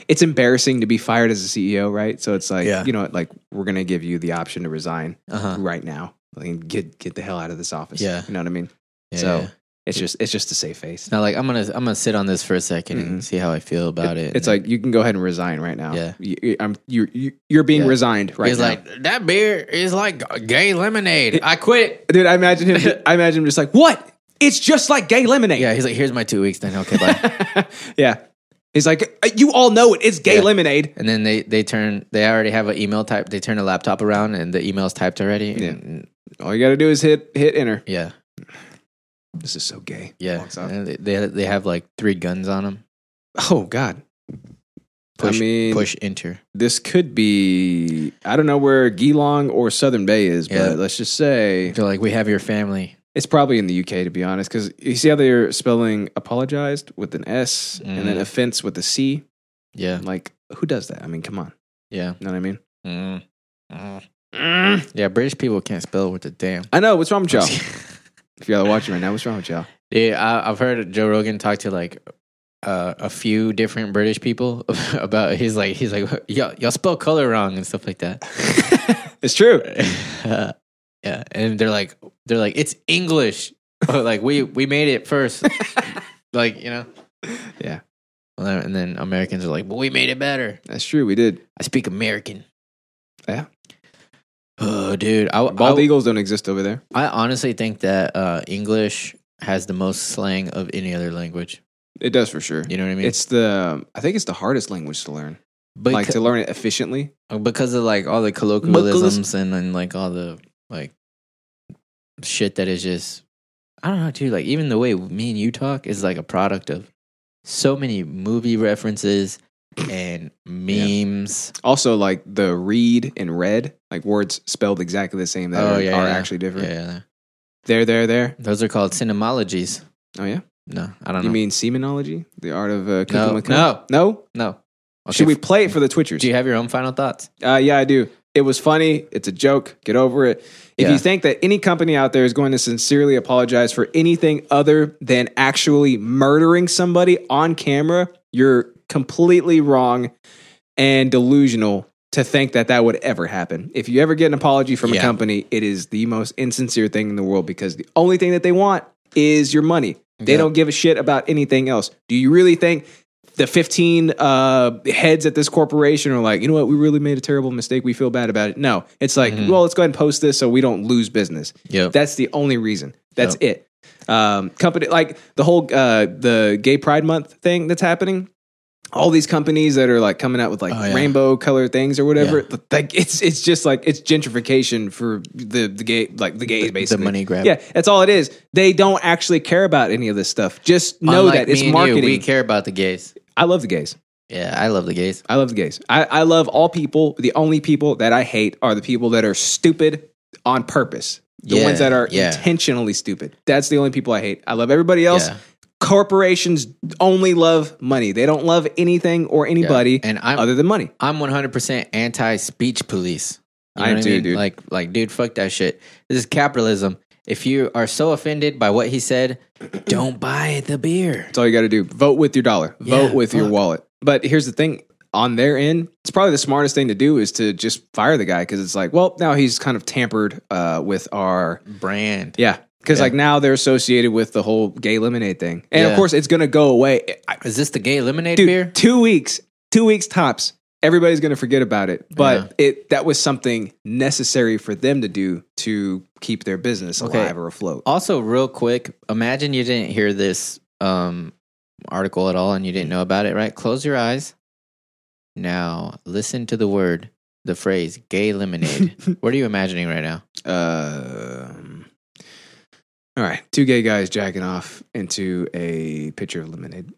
A: it's embarrassing to be fired as a CEO, right? So it's like
B: Yeah.
A: you know like we're gonna give you the option to resign
B: uh-huh.
A: right now. Like, get get the hell out of this office.
B: Yeah.
A: you know what I mean.
B: Yeah,
A: so
B: yeah.
A: it's just it's just to save face.
B: It's not like I'm gonna I'm gonna sit on this for a 2nd and see how I feel about it.
A: Mm-hmm. It's like you can go ahead and resign right now.
B: Yeah.
A: you, you- I'm you you- you're being
B: Yeah.
A: resigned right
B: he's
A: now.
B: like that beer is like gay lemonade. I quit.
A: Dude, I imagine him. I imagine him just like what? It's just like gay lemonade.
B: Yeah, he's like, here's my two weeks. Then okay, bye.
A: yeah. He's like, "Uh, you all know it. It's gay
B: Yeah.
A: lemonade.
B: and then they they turn. They already have an email type. They turn a laptop around and the email's typed already.
A: Yeah.
B: And-
A: All you got to do is hit hit enter.
B: yeah,
A: This is so gay.
B: yeah.
A: Walks out.
B: And they- they they have like three guns on them.
A: Oh God.
B: Push,
A: I mean,
B: push enter.
A: this could be. I don't know where Geelong or Southern Bay is,
B: Yeah.
A: but let's just say
B: They're like, we have your family.
A: it's probably in the UK to be honest. Because you see how they're spelling apologized with an S and then
B: Mhm.
A: offense with a C.
B: Yeah,
A: Like, who does that? I mean, come on.
B: yeah.
A: You know what I mean?
B: Mm. Mm. Yeah, British people can't spell with a damn.
A: I know. What's wrong with y'all? if y'all are watching right now, what's wrong with y'all?
B: Yeah, I, I've heard Joe Rogan talk to like uh, a few different British people about he's like he's like y'all y'all spell color wrong and stuff like that.
A: It's true.
B: yeah, and they're like they're like it's English, But, like we we made it first, like you know.
A: Yeah.
B: Well, then- and then Americans are like, but we made it better.
A: That's true. We did.
B: I speak American.
A: Yeah.
B: Oh, dude, I,
A: Bald
B: I,
A: eagles don't exist over there.
B: I honestly think that uh, English has the most slang of any other language.
A: It does for sure.
B: You know what I mean?
A: It's the I think it's the hardest language to learn.
B: Beca-
A: like to learn it efficiently.
B: because of like all the colloquialisms and, and like all the like shit that is just I don't know too like even the way me and you talk is like a product of so many movie references and memes.
A: Also, like the read and read, like words spelled exactly the same that
B: Oh,
A: are,
B: yeah,
A: are
B: yeah.
A: actually different.
B: Yeah,
A: There, there, there.
B: those are called cinemologies.
A: Oh yeah.
B: No, I don't
A: You
B: know.
A: mean semenology, the art of uh, cooking
B: No,
A: with
B: no.
A: cum? no.
B: no? Okay,
A: Should we
B: f-
A: play it for the Twitchers?
B: Do you have your own final thoughts?
A: Uh, yeah, I do. It was funny. It's a joke. Get over it. If
B: Yeah.
A: you think that any company out there is going to sincerely apologize for anything other than actually murdering somebody on camera, you're completely wrong and delusional to think that that would ever happen. If you ever get an apology from
B: Yeah.
A: a company, it is the most insincere thing in the world because the only thing that they want is your money. They
B: Yeah.
A: don't give a shit about anything else. Do you really think the 15 uh, heads at this corporation are like, you know what, we really made a terrible mistake. We feel bad about it. No, it's like,
B: Mm-hmm.
A: well, let's go ahead and post this so we don't lose business.
B: Yeah.
A: That's the only reason. That's it. Um, company like the whole uh, the Gay Pride Month thing that's happening. All these companies that are like coming out with like
B: Oh, yeah.
A: rainbow color things or whatever, like it's it's just like it's gentrification for the the gay like the gays
B: The- the
A: basically
B: money grab.
A: Yeah, that's all it is. They don't actually care about any of this stuff. Just know
B: Unlike
A: that it's
B: me and
A: marketing.
B: You, we care about the gays.
A: I love the gays.
B: Yeah, I love the gays.
A: I love the gays. I, I love all people. The only people that I hate are the people that are stupid on purpose. The
B: Yeah,
A: ones that are
B: yeah.
A: intentionally stupid. That's the only people I hate. I love everybody else.
B: Yeah.
A: Corporations only love money. They don't love anything or anybody
B: And I'm
A: other than money.
B: I'm 100% anti speech police.
A: I am
B: what
A: too, dude.
B: Like, like, dude, fuck that shit. This is capitalism. If you are so offended by what he said, don't buy the beer.
A: That's all you got to do. Vote with your dollar.
B: Yeah,
A: Vote with your
B: fuck.
A: wallet. But here's the thing on their end, it's probably the smartest thing to do is to just fire the guy because it's like, well, now he's kind of tampered uh, with our
B: Brand.
A: Yeah. Because
B: Yeah.
A: like now they're associated with the whole gay lemonade thing, and
B: Yeah.
A: of course it's gonna go away. I,
B: Is this the gay lemonade
A: dude,
B: beer?
A: two weeks, two weeks tops. Everybody's gonna forget about it, but it that was something necessary for them to do to keep their business
B: Okay.
A: alive or afloat.
B: Also, real quick, imagine you didn't hear this um, article at all and you didn't know about it, right? Close your eyes. Now, listen to the word, the phrase gay lemonade. what are you imagining right now?
A: Um, all right, two gay guys jacking off into a pitcher of lemonade.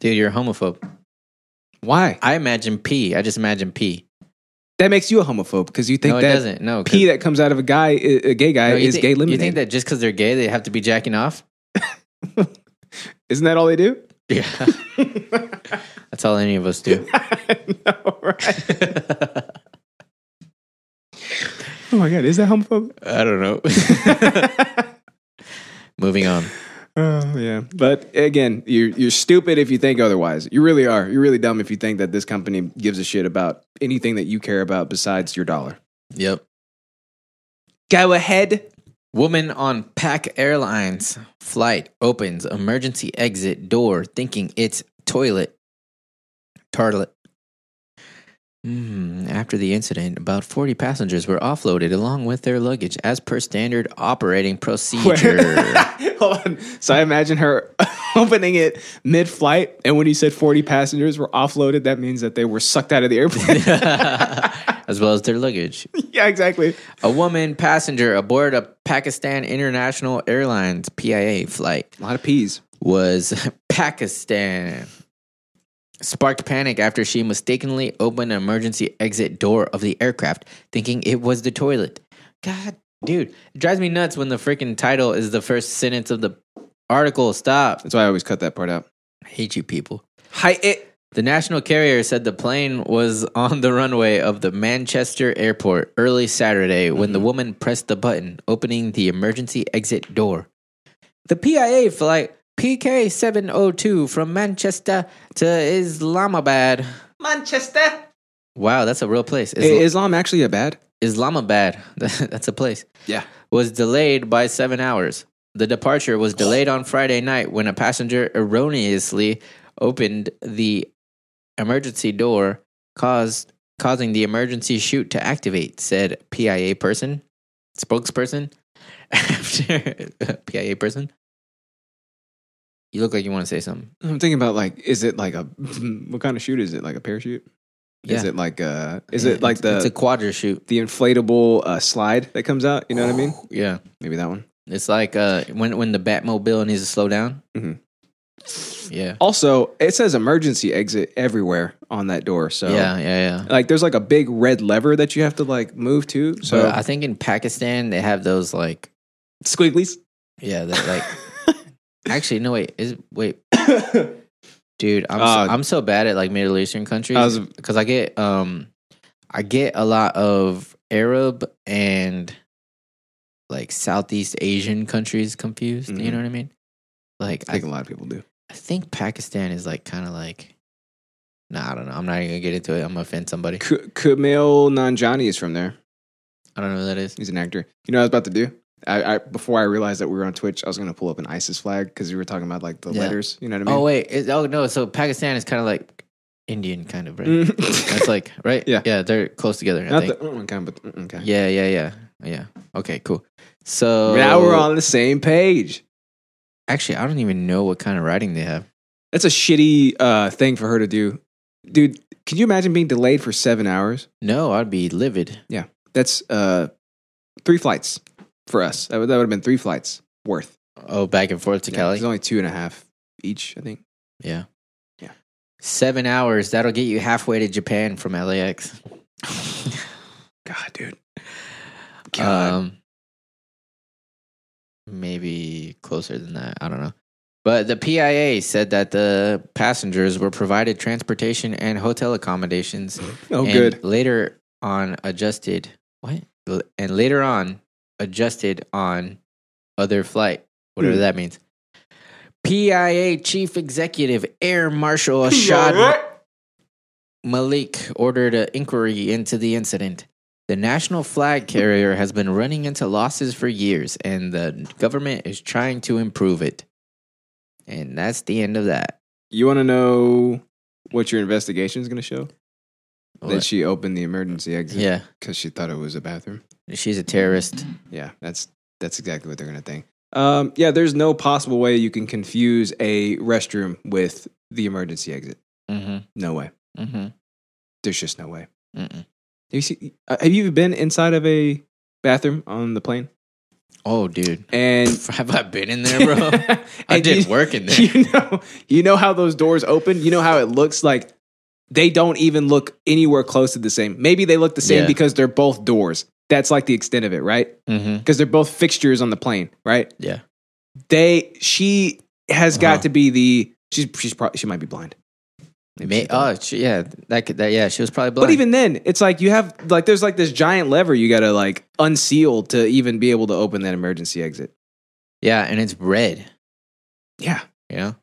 B: Dude, you're a homophobe.
A: Why?
B: I imagine pee. I just imagine pee.
A: That makes you a homophobe because you think
B: no, it
A: that
B: doesn't. No, 'cause-
A: pee that comes out of a guy, a gay guy,
B: no, you
A: is
B: thi-
A: gay lemonade.
B: You think that just because they're gay, they have to be jacking off?
A: Isn't that all they do?
B: Yeah, that's all any of us do.
A: I know, right? Oh my god, is that homophobic?
B: I don't know. Moving on.
A: Oh yeah, but again, you're you're stupid if you think otherwise. You really are. You're really dumb if you think that this company gives a shit about anything that you care about besides your dollar.
B: Yep.
A: Go ahead.
B: Woman on Pac Airlines flight opens emergency exit door thinking it's toilet. Tartlet. Mm, after the incident, about 40 passengers were offloaded along with their luggage as per standard operating procedure.
A: Hold on. So I imagine her opening it mid-flight, and when he said 40 passengers were offloaded, that means that they were sucked out of the airplane.
B: as well as their luggage.
A: yeah, exactly.
B: A woman passenger aboard a Pakistan International Airlines PIA flight
A: A lot of peas.
B: was Pakistan. Sparked panic after she mistakenly opened an emergency exit door of the aircraft, thinking it was the toilet. God, dude, it drives me nuts when the freaking title is the first sentence of the article. Stop.
A: That's why I always cut that part out.
B: I hate you people.
A: Hi, it.
B: The national carrier said the plane was on the runway of the Manchester airport early Saturday when the woman pressed the button, opening the emergency exit door. The PIA flight PK 702 from Manchester to Islamabad.
C: Manchester.
B: Wow, that's a real place. Isla-
A: Is Islam actually a bad?
B: Islamabad. that's a place.
A: Yeah.
B: was delayed by seven hours. The departure was delayed on Friday night when a passenger erroneously opened the emergency door, caused causing the emergency chute to activate, said PIA person, spokesperson. After PIA person, you look like you want to say something.
A: I'm thinking about like, is it like a what kind of shoot is it? Like a parachute? Is
B: Yeah.
A: it like uh is
B: Yeah,
A: it like
B: it's-
A: the
B: it's a quadra chute?
A: the inflatable uh, slide that comes out? You know what I mean?
B: Yeah,
A: Maybe that one.
B: it's like uh, when when the Batmobile needs to slow down.
A: Mhm. Mm-hmm.
B: Yeah,
A: Also, it says emergency exit everywhere on that door. So
B: yeah, yeah, yeah.
A: like there's like a big red lever that you have to like move to.
B: So
A: So
B: I think in Pakistan they have those like
A: squigglies.
B: yeah that like actually no wait is wait dude I'm
A: Uh,
B: so, I'm so bad at like Middle Eastern countries
A: I was-
B: because I get um I get a lot of Arab and like Southeast Asian countries confused you
A: Mhm.
B: know what I mean like
A: I
B: I,
A: think a lot of people do.
B: I think Pakistan is like kind of like nah I don't know I'm not even gonna get into it I'm gonna offend somebody
A: K- Kumail Nanjiani is from there.
B: I don't know who that is
A: He's an actor. You know what I was about to do? I, I before I realized that we were on Twitch, I was gonna pull up an ISIS flag because we were talking about like the
B: Yeah.
A: letters. You know what I
B: oh
A: mean?
B: wait it, oh no so Pakistan is kind of like Indian kind of right
A: Mm.
B: That's like right.
A: Yeah.
B: yeah, they're close together. I
A: Not
B: think.
A: the mm, kind, but mm, okay.
B: yeah, yeah, yeah, yeah. Okay, cool. So
A: Now we're on the same page.
B: Actually, I don't even know what kind of writing they have.
A: That's a shitty uh, thing for her to do, dude. Can you imagine being delayed for seven hours?
B: No, I'd be livid.
A: That's uh, three flights for us. That would, that would have been three flights worth.
B: Oh, back and forth to
A: Yeah,
B: Cali.
A: It's only two and a half each, I think.
B: yeah,
A: Yeah.
B: Seven hours. That'll get you halfway to Japan from LAX.
A: God, dude. God.
B: um, maybe closer than that. I don't know. But the PIA said that the passengers were provided transportation and hotel accommodations
A: oh,
B: and
A: good.
B: Later on, adjusted what? And later on, adjusted on other flight, whatever
A: Hmm.
B: that means. PIA Chief Executive Air Marshal Ashad Malik ordered an inquiry into the incident. The national flag carrier has been running into losses for years, and the government is trying to improve it. And that's the end of that.
A: You want to know what your investigation is going to show? That
B: What?
A: she opened the emergency exit
B: yeah,
A: because she thought it was a bathroom.
B: she's a terrorist.
A: Yeah, that's that's exactly what they're going to think. Um, yeah, there's no possible way you can confuse a restroom with the emergency exit.
B: Mm-hmm.
A: No way.
B: Mm-hmm.
A: There's just no way. Have
B: Mm-mm.
A: you, see, uh, have you even been inside of a bathroom on the plane?
B: Oh, dude.
A: And
B: Have I been in there, bro? I
A: And
B: did
A: you-
B: work in there.
A: you know you know how those doors open you know how it looks like they don't even look anywhere close to the same maybe they look the same
B: Yeah.
A: because they're both doors that's like the extent of it right
B: mm-hmm.
A: because they're both fixtures on the plane right
B: Yeah.
A: they she has
B: Uh-huh.
A: got to be the she's she's probably she might be blind
B: May, oh she, yeah, that could, that yeah, she was probably blind.
A: But even then, it's like you have like there's like this giant lever you gotta like unseal to even be able to open that emergency exit.
B: yeah, and it's red,
A: Yeah.
B: you know.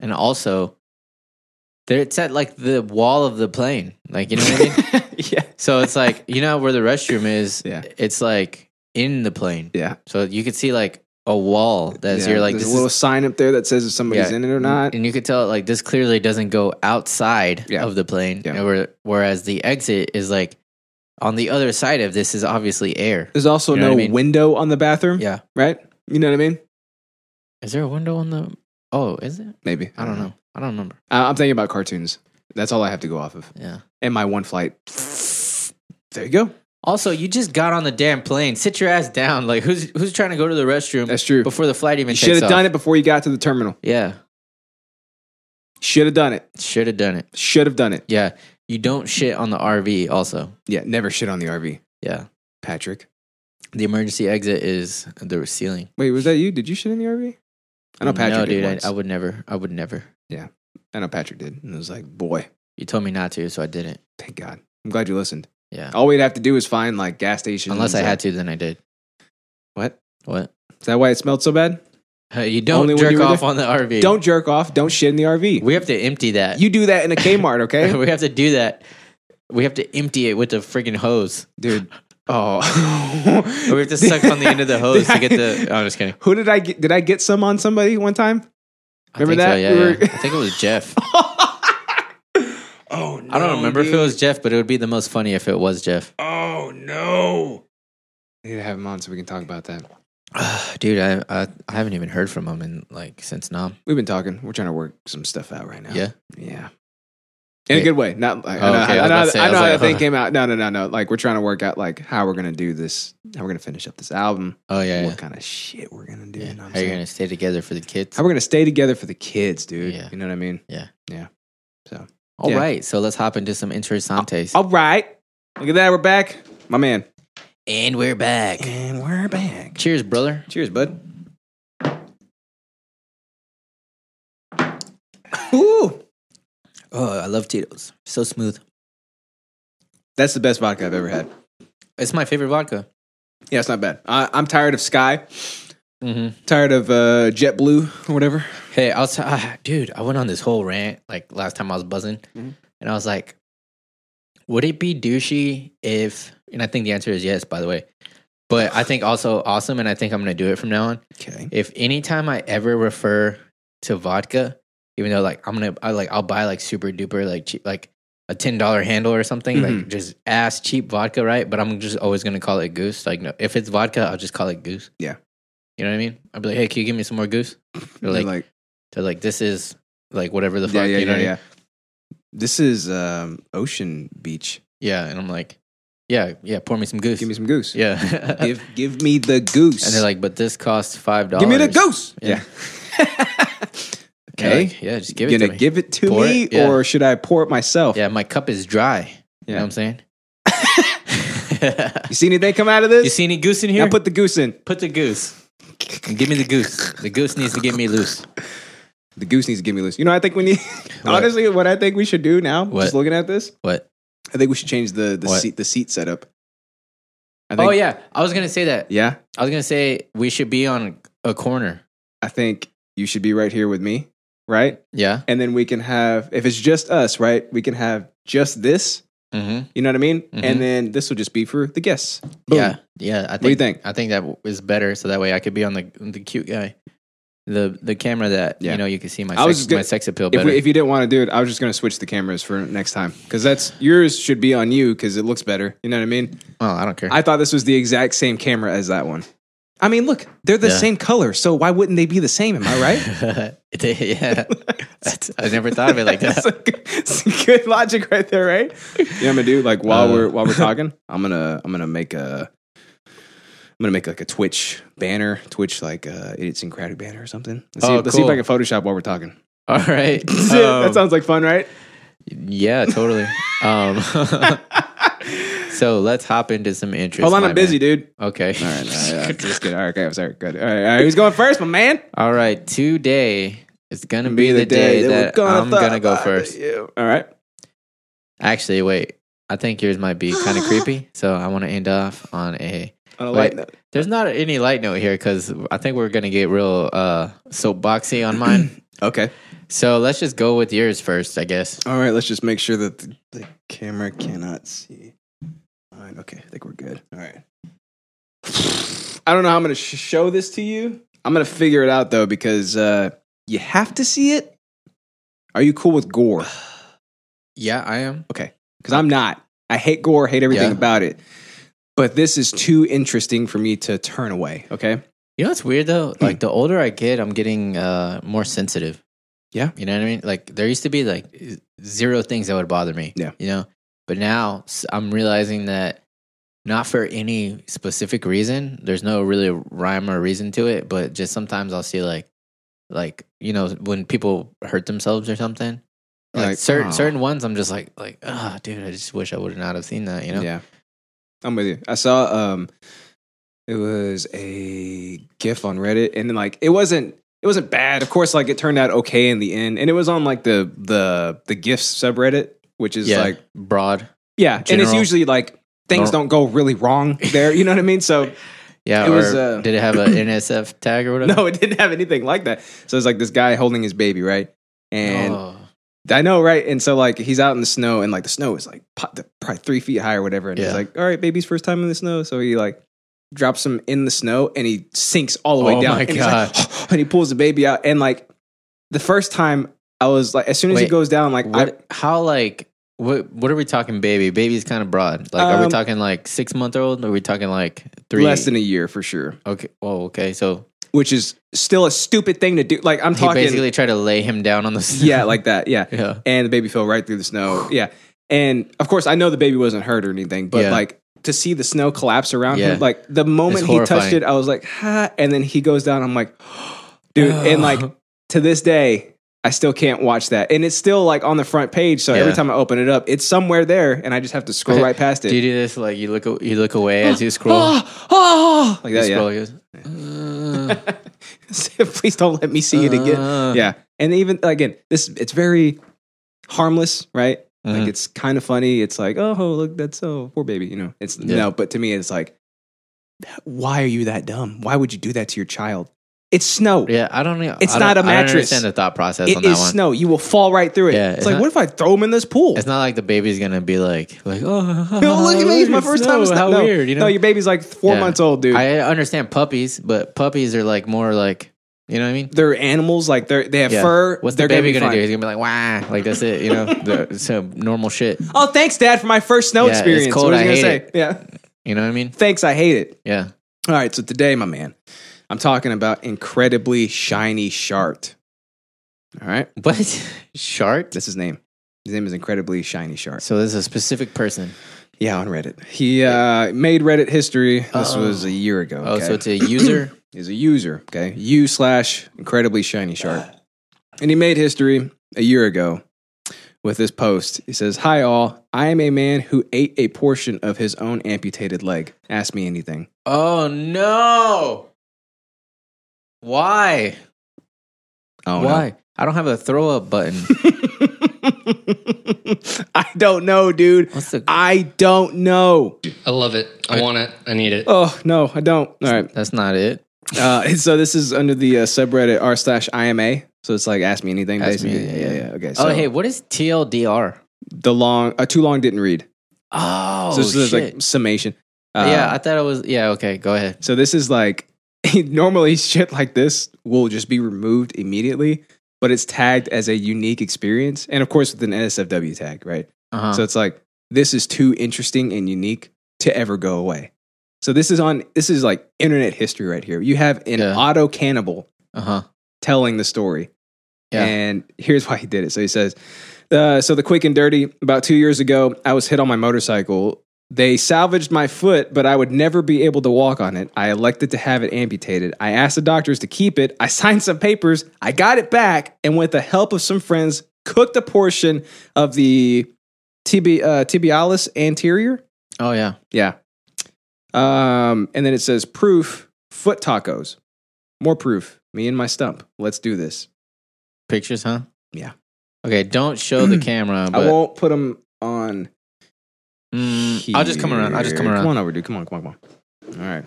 B: And also, there it's at like the wall of the plane, like you know what I mean.
A: yeah.
B: So it's like you know where the restroom is.
A: Yeah.
B: It's like in the plane,
A: Yeah.
B: so you could see like a wall that's
A: Yeah.
B: you're like
A: there's
B: this
A: a little
B: is,
A: sign up there that says if somebody's
B: Yeah.
A: in it or not.
B: and you could tell like this clearly doesn't go outside
A: Yeah.
B: of the plane.
A: Yeah.
B: and where- whereas the exit is like on the other side of this is obviously air.
A: There's also
B: You know
A: no
B: what I mean?
A: window on the bathroom.
B: Yeah.
A: Right? You know what I mean?
B: Is there a window on the? Oh, is it?
A: Maybe.
B: I don't know. I don't remember.
A: I- Uh, I'm thinking about cartoons. That's all I have to go off of.
B: Yeah.
A: And my one flight. There you go.
B: Also, you just got on the damn plane. Sit your ass down. Like who's who's trying to go to the restroom?
A: That's true.
B: Before the flight even
A: You
B: should
A: should have done it before you got to the terminal.
B: Yeah,
A: Should have done it.
B: should have done it.
A: Should have done it.
B: Yeah, you don't shit on the RV. Also,
A: Yeah. Never shit on the RV,
B: yeah,
A: Patrick.
B: the emergency exit is the ceiling.
A: Wait, was that you? Did you shit in the RV? I know Patrick
B: No,
A: did
B: dude,
A: once.
B: I, I would never. I would never.
A: I know Patrick did. And it was like, boy,
B: You told me not to, so I didn't.
A: thank God. I'm glad you listened.
B: Yeah,
A: All we'd have to do is find like gas stations.
B: unless I had to, then I did.
A: What?
B: What?
A: Is that why it smelled so bad?
B: Hey, you don't
A: Only when
B: jerk
A: you were
B: off
A: there?
B: on the RV.
A: Don't jerk off. Don't shit in the RV.
B: We have to empty that.
A: you do that in a Kmart, okay?
B: we have to do that. We have to empty it with the friggin' hose.
A: Dude. Oh.
B: We have to suck on the end of the hose to get the. Oh, I'm just kidding.
A: Who did I get? Did I get some on somebody one time?
B: I
A: Remember
B: think
A: that?
B: So, yeah,
A: We were-
B: yeah. I think it was Jeff.
A: Oh, no.
B: I don't remember if it was Jeff, but it would be the most funny if it was Jeff.
A: Oh, no. I need to have him on so we can talk about that.
B: Dude, I, I I haven't even heard from him in like since Nom.
A: We've been talking. We're trying to work some stuff out right now.
B: Yeah.
A: Yeah. In a
B: Hey.
A: good way. Not like,
B: Oh,
A: I know,
B: okay, I was
A: I know,
B: about
A: I
B: to say,
A: know
B: I was
A: how
B: like,
A: that thing
B: huh.
A: came out. No, no, no, no. Like we're trying to work out like how we're gonna do this, how we're gonna finish up this album,
B: Oh yeah,
A: what
B: yeah.
A: kind of shit we're gonna do.
B: Yeah.
A: you know what I'm
B: How you
A: saying?
B: gonna stay together for the kids?
A: how we're gonna stay together for the kids, dude.
B: Yeah.
A: You know what I mean?
B: All
A: yeah.
B: right, so let's hop into some interesantes,
A: All right. Look at that, we're back. My man.
B: and we're back.
A: And we're back.
B: Cheers, brother.
A: Cheers, bud. Ooh.
B: Oh, I love Tito's. So smooth.
A: That's the best vodka I've ever had.
B: It's my favorite vodka.
A: Yeah, it's not bad. I, I'm tired of Sky,
B: Mm-hmm.
A: tired of uh, JetBlue or whatever.
B: Hey, I was, ah, dude, I went on this whole rant like last time I was buzzing,
A: Mhm.
B: and I was like, would it be douchey if, and I think the answer is yes, by the way, but I think also awesome, and I think I'm gonna do it from now on.
A: Okay.
B: If anytime I ever refer to vodka, even though like I'm gonna, I like I'll buy like super duper like cheap, like a ten dollar handle or something, like
A: Mhm.
B: just ass cheap vodka, right? But I'm just always gonna call it goose. Like, no, if it's vodka, I'll just call it goose.
A: Yeah.
B: you know what I mean? I'll be like, hey, can you give me some more goose? They're like,
A: like
B: they're like, this is like whatever the fuck,
A: yeah, yeah,
B: you
A: yeah,
B: know? what I mean?
A: yeah. This is um, Ocean Beach.
B: yeah, and I'm like, yeah, yeah, pour me some goose.
A: Give me some goose.
B: yeah,
A: Give give me the goose.
B: and they're like, but this costs five
A: give
B: dollars.
A: me the goose.
B: Yeah.
A: Yeah.
B: Okay,
A: okay.
B: yeah, just
A: you
B: give it
A: gonna
B: to me.
A: give it to
B: Pour
A: me,
B: it, yeah.
A: or should I pour it myself?
B: yeah, my cup is dry. You
A: Yeah.
B: know what I'm saying?
A: You see anything come out of this?
B: you see any goose in here?
A: Now put the goose in.
B: put the goose. Give me the goose. The goose needs to get me loose.
A: The goose needs to give me loose. You know, I think we need.
B: What?
A: honestly, what I think we should do now,
B: What?
A: just looking at this,
B: What?
A: I think we should change the the
B: What?
A: seat the seat setup. I think,
B: Oh yeah, I was gonna say that.
A: yeah.
B: I was gonna say we should be on a corner.
A: I think you should be right here with me, right?
B: Yeah.
A: And then we can have if it's just us, right? We can have just this.
B: Mm-hmm.
A: You know what I mean?
B: Mhm.
A: And then this will just be for the guests. Boom.
B: Yeah. Yeah. I think,
A: do you think?
B: I think that w- is better. So that way I could be on the the cute guy, the the camera that
A: Yeah.
B: you know you can see my
A: I was
B: sex,
A: just gonna-
B: my sex appeal
A: If,
B: better.
A: we, if you didn't want to do it, I was just going to switch the cameras for next time because that's yours should be on you because it looks better. You know what I mean?
B: oh, I don't care.
A: I thought this was the exact same camera as that one. I mean, look, they're the
B: Yeah.
A: same color, so why wouldn't they be the same? Am I right?
B: yeah. That's, I never thought of it like uh, that.
A: That's a good, that's a good logic right there, right? You know what I'm gonna do? Like while
B: Uh.
A: we're while we're talking, I'm gonna I'm gonna make a I'm gonna make like a Twitch banner, Twitch like uh idiosyncratic banner or something. Let's, see,
B: Oh,
A: let's see if I can
B: cool.
A: Photoshop while we're talking.
B: All right.
A: that
B: Um,
A: sounds like fun, right?
B: yeah, totally. Um, so let's hop into some interest.
A: Hold on,
B: my
A: I'm busy,
B: man.
A: dude.
B: Okay.
A: All right, all right, all right, let's get all right, okay, I'm sorry, good. All right, all right, who's going first, my man?
B: All right, today It's gonna be, the, day, that I'm gonna go first.
A: All right.
B: Actually, wait. I think yours might be kind of creepy, so I want to end off on a.
A: On a
B: Wait.
A: light note.
B: There's not any light note here because I think we're gonna get real uh, soapboxy on mine.
A: Okay.
B: so let's just go with yours first, I guess.
A: All right. Let's just make sure that the, the camera cannot see. All right. Okay. I think we're good. All right. I don't know how I'm going to sh- show this to you. I'm going to figure it out though because uh, you have to see it. Are you cool with gore?
B: Yeah, I am.
A: Okay. Because I'm not. I hate gore, hate everything
B: Yeah.
A: about it. But this is too interesting for me to turn away. Okay.
B: You know what's weird though?
A: Hmm.
B: Like the older I get, I'm getting uh more sensitive.
A: Yeah.
B: You know what I mean? Like there used to be like z- zero things that would bother me.
A: Yeah.
B: You know? But now s- I'm realizing that not for any specific reason, there's no really rhyme or reason to it, but just sometimes I'll see like like you know when people hurt themselves or something. Like,
A: Like,
B: certain
A: oh.
B: certain ones I'm just like like ah dude, I just wish I would not have seen that, you know?
A: Yeah. I'm with you. I saw um it was a gif on Reddit and then like it wasn't it wasn't bad. Of course like it turned out okay in the end. And it was on like the the the gifs subreddit, which is
B: yeah.
A: like
B: broad.
A: yeah, and it's
B: General.
A: usually like things
B: Nor-
A: don't go really wrong there, you know what I mean? So
B: Yeah.
A: It
B: or
A: was, uh,
B: did it have an NSF tag or whatever?
A: no, it didn't have anything like that. So it's like this guy holding his baby, right? And
B: Oh.
A: I know, right? And so like he's out in the snow, and like the snow is like po- the- probably three feet high or whatever. And he's
B: Yeah.
A: like, "All right, baby's first time in the snow," so he like drops him in the snow, and he sinks all the way
B: Oh
A: down.
B: my
A: and he's like, and he pulls the baby out, and like the first time, I was like, as soon as he
B: Wait,
A: goes down, like I,
B: What? how like what? What are we talking, baby? Baby's kind of broad. Like, are
A: Um,
B: we talking like six month old? Are we talking like three?
A: less than a year for sure,
B: okay. Oh, okay. So
A: which is still a stupid thing to do. Like I'm
B: he
A: talking,
B: basically tried to lay him down on the snow.
A: yeah, like that, yeah.
B: yeah.
A: and the baby fell right through the snow. yeah. And of course, I know the baby wasn't hurt or anything, but
B: Yeah.
A: like to see the snow collapse around
B: Yeah.
A: him, like the moment
B: It's
A: he touched
B: horrifying.
A: it, I was like, ha. And then he goes down. I'm like, dude. And like
B: Oh.
A: to this day, I still can't watch that. And it's still like on the front page. So every
B: Yeah.
A: time I open it up, it's somewhere there and I just have to scroll right past it.
B: Do you do this? Like you look, you look away as you scroll.
A: Ah, ah, like
B: You
A: that, yeah.
B: scroll. You goes,
A: Please don't let me see it again.
B: Uh.
A: yeah. And even again, this it's very harmless, right? Like
B: Mhm.
A: it's kind of funny. It's like, oh, look, that's oh, poor baby. You know, it's
B: Yeah.
A: no, but to me, it's like, why are you that dumb? Why would you do that to your child? It's snow.
B: yeah. I don't. know-
A: It's
B: I
A: not
B: don't-
A: a
B: I don't
A: mattress.
B: understand the thought process on
A: it
B: that
A: is
B: one.
A: snow. You will fall right through it.
B: Yeah,
A: it's,
B: it's
A: like,
B: not-
A: what if I throw him in this pool?
B: It's not like the baby's gonna be like, like, oh,
A: Yo, look at me. It's my first time. in
B: Snow,
A: snow.
B: how
A: no,
B: weird, you know?
A: No, your baby's like four
B: Yeah.
A: months old, dude.
B: I understand puppies, but puppies are like more like you know what I mean.
A: they're animals. Like they're they have
B: Yeah.
A: fur.
B: What's
A: they're
B: the
A: be
B: baby gonna,
A: fine.
B: do? He's gonna be like, "Wah!" Like that's it, you know. The- so normal shit.
A: Oh, thanks, Dad, for my first snow
B: Yeah, it's
A: experience.
B: cold.
A: What was
B: I
A: you gonna
B: hate
A: say? Yeah,
B: You know what I mean?
A: thanks. I hate it.
B: Yeah.
A: All right, so today, my man, I'm talking about incredibly shiny shart. All right,
B: What? Shark.
A: that's his name. His name is incredibly shiny shart.
B: So this is a specific person.
A: Yeah, on Reddit, he uh, made Reddit history. This
B: Oh.
A: was a year ago.
B: Oh,
A: okay?
B: so it's a user.
A: is a user, okay? U slash incredibly shiny shark. And he made history a year ago with this post. He says, Hi, all. I am a man who ate a portion of his own amputated leg. Ask me anything.
B: oh no! Why?
A: Oh,
B: Why? I don't have a throw up button.
A: I don't know, dude.
B: What's the?
A: I don't know.
C: I love it. I want it. I need it.
A: Oh, no, I don't. All right.
B: That's not it.
A: Uh, and so this is under the uh, subreddit r slash IMA. So it's like ask me anything,
B: Ask me
A: basically. yeah,
B: anything.
A: yeah, yeah. Okay. So
B: oh hey, what is TLDR?
A: the long, uh, too long didn't read.
B: Oh
A: so this
B: shit!
A: is like summation. Uh,
B: yeah, I thought it was. Yeah, okay, go ahead.
A: So this is like normally shit like this will just be removed immediately, but it's tagged as a unique experience, and of course with an NSFW tag, right?
B: Uh-huh.
A: So it's like this is too interesting and unique to ever go away. So this is on this is like internet history right here. You have an
B: Yeah.
A: auto cannibal
B: uh huh.
A: telling the story.
B: Yeah.
A: And here's why he did it. So he says, uh, so the quick and dirty, about two years ago, I was hit on my motorcycle. They salvaged my foot, but I would never be able to walk on it. I elected to have it amputated. I asked the doctors to keep it. I signed some papers. I got it back, and with the help of some friends, cooked a portion of the tibi- uh, tibialis anterior.
B: Oh yeah.
A: Yeah. Um, and then it says proof foot tacos. More proof. Me and my stump. Let's do this.
B: Pictures, huh?
A: Yeah.
B: Okay, don't show the camera.
A: I
B: But,
A: won't put them on.
B: Mm, I'll just come around. I'll just come
A: here.
B: around.
A: Come on over, dude. Come on, come on, come on. All right.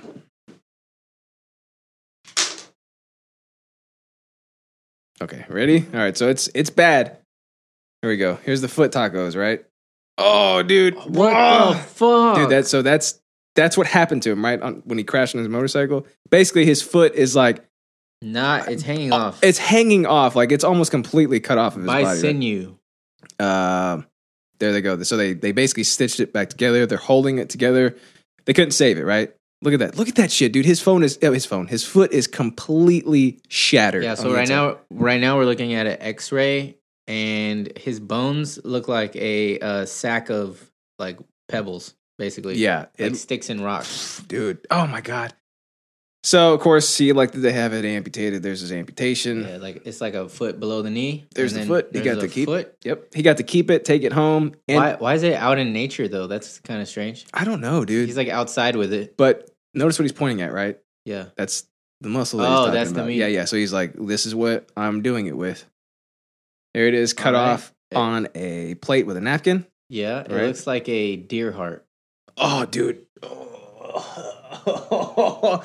A: Okay, ready? All right, so it's it's bad. Here we go. Here's the foot tacos, right? Oh, dude.
B: What
A: Oh,
B: the fuck?
A: dude that so that's that's what happened to him right on, when he crashed on his motorcycle basically his foot is like
B: Not, it's hanging off.
A: oh, it's hanging off like it's almost completely cut off of his
B: by
A: body right?
B: sinew.
A: Um, there they go so they they basically stitched it back together they're holding it together they couldn't save it right look at that look at that shit dude his phone is oh, his phone his foot is completely shattered
B: Yeah.
A: on
B: So
A: the
B: right
A: inside.
B: now, right now we're looking at an X-ray, and his bones look like a, uh sack of like pebbles, basically.
A: yeah
B: Like
A: it-
B: sticks and rocks.
A: dude oh my god so of course he elected to have it amputated there's his amputation
B: Yeah, like it's like a foot below the knee.
A: Mm. There's the
B: and then
A: foot. You
B: there's
A: got
B: a
A: to keep-
B: foot.
A: yep he got to keep it take it home and
B: why, why is it out in nature though? That's kind of strange.
A: i don't know dude
B: He's like outside with it.
A: But notice what he's pointing at, right?
B: Yeah.
A: That's the muscle. That he's
B: Oh,
A: talking
B: that's the
A: about.
B: meat.
A: Yeah, yeah. So he's like, this is what I'm doing it with. There it is, cut
B: All right.
A: off on a plate with a napkin.
B: Yeah. It
A: Right.
B: looks like a deer heart.
A: Oh, dude. Oh.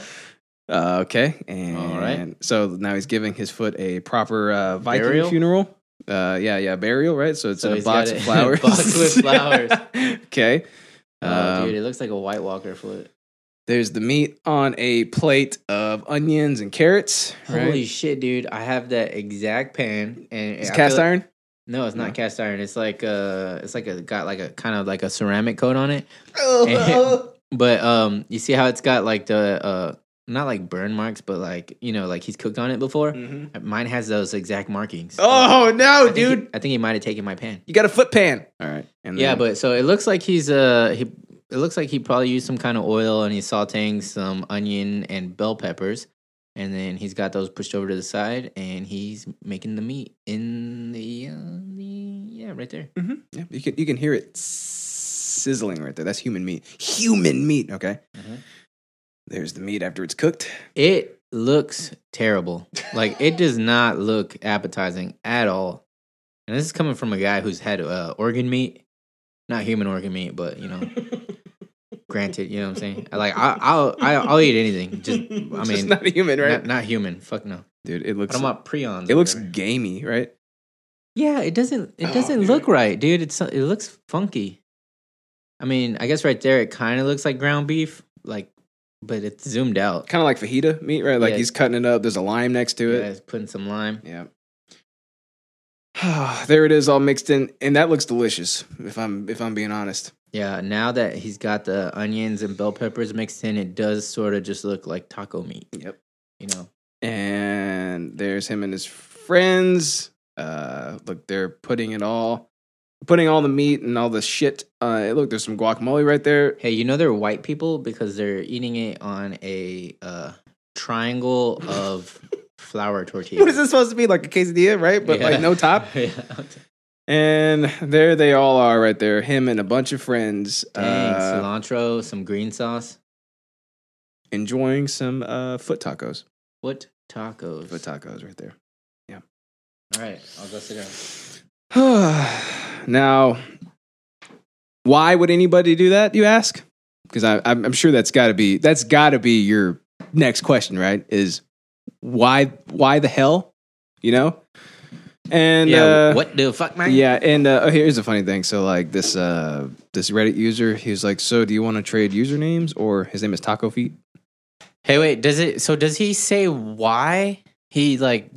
A: Uh, okay. And
B: All right.
A: so now he's giving his foot a proper uh, Viking
B: Burial?
A: funeral. Uh, yeah, yeah, burial, right? So it's
B: So
A: in a
B: he's
A: box
B: got
A: of
B: a
A: flowers.
B: box with flowers.
A: okay.
B: oh,
A: Um,
B: dude, it looks like a White Walker foot.
A: There's the meat on a plate of onions and carrots. right?
B: Holy shit, dude! I have that exact pan, and
A: It's
B: I
A: cast
B: feel-
A: iron.
B: No, it's not
A: No?
B: cast iron. It's like uh it's like a got like a kind of like a ceramic coat on it. But um you see how it's got like the uh not like burn marks, but like you know, like he's cooked on it before. Mine has those exact markings.
A: Mm. Oh
B: Mm-hmm. I
A: no,
B: think he-
A: dude!
B: I think he might have taken my pan.
A: You got a foot pan. All right. And
B: Yeah,
A: then-
B: but so it looks like he's uh he it looks like he probably used some kind of oil and he's sauteing some onion and bell peppers. And then he's got those pushed over to the side and he's making the meat in the, uh, the yeah, right there.
A: Mhm. yeah, you can you can hear it sizzling right there. That's human meat. Human meat. Okay.
B: Mhm.
A: There's the meat after it's cooked.
B: It looks terrible. Like it does not look appetizing at all. And this is coming from a guy who's had uh, organ meat, not human organ meat, but you know, granted, you know what I'm saying. Like I, I'll, I'll, I'll eat anything. Just I
A: It's
B: mean,
A: just not human, right?
B: not, not human. Fuck no.
A: dude, it looks.
B: I don't want prions.
A: It
B: or
A: looks
B: whatever.
A: gamey, right?
B: Yeah, it doesn't. It
A: Oh,
B: doesn't
A: dude.
B: look right, dude. It's it looks funky. I mean, I guess right there it kind of looks like ground beef, like, but it's zoomed out.
A: Kind of like fajita meat, right? Like
B: Yeah.
A: he's cutting it up. There's a lime next to
B: Yeah,
A: it.
B: it's putting some lime.
A: Yeah. there it is, all mixed in, and that looks delicious. If I'm if I'm being honest.
B: Yeah, now that he's got the onions and bell peppers mixed in, it does sort of just look like taco meat.
A: Yep.
B: You know,
A: and there's him and his friends. Uh, look, they're putting it all, putting all the meat and all the shit. Uh, look, there's some guacamole right there.
B: hey, you know they're white people because they're eating it on a uh, triangle of flour tortilla.
A: What is this supposed to be? Like a quesadilla, right? But
B: Yeah.
A: like no top.
B: yeah.
A: And there they all are right there. Him and a bunch of friends
B: Dang,
A: uh,
B: cilantro, some green sauce.
A: enjoying some uh, foot tacos.
B: What tacos?
A: Foot tacos right there.
B: All right, I'll go sit down.
A: now, why would anybody do that? You ask, because I'm, I'm sure that's got to be that's got to be your next question, right? Is why why the hell, you know? And
B: yeah,
A: uh,
B: what the fuck, man?
A: yeah, and uh, oh, here's a funny thing. So like this uh, this Reddit user, he was like, "So do you want to trade usernames?" Or his name is Taco Feet.
B: Hey, wait. Does it? So does he say why he like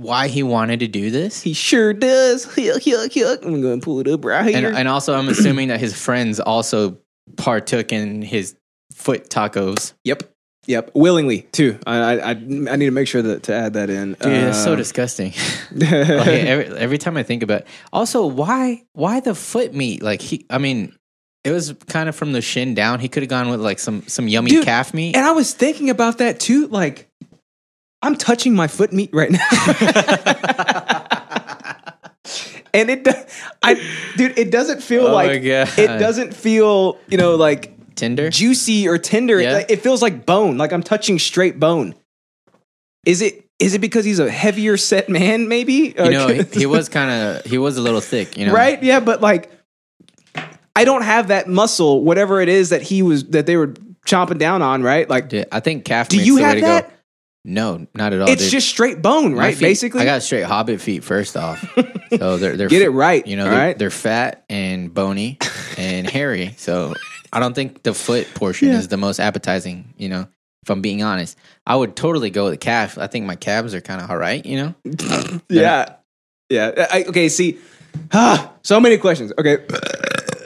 B: why he wanted to do this?
A: He sure does. Yuck, yuck, yuck. I'm gonna pull it up right
B: and,
A: here.
B: and also I'm assuming that his friends also partook in his foot tacos.
A: Yep. Yep. Willingly too. I I, I I need to make sure that to add that in.
B: Dude, that's so
A: Uh,
B: disgusting. like, every, every time I think about. Also, why why the foot meat? Like he, I mean, it was kind of from the shin down. He could have gone with like some some yummy
A: Dude,
B: calf meat.
A: and I was thinking about that too. Like, I'm touching my foot meat right now. and it, do- I, dude, it doesn't feel
B: Oh my
A: like
B: God.
A: it doesn't feel you know like
B: Tinder.
A: juicy or tender. It-
B: Yeah.
A: Like, it feels like bone. Like I'm touching straight bone. Is it? Is it because he's a heavier set man? Maybe
B: You know, he, he was kind of he was a little thick. You know,
A: right? Yeah, but like, I don't have that muscle, whatever it is that he was that they were chomping down on, right? Like,
B: Dude, I think calf.
A: Do
B: meat's
A: you
B: the way
A: have
B: to
A: that?
B: Go. No, not at all.
A: it's
B: Oh, dude.
A: just straight bone,
B: My
A: right?
B: feet-
A: Basically,
B: I got straight hobbit feet first off. so they're they're
A: get it right.
B: You know,
A: all
B: they're,
A: right?
B: they're fat and bony and hairy. So I don't think the foot portion
A: Yeah.
B: is the most appetizing. You know, if I'm being honest, I would totally go with the calf. I think my calves are kind of all right. You know,
A: Yeah. Yeah. I, okay, see, ah, so many questions. Okay.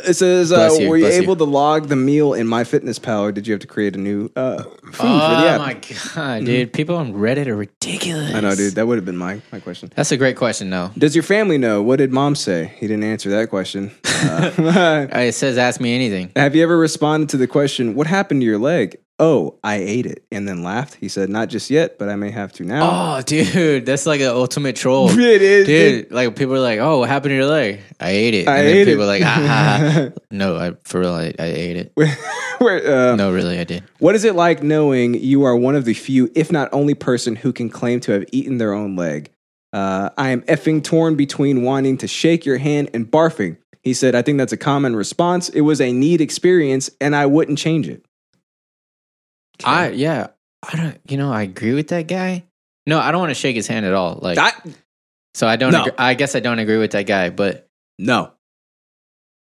A: It says, uh,
B: Bless you,
A: were you
B: bless you.
A: able to log the meal in MyFitnessPal or did you have to create a new uh, food for the
B: oh
A: app?
B: my god, dude, people on Reddit are ridiculous.
A: Mm-hmm. I know, dude. That would have been my, my question.
B: That's a great question, though.
A: Does your family know? What did mom say? He didn't answer that question. Uh,
B: Uh, It says, "Ask me anything."
A: have you ever responded to the question, what happened to your leg? Oh, I ate it and then laughed. He said, not just yet, but I may have to now.
B: Oh, dude, that's like an ultimate troll.
A: it is.
B: Oh, dude, like people are like, "Oh, what happened to your leg?" I ate it.
A: I
B: and then
A: ate
B: people
A: it.
B: are like, "Ah, no, I for real, I, I ate it.
A: Where, um,
B: No, really, I did."
A: What is it like knowing you are one of the few, if not only person, who can claim to have eaten their own leg? Uh, I am effing torn between wanting to shake your hand and barfing. He said, I think that's a common response. It was a need experience, and I wouldn't change it.
B: I yeah, I don't. You know, I agree with that guy. No, I don't want to shake his hand at all. Like,
A: I-
B: so I don't.
A: No.
B: Agree, I guess I don't agree with that guy. But
A: no.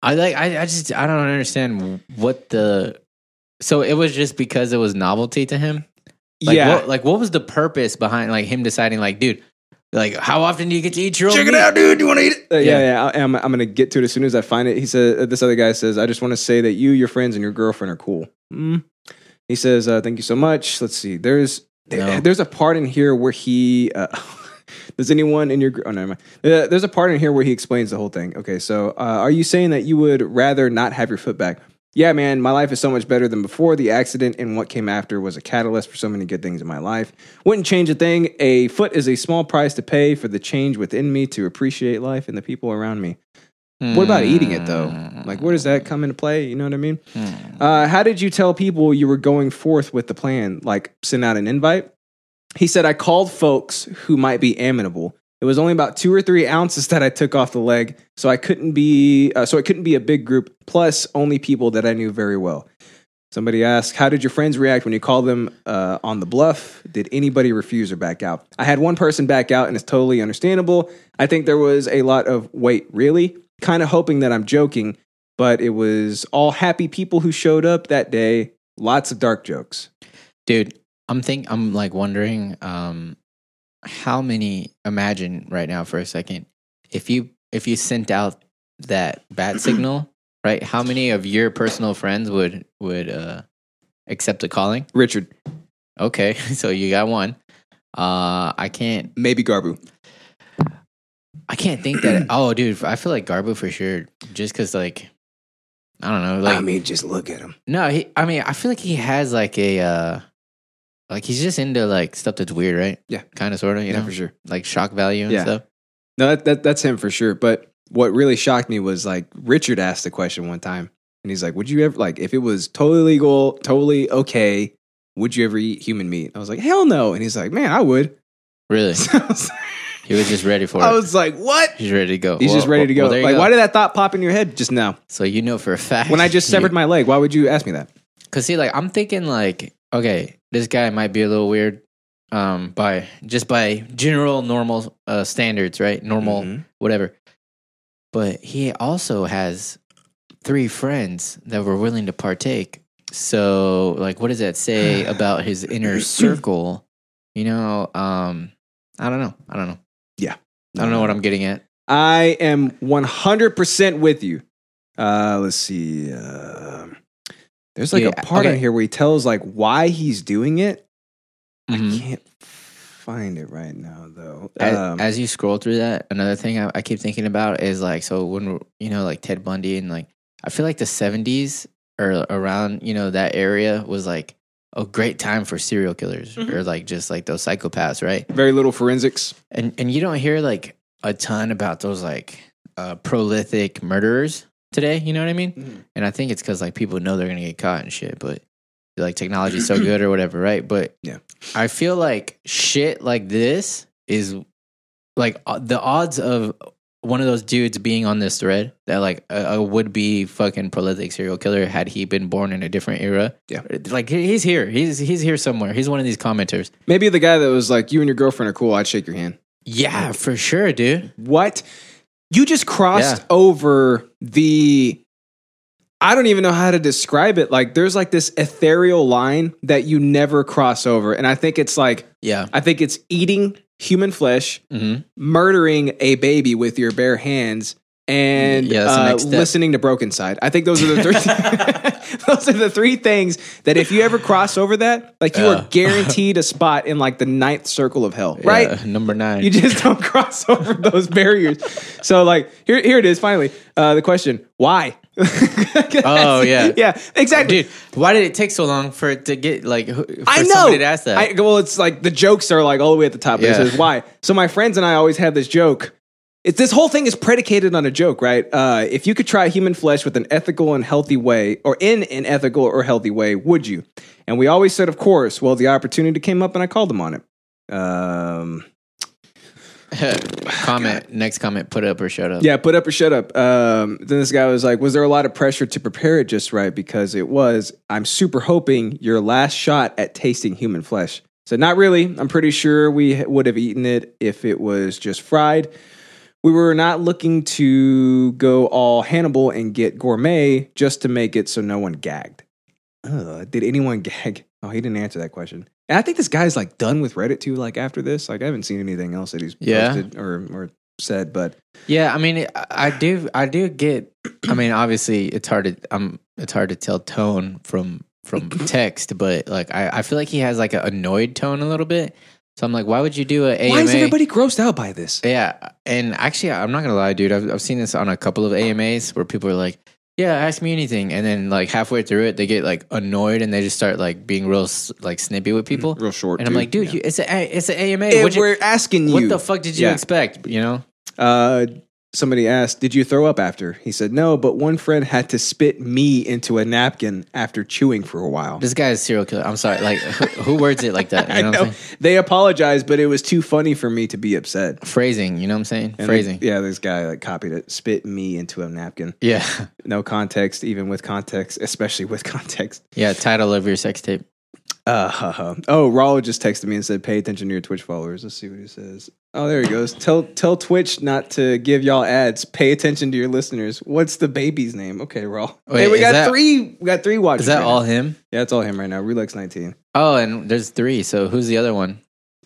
B: I like. I, I just. I don't understand what the. So it was just because it was novelty to him. Like,
A: yeah.
B: What, like, what was the purpose behind like him deciding? Like, dude, like, how often do you get to eat your own?
A: Check it
B: meat?
A: out, dude. You want to eat it? Uh, yeah,
B: Yeah.
A: yeah. I, am I'm going to get to it as soon as I find it. He said, uh, This other guy says, I just want to say that you, your friends, and your girlfriend are cool. Mm. He says, uh, Thank you so much. Let's see. There's there-
B: No.
A: there's a part in here where he. Uh, Does anyone in your gr- oh never mind. Uh, there's a part in here where he explains the whole thing. Okay, so uh, are you saying that you would rather not have your foot back? Yeah, man, my life is so much better than before the accident, and what came after was a catalyst for so many good things in my life. Wouldn't change a thing. A foot is a small price to pay for the change within me to appreciate life and the people around me. What about
B: Hmm.
A: eating it though? Like, where does that come into play? You know what I mean? Uh, how did you tell people you were going forth with the plan? Like, send out an invite? He said, I called folks who might be amenable. It was only about two or three ounces that I took off the leg, so I couldn't be, uh, so it couldn't be a big group. Plus, only people that I knew very well. Somebody asked, "How did your friends react when you called them uh, on the bluff? Did anybody refuse or back out?" I had one person back out, and it's totally understandable. I think there was a lot of wait, really, kind of hoping that I'm joking, but it was all happy people who showed up that day. Lots of dark jokes.
B: dude i'm think i'm like wondering um how many imagine right now for a second if you if you sent out that bat signal right how many of your personal friends would would uh accept the calling
A: Richard,
B: okay so you got one uh i can't
A: maybe Garbu.
B: i can't think that oh dude i feel like garbo for sure just because like i don't know like
A: I mean, just look at him.
B: no he i mean i feel like he has like a uh like he's just into like stuff that's weird right
A: Yeah.
B: kind of sort of you know
A: for sure.
B: like shock value and
A: Yeah.
B: stuff.
A: No, that, that that's him for sure. But what really shocked me was like Richard asked the question one time, and he's like, "Would you ever like if it was totally legal, totally okay? Would you ever eat human meat?" I was like, "Hell no!" And he's like, "Man, I would."
B: Really,
A: So I was-
B: he was just ready for
A: I
B: it.
A: was like, "What?"
B: He's ready to go.
A: He's just
B: Well,
A: ready to go.
B: well, there you
A: like, why did that thought pop in your head just now?
B: so you know for a fact
A: When I just severed my leg, why would you ask me that?
B: Cause see, like I'm thinking, like okay, this guy might be a little weird, um, by just by general normal uh standards, right? Normal
A: Mhm.
B: whatever. But he also has three friends that were willing to partake. So, like, what does that say about his inner circle? You know, um, I don't know. I don't know.
A: Yeah.
B: I don't know what I'm getting at.
A: I am 100% with you. Uh, let's see. Uh, there's like
B: Yeah,
A: a part in
B: okay.
A: here where he tells like why he's doing it. I
B: Mhm.
A: can't find it right now though.
B: As,
A: Um,
B: as you scroll through that, another thing I, I keep thinking about is like, so when we're- you know, like Ted Bundy and like, I feel like the '70s or around you know that area was like a great time for serial killers
A: Mm-hmm.
B: or like just like those psychopaths, right?
A: very little forensics.
B: And and you don't hear like a ton about those like uh, prolific murderers today. You know what I mean?
A: Mhm.
B: And I think it's because like people know they're gonna get caught and shit, but like technology's so good or whatever, right? But
A: Yeah.
B: I feel like shit like this is like uh, the odds of one of those dudes being on this thread that like a, a would be fucking prolific serial killer had he been born in a different era.
A: Yeah.
B: Like he- he's here. He's he's here somewhere. He's one of these commenters.
A: Maybe the guy that was like, "You and your girlfriend are cool. I'd shake your hand."
B: Yeah, for sure, dude.
A: What? You just crossed
B: Yeah.
A: over the. I don't even know how to describe it. Like, there's like this ethereal line that you never cross over, and I think it's like
B: Yeah.
A: I think it's eating human flesh,
B: Mhm.
A: murdering a baby with your bare hands, and
B: Yeah, that's the
A: uh,
B: next step.
A: listening to Broken Side. I think those are the three. those are the three things that if you ever cross over that, like you
B: Yeah.
A: are guaranteed a spot in like the ninth circle of hell,
B: Yeah,
A: right?
B: number nine.
A: You just don't cross over those barriers. So, like, here, here it is. Finally, uh, the question: Why?
B: Oh, yeah.
A: yeah, exactly.
B: dude why did it take so long for it to get like who- for
A: I know.
B: somebody to ask that
A: I, well, it's like the jokes are like all the way at the top. It
B: Yeah.
A: says why. So my friends and I always have this joke. It's this whole thing is predicated on a joke, right? Uh, if you could try human flesh with an ethical and healthy way, or in an ethical or healthy way, would you? And we always said, of course. Well, the opportunity came up, and I called them on it. Um,
B: comment next comment put up or shut up
A: Yeah, put up or shut up. Um, then this guy was like, "Was there a lot of pressure to prepare it just right? Because it was. I'm super hoping your last shot at tasting human flesh." So not really. I'm pretty sure we would have eaten it if it was just fried. We were not looking to go all Hannibal and get gourmet just to make it so no one gagged. Ugh, did anyone gag? Oh, he didn't answer that question. And I think this guy's like done with Reddit too. Like after this, like I haven't seen anything else that he's
B: Yeah.
A: posted or or said. But
B: yeah i mean I, I do i do get i mean obviously it's hard to um it's hard to tell tone from from text but like i i feel like he has like an annoyed tone a little bit so i'm like why would you do a AMA?
A: Why is everybody grossed out by this?
B: Yeah, and actually, I'm not gonna lie, dude. I've I've seen this on a couple of AMAs where people are like, "Yeah, ask me anything," and then like halfway through it, they get like annoyed and they just start like being real s- like snippy with people.
A: Real short.
B: And I'm like, dude, you, it's a it's an AMA. What'd you-
A: we're asking you.
B: what the fuck did you
A: Yeah.
B: expect? You know?
A: Uh, somebody asked, "Did you throw up after?" He said, "No, but one friend had to spit me into a napkin after chewing for a while."
B: This guy is serial killer. I'm sorry. Like, who, who words it like that? You
A: I
B: know, What I'm
A: know
B: saying?
A: they apologized, but it was too funny for me to be upset.
B: phrasing. You know what I'm saying?
A: And
B: phrasing.
A: the- yeah, this guy like copied it. Spit me into a napkin.
B: Yeah.
A: No context, even with context, especially with context.
B: yeah. Title of your sex tape.
A: Uh, huh, huh. Oh, Raul just texted me and said, "Pay attention to your Twitch followers." Let's see what he says. Oh, there he goes. Tell tell Twitch not to give y'all ads. Pay attention to your listeners. What's the baby's name? Okay, Raul.
B: Wait,
A: hey, we
B: is
A: got
B: that-
A: three. We got three watchers.
B: Is that
A: right
B: all
A: now.
B: him?
A: Yeah, it's all him right now. Relax nineteen.
B: Oh, and there's three. So who's the other one?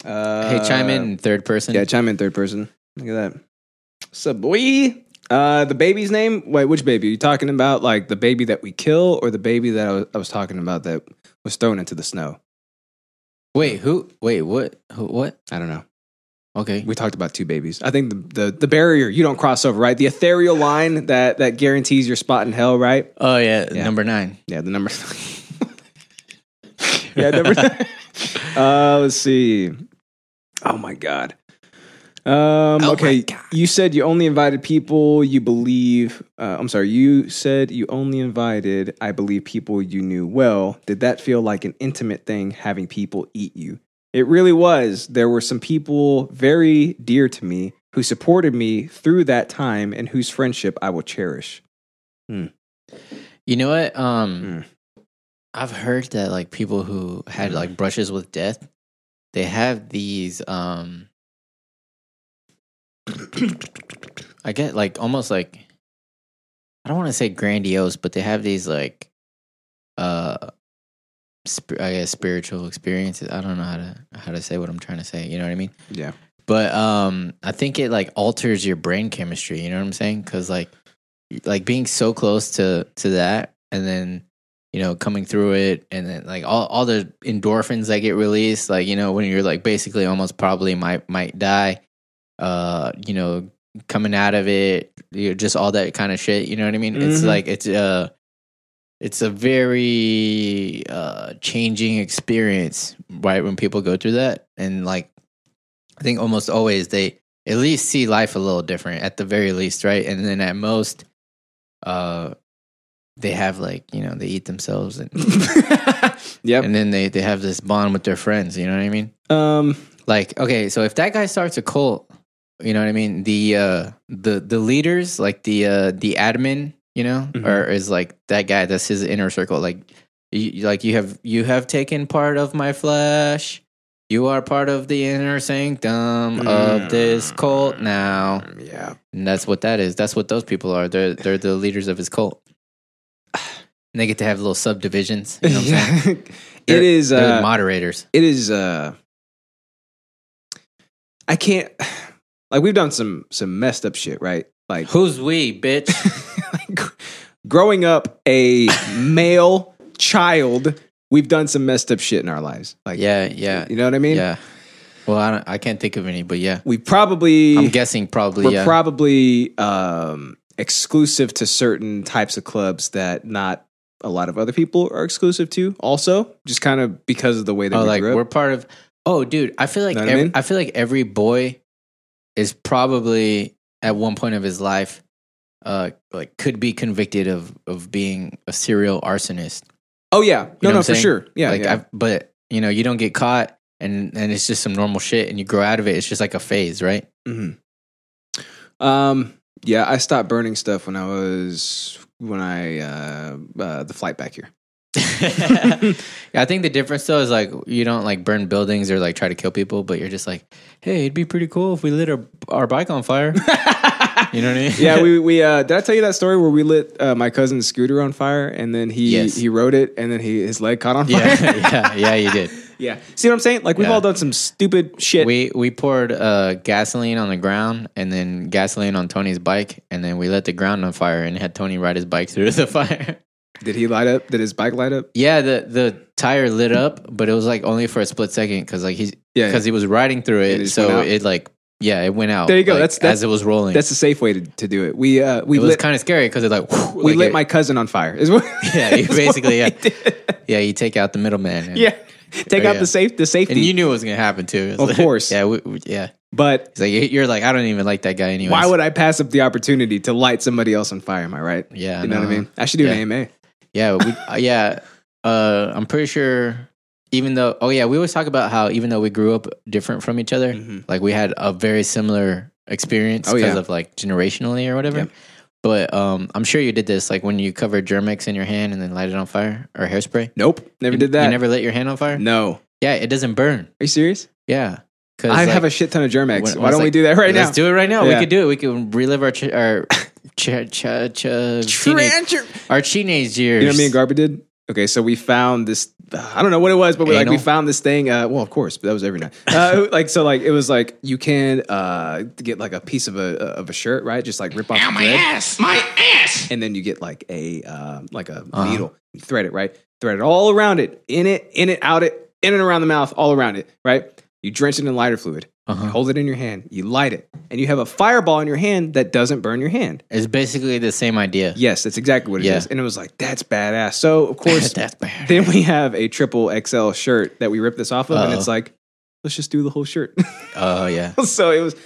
A: Uh,
B: Hey, chime in in third person.
A: Yeah, chime in third person. Look at that. Sub boy. Uh, the baby's name. Wait, which baby? Are you talking about like the baby that we kill, or the baby that I was, I was talking about that was thrown into the snow?
B: Wait, who? Wait, what? Who, what?
A: I don't know.
B: Okay.
A: we talked about two babies. I think the, the the barrier you don't cross over, right? The ethereal line that that guarantees your spot in hell, right?
B: Oh yeah,
A: Yeah.
B: number nine.
A: Yeah, the number. yeah, number. uh, let's see. Oh my god. Um,
B: Oh my
A: okay, you said you only invited people you believe. Uh, I'm sorry, you said you only invited, I believe, people you knew well. Did that feel like an intimate thing having people eat you? It really was. There were some people very dear to me who supported me through that time and whose friendship I will cherish.
B: You know what? Um,
A: Mm.
B: I've heard that like people who had like brushes with death, they have these. Um, I get like almost like I don't want to say grandiose, but they have these like, uh, sp- I guess spiritual experiences. I don't know how to how to say what I'm trying to say. You know what I mean?
A: Yeah.
B: but um i think it like alters your brain chemistry you know what i'm saying because like like being so close to to that and then you know coming through it and then like all, all the endorphins that get released like you know when you're like basically almost probably might might die uh you know coming out of it you know, just all that kind of shit you know what i mean it's
A: Mhm.
B: like it's uh it's a very uh changing experience right when people go through that and like I think almost always they at least see life a little different at the very least, right? And then at most, uh, they have like you know they eat themselves and
A: Yep.
B: and then they they have this bond with their friends. You know what I mean?
A: um,
B: Like, okay, so if that guy starts a cult, you know what I mean? The uh the the leaders, like the uh the admin, you know,
A: Mhm.
B: or is like that guy that's his inner circle. Like, you, like you have you have taken part of my flesh. You are part of the inner sanctum of this cult now.
A: yeah.
B: And that's what that is. That's what those people are. They're they're the leaders of his cult. And they get to have little subdivisions. You know what I'm saying?
A: it
B: They're-
A: is.
B: They're the
A: uh,
B: moderators.
A: it is uh i can't like we've done some some messed up shit right like,
B: Who's we, bitch? Oh
A: like, growing up a male child we've done some messed up shit in our lives like
B: yeah, yeah,
A: you know what i mean
B: yeah. Well, I don't, I can't think of any, but yeah,
A: we probably
B: I'm guessing probably
A: we're
B: yeah.
A: probably um exclusive to certain types of clubs that not a lot of other people are exclusive to also just kind of because of the way that
B: oh,
A: we
B: like
A: grew up
B: we're part of. Oh, dude, I feel like
A: Know what I
B: ev-
A: mean?
B: I feel like every boy is probably at one point of his life, uh, like could be convicted of of being a serial arsonist.
A: oh yeah
B: You know
A: no
B: what
A: no
B: I'm
A: for
B: saying?
A: sure yeah
B: like
A: yeah.
B: I've, but you know you don't get caught and and it's just some normal shit and you grow out of it it's just like a phase right
A: hmm Um. Yeah, I stopped burning stuff when I was when I uh, uh the flight back here.
B: i think the difference though is like you don't like burn buildings or like try to kill people but you're just like hey it'd be pretty cool if we lit our, our bike on fire you know what i mean
A: yeah, we we uh, did I tell you that story where we lit uh, my cousin's scooter on fire and then he
B: Yes.
A: he rode it and then he his leg caught on fire.
B: yeah yeah yeah you did
A: yeah. See what I'm saying? Like we've
B: Yeah.
A: all done some stupid shit.
B: we we poured uh gasoline on the ground and then gasoline on tony's bike and then we lit the ground on fire and had tony ride his bike through the fire
A: Did he light up? Did his bike light up?
B: Yeah, the the tire lit up, but it was like only for a split second because like he's
A: Yeah.
B: because he was riding through
A: It
B: it,
A: just
B: so
A: went out.
B: it like yeah, it went out.
A: There you go.
B: like,
A: That's- that's-
B: as it was rolling.
A: That's a safe way to, to do it. We uh we
B: it was
A: lit
B: kind of scary because it like
A: we
B: like
A: lit
B: it-
A: my cousin on fire. Is what,
B: yeah, you
A: is what
B: basically yeah
A: we did.
B: yeah you take out the middleman and,
A: yeah. Take
B: Oh,
A: out
B: yeah.
A: the safe the safety.
B: and you knew it was gonna happen too. It's
A: Of
B: like-
A: course.
B: yeah, we, we- yeah.
A: but
B: It's like you- you're like I don't even like that guy anyway.
A: Why would I pass up the opportunity to light somebody else on fire? Am I right?
B: Yeah,
A: you know what I
B: no.
A: mean. I should do
B: Yeah.
A: an AMA.
B: Yeah, we, uh, yeah. Uh, I'm pretty sure. Even though, oh yeah, we always talk about how even though we grew up different from each other,
A: Mhm.
B: like we had a very similar experience
A: Oh,
B: because
A: yeah.
B: of like generationally or whatever.
A: Yep.
B: But um, I'm sure you did this, like when you covered Germex in your hand and then light it on fire or hairspray.
A: Nope, never
B: You-
A: did that. Mm.
B: You never lit your hand on fire.
A: No, are
B: Yeah, it doesn't burn.
A: you serious?
B: Yeah, because
A: I have a shit ton of Germex. Why
B: when- when it's
A: don't we
B: like-
A: do that right
B: Let's
A: now?
B: do it right now. We
A: Yeah.
B: could do it. We can relive our ch- our ch- ch- ch- teenage,
A: Trencher.
B: our teenage years.
A: You know what me and Garber did? Okay, so we found this. I don't know what it was, but we, like we
B: Anal?
A: found this thing. Uh, well, of course, but that was every night. Uh, like so, like it was like you can uh, get like a piece of a of a shirt, right? Just like rip off the thread.
C: ass! My ass!
A: and then you get like a uh, like a
B: Uh-huh.
A: needle. You thread it right, thread it all around it, in it, in it, out it, in and around the mouth, all around it. Right. You drench it in lighter fluid.
B: Uh-huh.
A: Hold it in your hand. You light it, and you have a fireball in your hand that doesn't burn your hand.
B: It's basically the same idea.
A: Yes, that's exactly what it is.
B: Yeah.
A: And it was like that's badass. So of course,
B: That's bad.
A: then we have a triple XL shirt that we rip this off of, and
B: Uh-oh.
A: it's like let's just do the whole shirt.
B: Oh yeah.
A: so it was.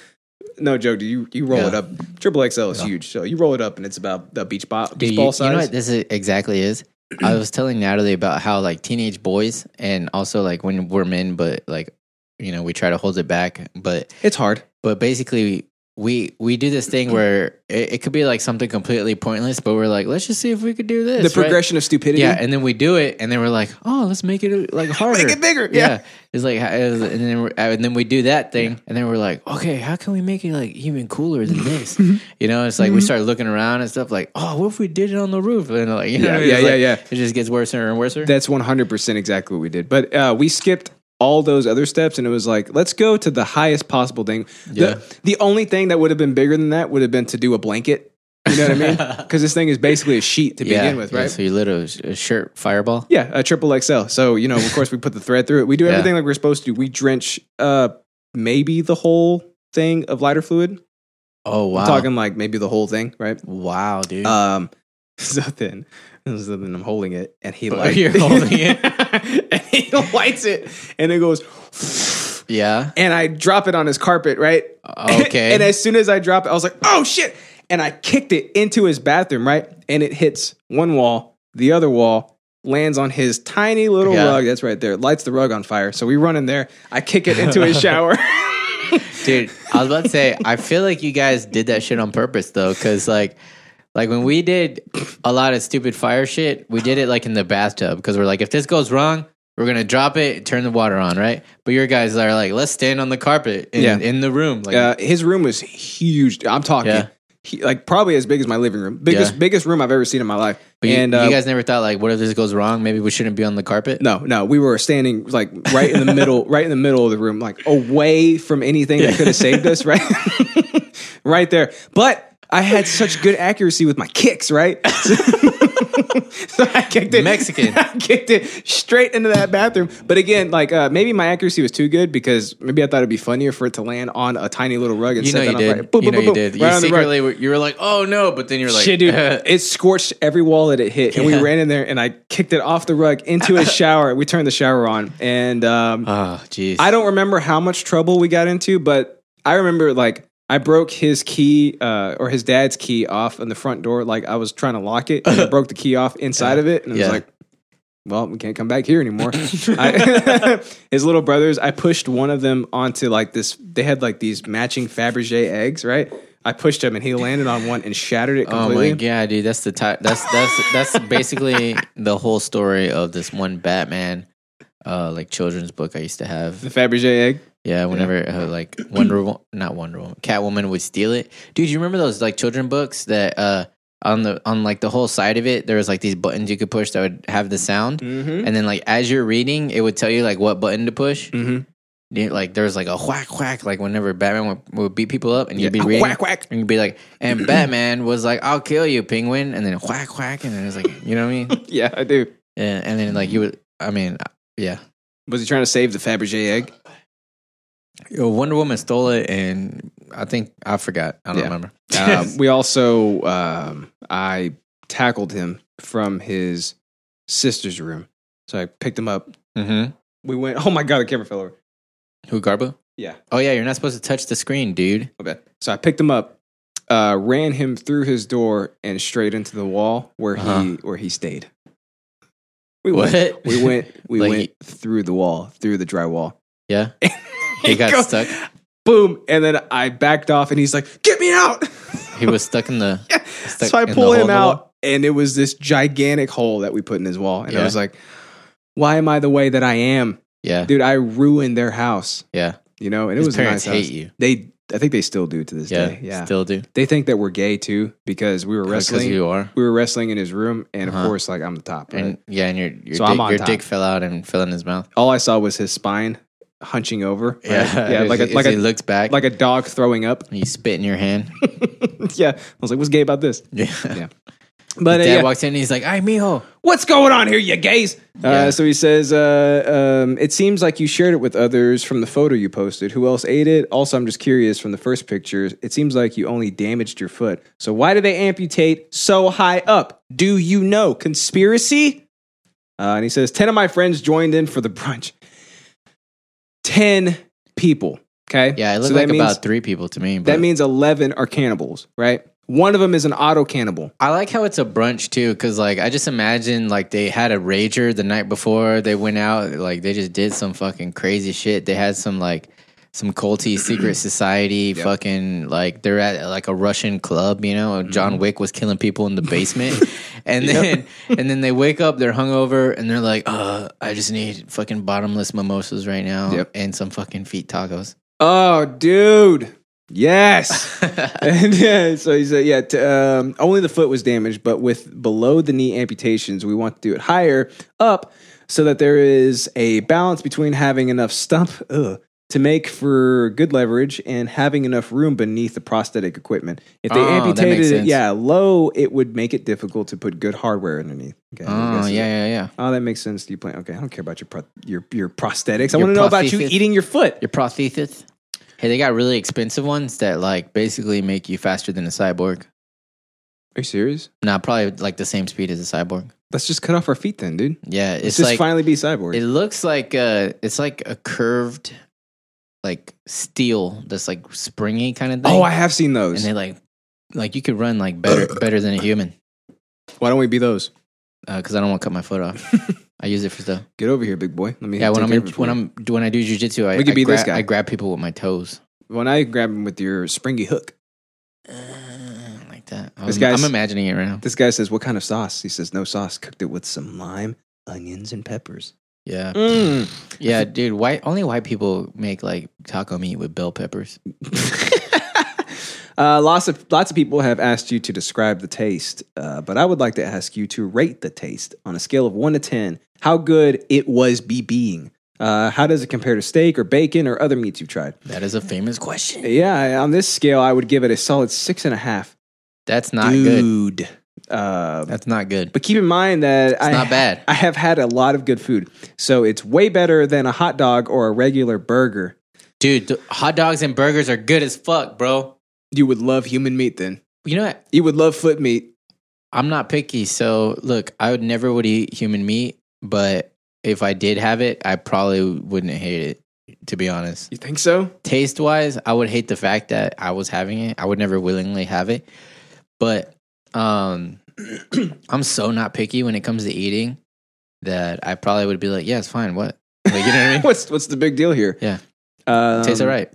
A: No joke. Do you you roll
B: Yeah.
A: it up? Triple XL is huge. So you roll it up, and it's about the beach, bo-
B: Dude,
A: beach
B: you,
A: ball
B: you
A: size.
B: know what this is exactly is? I was telling Natalie about how like teenage boys and also like when we're men, but like you know we try to hold it back, but
A: It's hard.
B: but basically we we do this thing where it, it could be like something completely pointless, but we're like let's just see if we could do this.
A: the
B: right?
A: progression of stupidity.
B: Yeah, and then we do it, and then we're like, oh, let's make it like harder.
A: Make it bigger.
B: Yeah.
A: Yeah.
B: It's like, how- and then, we're, and then we do that thing, and then we're like, okay, how can we make it like even cooler than this? you know, it's like
A: Mm-hmm.
B: we start looking around and stuff, like, oh, what if we did it on the roof? And like, you
A: Yeah,
B: know, what I mean?
A: yeah,
B: It's
A: yeah,
B: like,
A: yeah.
B: It just gets worse and worse.
A: That's 100% exactly what we did. But uh, we skipped all those other steps and it was like, let's go to the highest possible thing.
B: Yeah.
A: The, the only thing that would have been bigger than that would have been to do a blanket. You know what I mean? Because this thing is basically a sheet to
B: yeah,
A: begin with,
B: yeah,
A: right?
B: So you lit a, a shirt fireball.
A: Yeah, a triple XL. So, you know, of course, we put the thread through it. We do
B: Yeah.
A: everything like we're supposed to. We drench uh, maybe the whole thing of lighter fluid.
B: Oh wow,
A: I'm talking like maybe the whole thing, right?
B: wow, dude.
A: Um, so then, so then I'm holding it, and he
B: Oh,
A: lights.
B: you're holding it.
A: and he lights it, and it goes.
B: yeah.
A: And I drop it on his carpet, right?
B: Okay.
A: and as soon as I drop it, I was like, "Oh shit!" And I kicked it into his bathroom, right? And it hits one wall, the other wall, lands on his tiny little
B: Yeah.
A: rug. That's right there. Lights the rug on fire. So we run in there. I kick it into his shower.
B: Dude, I was about to say, I feel like you guys did that shit on purpose though, because like, like when we did a lot of stupid fire shit, we did it like in the bathtub because we're like, if this goes wrong, we're gonna drop it, and turn the water on, right? But your guys are like, let's stand on the carpet in,
A: Yeah.
B: in the room, like
A: uh, his room was huge. I'm talking.
B: Yeah.
A: He, like probably as big as my living room, biggest
B: Yeah.
A: biggest room I've ever seen in my life.
B: But you,
A: and
B: you
A: uh,
B: guys never thought like, what if this goes wrong? Maybe we shouldn't be on the carpet.
A: No, no, we were standing like right in the middle, right in the middle of the room, like away from anything that could have saved us, right? right there. But I had such good accuracy with my kicks, right? So, so I kicked it
B: Mexican.
A: I kicked it straight into that bathroom. But again, like uh, maybe my accuracy was too good because maybe I thought it'd be funnier for it to land on a tiny little rug and
B: You know
A: set that
B: you
A: on
B: did.
A: fire. Boom,
B: you
A: boom,
B: know
A: boom,
B: you
A: boom,
B: did.
A: right
B: you
A: on the rug.
B: secretly were, you were like, oh no, but then you're like,
A: Shit, dude, it scorched every wall that it hit, and
B: Yeah.
A: we ran in there, and I kicked it off the rug into his shower. We turned the shower on, and um,
B: oh jeez.
A: I don't remember how much trouble we got into, but I remember like I broke his key uh, or his dad's key off on the front door. Like I was trying to lock it, and I broke the key off inside of it, and I
B: Yeah.
A: was like. Well, we can't come back here anymore. I, his little brothers, I pushed one of them onto like this. They had like these matching Fabergé eggs, right? I pushed him, and he landed on one and shattered it
B: Oh
A: completely.
B: my god, dude! That's the ti- that's that's that's basically the whole story of this one Batman, uh, like children's book I used to have.
A: The Fabergé egg.
B: Yeah, whenever Uh, like Wonder Woman, not Wonder Woman, Catwoman would steal it. Dude, you remember those like children books that uh on the on like the whole side of it there was like these buttons you could push that would have the sound,
A: Mm-hmm.
B: and then like as you're reading it would tell you like what button to push.
A: Mm-hmm.
B: Yeah, like there was like a whack whack like whenever Batman would, would beat people up and you'd be
A: Yeah.
B: reading
A: Whack, whack.
B: and you'd be like and Batman was like I'll kill you penguin and then whack whack and then it was like you know what I mean
A: Yeah, I do.
B: and, and then like you would I mean yeah
A: Was he trying to save the Fabergé egg?
B: Yo, Wonder Woman stole it and I think I forgot I don't
A: Yeah.
B: remember
A: Um, we also, um, I tackled him from his sister's room. So I picked him up.
B: mm-hmm.
A: We went, oh my God, the camera fell over.
B: who Garbo
A: Yeah,
B: oh yeah you're not supposed to touch the screen dude
A: my bad. So I picked him up, uh, ran him through his door and straight into the wall where he,
B: Uh-huh.
A: where he stayed. We went,
B: what
A: we went, we
B: Like-
A: went through the wall, through the drywall.
B: yeah he got stuck
A: Boom. And then I backed off and he's like, get me out.
B: he was stuck in the stuck
A: so I
B: in the
A: pull
B: hole in
A: him
B: the wall.
A: out, and it was this gigantic hole that we put in his wall. And
B: Yeah.
A: I was like, why am I the way that I am?
B: yeah
A: Dude, I ruined their house,
B: yeah
A: you know? And it
B: His
A: was
B: parents
A: a nice
B: hate
A: house.
B: you.
A: They, I think they still do to this
B: yeah
A: day. Yeah.
B: still do
A: They think that we're gay too because we were
B: because
A: wrestling.
B: you are
A: we were wrestling in his room, and
B: Uh-huh.
A: of course, like I'm the top. Right?
B: And yeah, and your your,
A: So
B: dick,
A: I'm on
B: your
A: top.
B: dick fell out and fell in his mouth.
A: All I saw was his spine hunching over. right? yeah,
B: As-
A: like a,
B: as
A: like
B: he
A: a
B: looks back, like
A: like a dog throwing up.
B: you spit in your hand.
A: yeah, I was like, what's gay about this?
B: yeah.
A: But uh,
B: Dad
A: yeah.
B: walks in and he's like, "Ay, mijo."
A: What's going on here, you gays?
B: Yeah.
A: Uh, so he says, uh, um, It seems like you shared it with others from the photo you posted. Who else ate it? Also, I'm just curious from the first pictures, it seems like you only damaged your foot. So why do they amputate so high up? Do you know? Conspiracy? Uh, and he says, 10 of my friends joined in for the brunch. 10 people. Okay.
B: Yeah, it looked
A: So that
B: like
A: means-
B: about three people to me. But
A: That means 11 are cannibals, right? One of them is an auto cannibal.
B: I like how it's a brunch too, because like I just imagine like they had a rager the night before they went out, like they just did some fucking crazy shit. They had some like some culty secret society fucking like they're at like a Russian club, you know.
A: Mm-hmm.
B: and John Wick was killing people in the basement, and then and then they wake up, they're hungover, and they're like, "Uh, I just need fucking bottomless mimosas right now
A: Yep.
B: and some fucking feet tacos."
A: Oh, dude. Yes. and yeah, so he said, yeah, t- um, only the foot was damaged, but with below the knee amputations, we want to do it higher up so that there is a balance between having enough stump ugh, to make for good leverage and having enough room beneath the prosthetic equipment. If they
B: Oh, that makes
A: amputated it,
B: sense.
A: yeah, low, it would make it difficult to put good hardware underneath. Okay, I
B: oh
A: guess-
B: yeah, yeah, yeah.
A: Oh, that makes sense. Do you plan? Okay, I don't care about your pro- your your prosthetics. I
B: Your
A: want to know about you
B: prosthesis.
A: eating your foot.
B: Your prosthesis? Hey, they got really expensive ones that like basically make you faster than a cyborg.
A: Are you serious?
B: Nah, probably like the same speed as a cyborg.
A: Let's just cut off our feet then, dude.
B: Yeah, it's
A: Let's just
B: like
A: finally be cyborg.
B: it looks like uh it's like a curved like steel that's like springy kind of thing.
A: Oh, I have seen
B: and
A: those.
B: they like like you could run like better better than a human.
A: Why don't we be those?
B: because I don't want to cut my foot off. I use it for stuff.
A: Get over here, big boy. Let me.
B: Yeah, when
A: take
B: I'm
A: care
B: in,
A: of it for
B: when
A: you.
B: I'm when I do jujitsu, I
A: We could
B: I
A: be
B: gra-
A: this guy.
B: I grab people with my toes
A: when I grab him with your springy hook.
B: Uh, like that. I
A: This
B: was-
A: guy's-
B: I'm imagining it right now.
A: This guy says, "What kind of sauce?" He says, "No sauce. Cooked it with some lime, onions, and peppers."
B: Yeah,
A: Mm.
B: yeah, dude. White only white people make like taco meat with bell peppers.
A: uh, lots of lots of people have asked you to describe the taste, uh, but I would like to ask you to rate the taste on a scale of one to ten. How good it was be being. Uh, how does it compare to steak or bacon or other meats you've tried?
B: That is a famous question.
A: Yeah, on this scale, I would give it a solid six and a half.
B: That's not good.
A: Dude. Uh,
B: That's not good.
A: But keep in mind that I,
B: not bad.
A: I have had a lot of good food, so it's way better than a hot dog or a regular burger.
B: Dude, th- hot dogs and burgers are good as fuck, bro.
A: You would love human meat, then.
B: You know what?
A: You would love foot meat.
B: I'm not picky, so look, I would never would eat human meat, but if I did have it, I probably wouldn't hate it. To be honest,
A: You think so?
B: taste wise, I would hate the fact that I was having it. I would never willingly have it, but um, I'm so not picky when it comes to eating that I probably would be like, yeah, it's fine. What? Like, you know what I mean?
A: What's what's the big deal here?
B: Yeah.
A: um,
B: Tastes all right.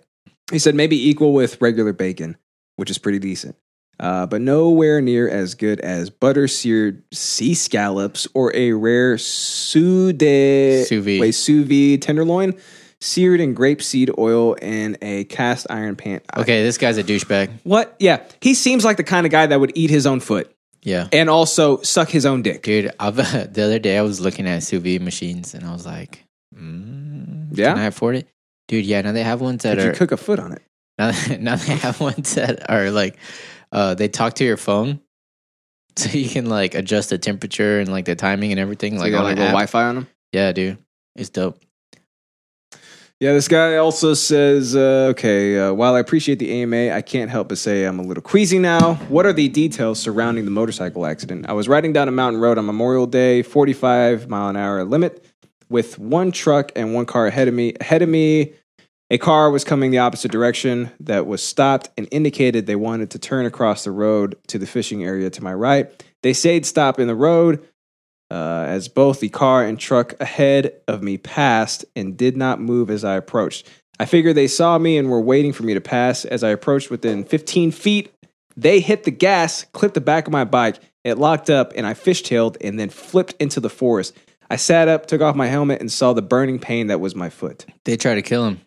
A: He said maybe equal with regular bacon, which is pretty decent, uh, but nowhere near as good as butter seared sea scallops or a rare sous de
B: Sous vide.
A: wait, sous vide tenderloin seared in grapeseed oil in a cast iron pan.
B: Okay, this guy's a douchebag.
A: What? Yeah, he seems like the kind of guy that would eat his own foot
B: Yeah.
A: and also suck his own dick.
B: Dude, I've, the other day I was looking at sous vide machines and I was like, mm,
A: Yeah?
B: can I afford it? Dude, yeah, now they have ones that
A: Could you
B: are
A: cook a foot on it?
B: now, now they have ones that are like uh, they talk to your phone, so you can like adjust the temperature and like the timing and everything. like on an app.
A: Fi on him.
B: Yeah, dude, it's dope.
A: Yeah, this guy also says, uh, okay, uh, while I appreciate the AMA, I can't help but say I'm a little queasy now. What are the details surrounding the motorcycle accident? I was riding down a mountain road on Memorial Day, 45 mile an hour limit, with one truck and one car ahead of me. Ahead of me, a car was coming the opposite direction that was stopped and indicated they wanted to turn across the road to the fishing area to my right. They said stop in the road, uh, as both the car and truck ahead of me passed and did not move as I approached. I figured they saw me and were waiting for me to pass. As I approached within 15 feet, they hit the gas, clipped the back of my bike. It locked up, and I fishtailed and then flipped into the forest. I sat up, took off my helmet, and saw the burning pain that was my foot.
B: They try to kill him.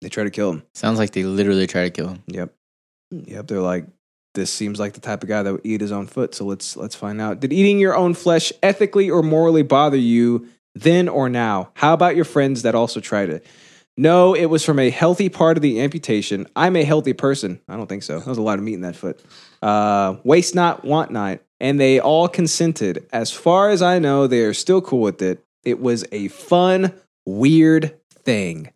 A: They tried to kill him.
B: Sounds like they literally try to kill him.
A: Yep. Yep. They're like, this seems like the type of guy that would eat his own foot. So let's let's find out. Did eating your own flesh ethically or morally bother you then or now? How about your friends that also tried it? No, it was from a healthy part of the amputation. I'm a healthy person. I don't think so. That was a lot of meat in that foot. Uh, waste not, want not. And they all consented. As far as I know, they are still cool with it. It was a fun, weird thing.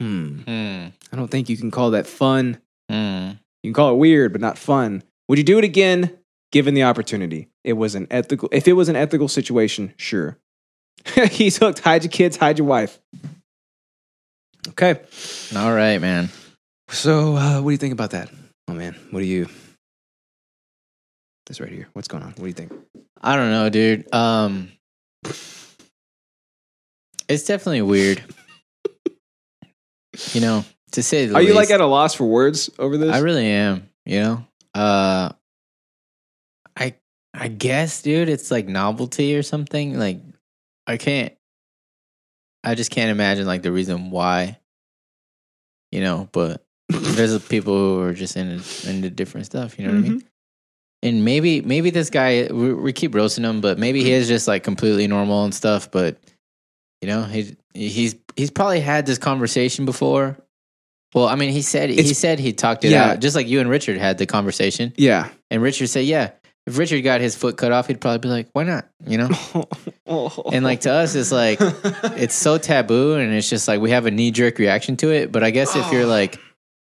A: Hmm.
B: Hmm.
A: I don't think you can call that fun.
B: Hmm.
A: You can call it weird, but not fun. Would you do it again given the opportunity? It was an ethical if it was an ethical situation, sure. He's hooked. Hide your kids, hide your wife. Okay.
B: All right, man.
A: So uh, what do you think about that? Oh man, what do you this right here. What's going on? What do you think?
B: I don't know, dude. Um, it's definitely weird. you know, to say the
A: Are you like
B: least.
A: at a loss for words over this?
B: I really am. You know, uh, I I guess, dude, it's like novelty or something. Like, I can't. I just can't imagine like the reason why. You know, but there's people who are just in into different stuff. You know what I mean?
A: Mm-hmm.
B: And maybe maybe this guy we, we keep roasting him, but maybe he
A: Mm-hmm.
B: is just like completely normal and stuff. But you know, he he's he's probably had this conversation before. Well, I mean, he said he
A: It's-
B: said he talked it
A: Yeah.
B: out, just like you and Richard had the conversation.
A: yeah.
B: And Richard said, "Yeah, if Richard got his foot cut off, he'd probably be like, why not?' You know." And like to us, it's like it's so taboo, and it's just like we have a knee jerk reaction to it. But I guess if
A: Ah.
B: you're like,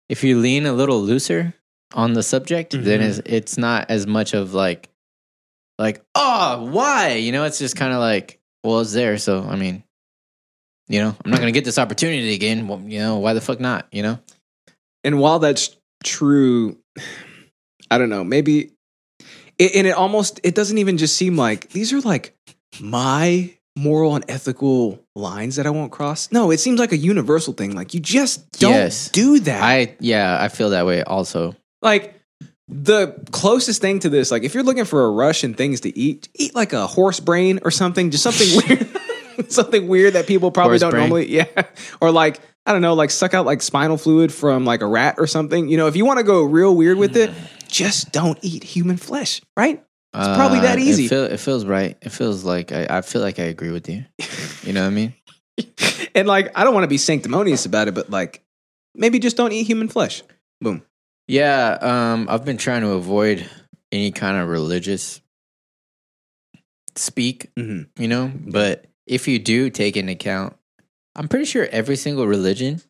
B: if you lean a little looser on the subject, then
A: Mhm.
B: it's it's not as much of like, like oh why you know it's just kind of like well it's there so I mean, you know I'm not gonna get this opportunity again. Well, you know why the fuck not? You know
A: And while that's true, I don't know. Maybe it, and it almost it doesn't even just seem like these are like my moral and ethical lines that I won't cross. No, it seems like a universal thing. Like you just don't
B: Yes.
A: do that.
B: I yeah, I feel that way also.
A: like the closest thing to this, like if you're looking for a rush and things to eat, eat like a horse brain or something, just something weird, something weird that people probably
B: Horse
A: don't
B: brain.
A: normally, yeah, or like I don't know, like suck out like spinal fluid from like a rat or something. You know, if you want to go real weird with it,
B: Hmm.
A: just don't eat human flesh, right?
B: It's
A: probably that easy.
B: Uh, It, feel, it feels right. It feels like I, I feel like I agree with you. You know what I mean?
A: And like I don't want to be sanctimonious about it, but like maybe just don't eat human flesh. Boom.
B: Yeah, um, I've been trying to avoid any kind of religious speak,
A: hmm
B: you know. But if you do take into account, I'm pretty sure every single religion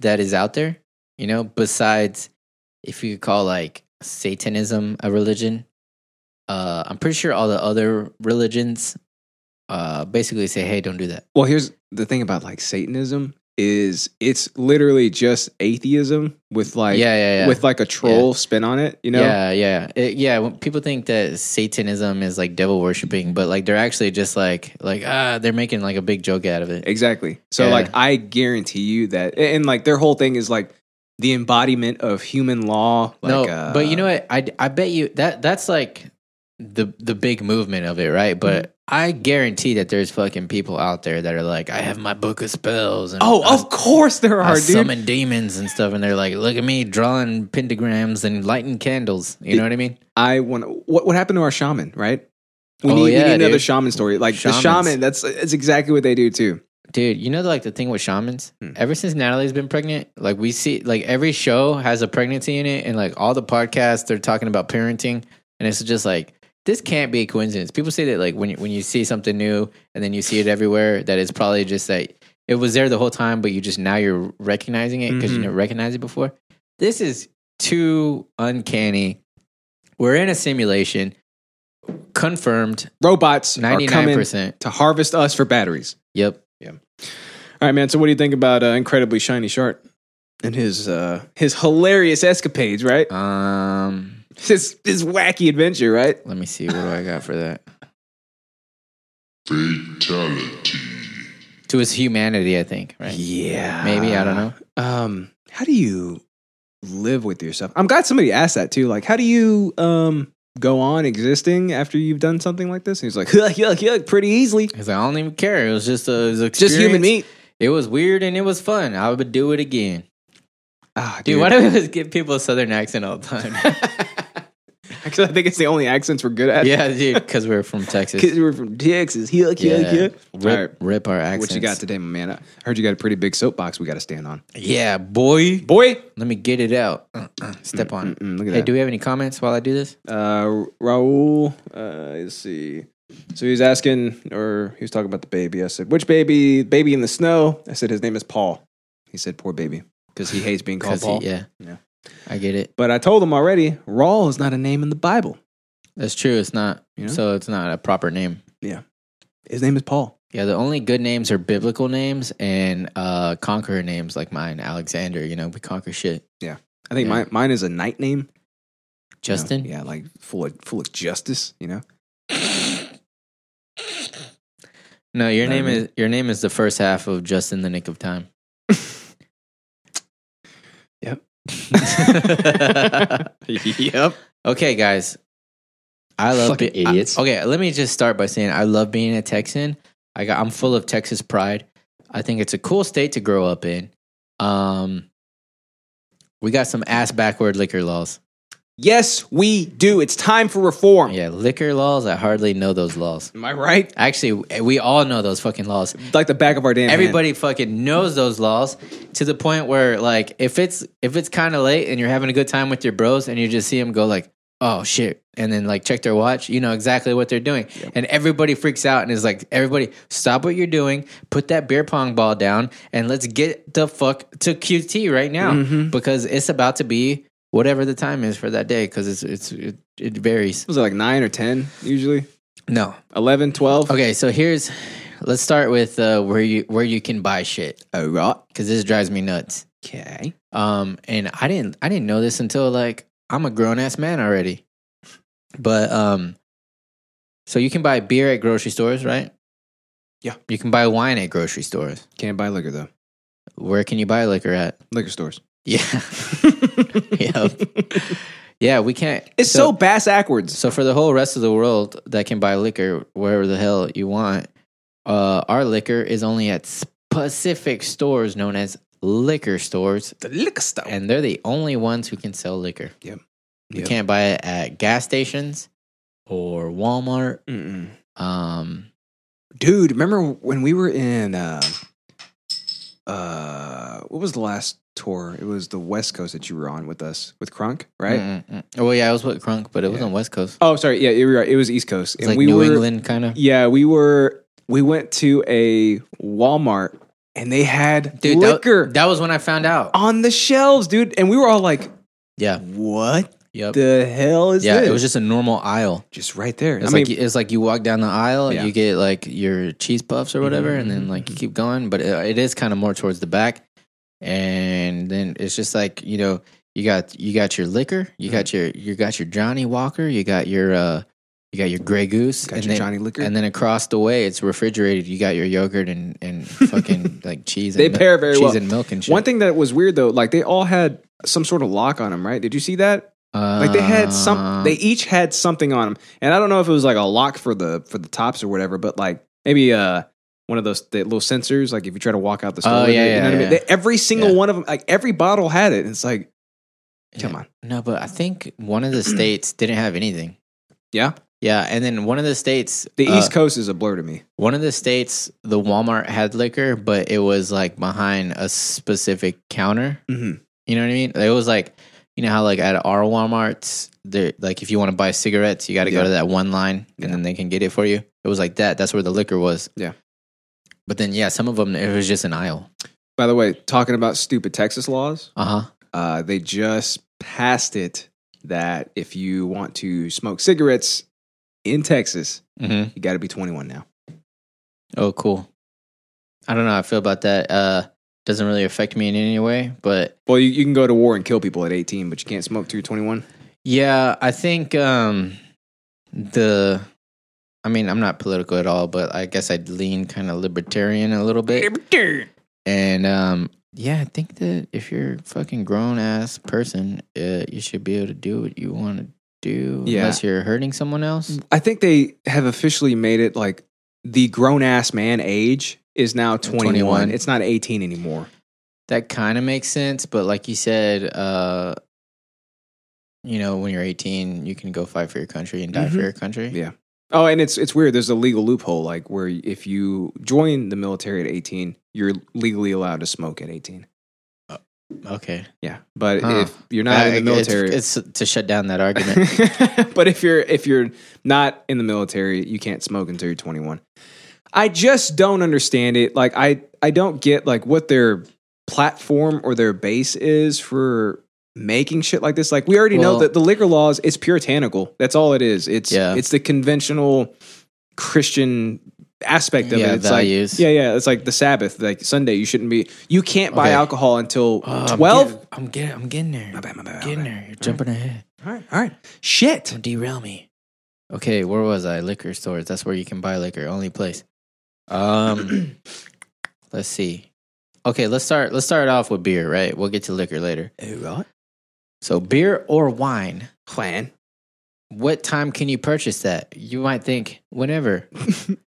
B: that is out there, you know, besides if you could call like Satanism a religion, uh, I'm pretty sure all the other religions uh, basically say, "Hey, don't do that."
A: Well, here's the thing about like Satanism is it's literally just atheism with like
B: yeah, yeah, yeah.
A: with like a troll spin on it, you know?
B: Yeah, yeah, It- yeah. When people think that Satanism is like devil worshiping, but like they're actually just like like ah, they're making like a big joke out of it.
A: Exactly. So
B: Yeah.
A: like I guarantee you that and, and, like their whole thing is like the embodiment of human law like
B: no,
A: uh,
B: but you know what? I I bet you that that's like the the big movement of it, right? But
A: Mm-hmm.
B: I guarantee that there's fucking people out there that are like, I have my book of spells. And
A: Oh,
B: I-
A: of course there
B: I
A: are, dude.
B: summon demons and stuff, and they're like, "Look at me drawing pentagrams and lighting candles." You know what I mean?
A: I want to what what happened to our shaman, right? We
B: Oh,
A: need,
B: yeah,
A: we need another
B: dude.
A: shaman story. Like
B: Shamans.
A: the shaman, that's that's exactly what they do too.
B: Dude, you know like the thing with shamans?
A: Hmm.
B: Ever since Natalie's been pregnant, like we see like every show has a pregnancy in it and like all the podcasts they're talking about parenting and it's just like this can't be a coincidence. People say that like when you, when you see something new and then you see it everywhere that it's probably just that it was there the whole time but you just now you're recognizing it because
A: Mhm.
B: you never recognized it before. This is too uncanny. We're in a simulation. Confirmed
A: Robots are coming
B: 99%.
A: to harvest us for batteries.
B: Yep.
A: All right, man. So what do you think about uh, incredibly shiny shark and his uh his hilarious escapades, right?
B: Uh. Um
A: His his wacky adventure, right?
B: Let me see. What do I got for that?
E: Fatality.
B: To his humanity, I think. Right?
A: Yeah.
B: Maybe I don't know.
A: Um, how do you live with yourself? I'm glad somebody asked that too. Like, how do you um go on existing after you've done something like this? And he's like, yuck, yuck, yuck, pretty easily.
B: Because I don't even care. It was just a it was an
A: Just human
B: experience.
A: meat.
B: It was weird and it was fun. I would do it again,
A: Ah,
B: dude. Why do we always give people a southern accent all the time?
A: Actually, I think it's the only accents we're good at.
B: yeah, dude. Because we're from Texas.
A: Because we're from Texas. Yuck,
B: Yeah.
A: yuck, yuck.
B: Rip,
A: All right.
B: rip our accents.
A: What you got today, my man? I heard you got a pretty big soapbox we got to stand on.
B: yeah, boy.
A: Boy.
B: Let me get it out. Uh, uh, Step on. it.
A: Mm-mm, look at
B: Hey,
A: that.
B: do we have any comments while I do this?
A: uh, Raul, uh, let's see. So he was asking, or he was talking about the baby. I said, which baby? Baby in the snow. I said, his name is Paul. He said, poor baby, because he hates being called
B: 'Cause he-
A: Paul.
B: yeah,
A: Yeah.
B: I get it.
A: But I told him already, Raul is not a name in the Bible.
B: That's true. It's not.
A: You know?
B: So it's not a proper name.
A: His name is Paul.
B: Yeah, the only good names are biblical names and uh conqueror names like mine, Alexander. You know, we conquer shit.
A: I think
B: Yeah.
A: mine, mine is a knight name. you know?
B: Justin.
A: Yeah, like full of, full of justice, you know?
B: No, your
A: Know what I
B: name is your name is the first half of just in the nick of time.
A: Yep.
B: yep. Okay, guys. I love
C: Fucking
B: be- I-
C: idiots.
B: okay, let me just start by saying I love being a Texan. I got I'm full of Texas pride. I think it's a cool state to grow up in. Um, we got some ass backward liquor laws.
A: Yes, we do. It's time for reform.
B: Yeah, liquor laws. I hardly know those laws.
A: Am I right?
B: Actually, we all know those fucking laws.
A: Like the back of our damn hand.
B: Everybody fucking knows those laws to the point where, like, if it's if it's kind of late and you're having a good time with your bros and you just see them go like, "Oh shit," and then like check their watch, you know exactly what they're doing, and everybody freaks out and is like, "Everybody, stop what you're doing, put that beer pong ball down, and let's get the fuck to QT right now
A: Mhm.
B: because it's about to be." Whatever the time is for that day, because it's it's it, it varies.
A: Was it like nine or 10 usually?
B: No,
A: 11, 12?
B: Okay, so here's let's start with uh, where you where you can buy shit
A: All right.
B: because this drives me nuts.
A: Okay.
B: Um, and I didn't I didn't know this until like I'm a grown ass man already. But um, so you can buy beer at grocery stores, right?
A: Yeah.
B: You can buy wine at grocery stores.
A: Can't buy liquor though.
B: Where can you buy liquor at?
A: Liquor stores.
B: Yeah. Yep. Yeah, we can't.
A: It's so, bass backwards.
B: So for the whole rest of the world that can buy liquor wherever the hell you want, uh, our liquor is only at specific stores known as liquor stores,
A: The liquor store.
B: and they're the only ones who can sell liquor. You
A: Yep.
B: can't buy it at gas stations or Walmart.
A: Mm-mm.
B: Um,
A: Dude, remember when we were in uh uh what was the last tour? It was the West Coast that you were on with us with Crunk, right?
B: mm, mm, mm. Oh yeah, I was with Crunk, but it was
A: Yeah.
B: on West Coast.
A: Oh, sorry. Yeah, you're right. It was East Coast.
B: It's like New
A: were
B: England kind of.
A: Yeah, we were we went to a Walmart and they had
B: Dude, that-
A: liquor
B: That, was when I found out.
A: on the shelves, dude, and we were all like,
B: Yeah.
A: "What
B: Yep.
A: the hell is
B: yeah,
A: this?"
B: it was just a normal aisle.
A: just right there. I
B: It's
A: mean,
B: like it's like you walk down the aisle,
A: Yeah. Mm-hmm,
B: you get like your cheese puffs or whatever, and then like you keep going. But it, it is kind of more towards the back, and then it's just like you know you got you got your liquor, you
A: Mm-hmm.
B: got your you got your Johnny Walker, you got your uh you got your Grey Goose,
A: got
B: and
A: your
B: then,
A: Johnny liquor.
B: and then across the way it's refrigerated. You got your yogurt and and fucking like cheese. And
A: They
B: mil-
A: pair very
B: cheese
A: well.
B: and milk and shit.
A: One thing that was weird though, like they all had some sort of lock on them, right? Did you see that? Like they had
B: Uh.
A: some, they each had something on them, and I don't know if it was like a lock for the for the tops or whatever, but like maybe uh one of those the little sensors, like if you try to walk out the store,
B: Oh,
A: with
B: yeah,
A: it, you
B: yeah,
A: know what I
B: yeah.
A: mean? They- every single
B: Yeah.
A: one of them, like every bottle had it, and it's like,
B: Yeah.
A: come on,
B: No, but I think one of the states didn't have anything.
A: yeah.
B: Yeah, and then one of the states,
A: The
B: uh,
A: East Coast is a blur to me.
B: One of the states, the Walmart had liquor, but it was like behind a specific counter.
A: Mm-hmm.
B: You know what I mean? It was like, you know how like at our Walmarts, there like if you want to buy cigarettes, you got to
A: Yeah.
B: go to that one line,
A: Yeah.
B: and then they can get it for you. It was like that. That's where the liquor was.
A: Yeah.
B: But then yeah, some of them it was just an aisle.
A: By the way, talking about stupid Texas laws,
B: Uh huh.
A: uh, they just passed it that if you want to smoke cigarettes in Texas,
B: hmm
A: you got to be 21 now.
B: Oh, cool. I don't know how I feel about that. Uh, doesn't really affect me in any way, but
A: Well, you, you can go to war and kill people at 18, but you can't smoke till you're 21.
B: Yeah, I think um the I mean, I'm not political at all, but I guess I'd lean kind of libertarian a little bit. And um yeah, I think that if you're a fucking grown ass person, uh, you should be able to do what you want to do
A: Yeah.
B: unless you're hurting someone else.
A: I think they have officially made it like the grown ass man age is now 21.
B: 21.
A: It's not 18 anymore.
B: That kind of makes sense, but like you said, uh you know, when you're 18, you can go fight for your country and die for
A: Mhm.
B: your country.
A: Yeah. Oh, and it's it's weird. There's a legal loophole, like where if you join the military at 18, you're legally allowed to smoke at 18.
B: Okay.
A: Yeah, but
B: Huh.
A: if you're not in the
B: Uh, it's-
A: military,
B: it's to shut down that argument.
A: but if you're if you're not in the military, you can't smoke until you're 21. I just don't understand it. Like I I don't get like what their platform or their base is for making shit like this. Like we already know
B: Well-
A: that the liquor laws it's puritanical. That's all it is. It's
B: Yeah.
A: it's the conventional Christian aspect of
B: Yeah,
A: it. It's
B: values.
A: Like, yeah, yeah. It's like the Sabbath, like Sunday. You shouldn't be. You can't buy
B: Okay.
A: alcohol until
B: Oh, I'm
A: 12.
B: getting- I'm getting, I'm getting there.
A: My bad, my bad, my
B: I'm getting
A: bad.
B: there. You're jumping ahead.
A: All right, all right. Shit.
B: Don't derail me. Okay, where was I? Liquor stores. That's where you can buy liquor. Only place. Um, let's see. Okay, let's start. Let's start off with beer. Right, we'll get to liquor later. So, beer or wine.
A: Juan.
B: What time can you purchase that? You might think whenever.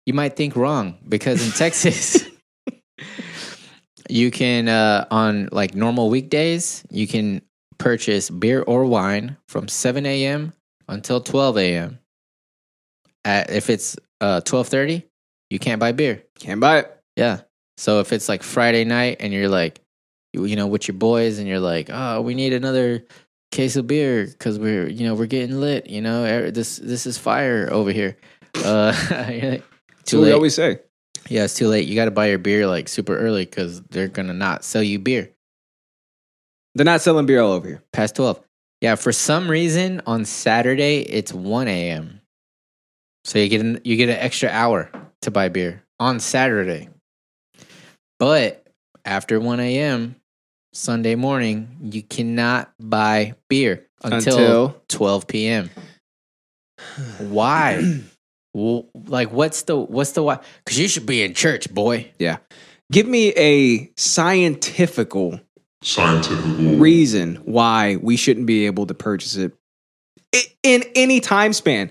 B: you might think wrong because in Texas, you can uh, on like normal weekdays, you can purchase beer or wine from 7 a.m. until 12 a.m. At, if it's uh, 12:30, you can't buy beer.
A: Can't buy it.
B: Yeah. So if it's like Friday night and you're like, you, you know, with your boys and you're like, oh, we need another case of beer because we're, you know, we're getting lit. You know, Er- this this is fire over here. Uh, you're like,
A: That's
B: too
A: what we
B: late.
A: always say.
B: yeah, it's too late. You got to buy your beer like super early because they're gonna not sell you beer
A: They're not selling beer all over here.
B: past twelve. Yeah, for some reason on Saturday it's one a.m. So you get an, you get an extra hour to buy beer on Saturday. But after one a.m. Sunday morning, you cannot buy beer until,
A: Until-
B: twelve p.m. Why? Wh- like, what's the what's the why? Because you should be in church, boy.
A: Yeah. Give me a scientifical
E: Scientific
A: reason why we shouldn't be able to purchase it i- in any time span.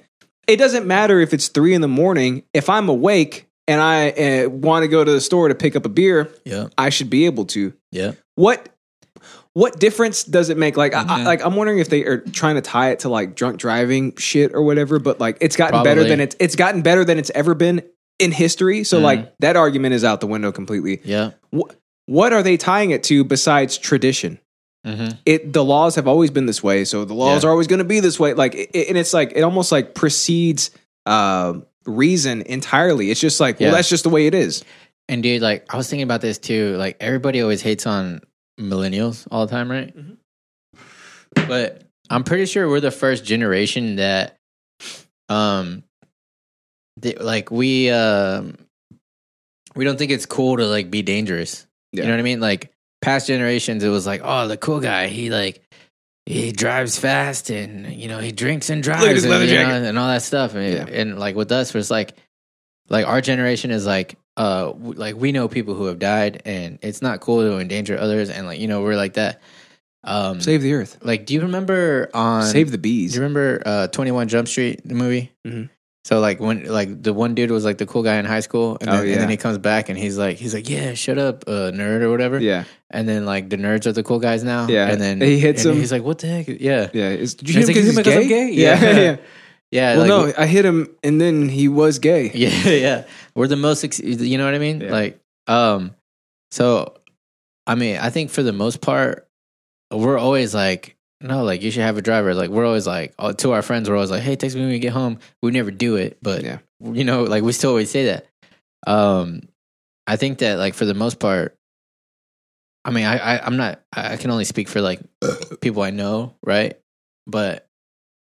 A: It doesn't matter if it's three in the morning. If I'm awake and I uh, want to go to the store to pick up a beer,
B: Yeah,
A: I should be able to.
B: yeah.
A: What what difference does it make? Like,
B: Mm-hmm.
A: I, I, like I'm wondering if they are trying to tie it to like drunk driving shit or whatever. But like, it's gotten better
B: Probably.
A: than it's it's gotten better than it's ever been in history. So
B: Mm-hmm.
A: like, that argument is out the window completely.
B: Yeah.
A: What what are they tying it to besides tradition?
B: Mm-hmm.
A: it the laws have always been this way so the laws
B: Yeah.
A: are always going to be this way like it, and it's like it almost like precedes uh, reason entirely it's just like
B: Yeah. Mm-hmm.
A: well that's just the way it is
B: And dude, like I was thinking about this too. Like everybody always hates on millennials all the time, right?
A: Mm-hmm.
B: But I'm pretty sure we're the first generation that, um, that, like we um, we don't think it's cool to like be dangerous. You
A: Yeah.
B: know what I mean? Like past generations, it was like, oh, the cool guy, he like he drives fast and you know he drinks and drives
A: his
B: and,
A: leather
B: you know,
A: jacket.
B: and all that stuff. And,
A: Yeah.
B: and like with us, it's like like our generation is like uh w- like we know people who have died and it's not cool to endanger others and like you know we're like that um
A: save the earth
B: like do you remember on
A: save the
B: do
A: bees
B: you remember uh 21 jump street the movie
A: Mhm.
B: so like when like the one dude was like the cool guy in high school and,
A: Oh,
B: then, and
A: yeah.
B: then he comes back and he's like he's like yeah shut up uh nerd or whatever
A: yeah
B: and then like the nerds are the cool guys now
A: Yeah.
B: and then
A: He hits
B: and
A: him.
B: he's like what the heck yeah
A: yeah is, did
B: you hit him 'cause he's
A: yeah
B: gay? Yeah.
A: yeah,
B: yeah
A: well
B: like,
A: no i hit him and then he was gay
B: yeah yeah we're the most ex- you know what i mean
A: Yeah.
B: like um so i mean i think for the most part we're always like no like you should have a driver like we're always like oh, to our friends we're always like hey text me when you get home we never do it but
A: Yeah.
B: you know like we still always say that um i think that like for the most part i mean i, I i'm not i I can only speak for like people i know right but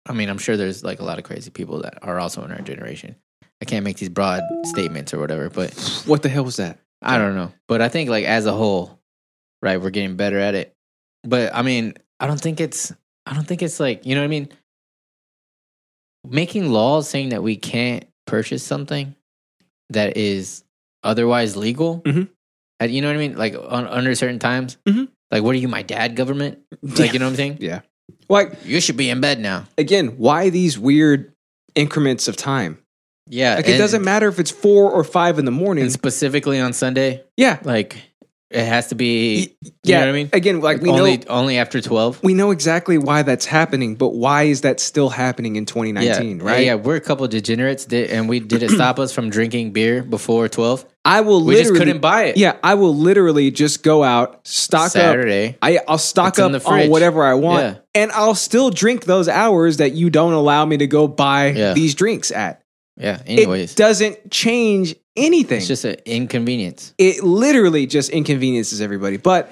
B: i mean i'm sure there's like a lot of crazy people that are also in our generation I can't make these broad statements or whatever, but
A: what the hell was that
B: I don't know. But I think like as a whole, right, we're getting better at it. But I mean, I don't think it's I don't think it's like, you know what I mean? Making laws saying that we can't purchase something that is otherwise legal.
A: Mhm.
B: uh, You know what I mean? Like un- under certain times.
A: Mhm.
B: Like what are you, my dad government? Like you know what I'm saying?
A: yeah like
B: You should be in bed now.
A: again why these weird increments of time
B: Yeah.
A: like it doesn't matter if it's four or five in the morning
B: And specifically on Sunday,
A: yeah
B: like it has to be
A: yeah
B: know what I mean?
A: again like we
B: only
A: know
B: only after twelve.
A: we know exactly why that's happening, but why is that still happening in 2019,
B: yeah,
A: right?
B: Yeah, we're a couple degenerates, di- and we did it stop us from drinking beer before twelve.
A: I will
B: We
A: literally
B: just couldn't buy it.
A: Yeah, I will literally just go out, stock up.
B: Saturday.
A: I, I'll stock
B: It's in
A: up
B: the
A: on
B: fridge.
A: whatever I want,
B: Yeah.
A: and I'll still drink those hours that you don't allow me to go buy
B: Yeah.
A: these drinks at.
B: Yeah. Anyways,
A: It doesn't change anything.
B: it's just an inconvenience.
A: it literally just inconveniences everybody. But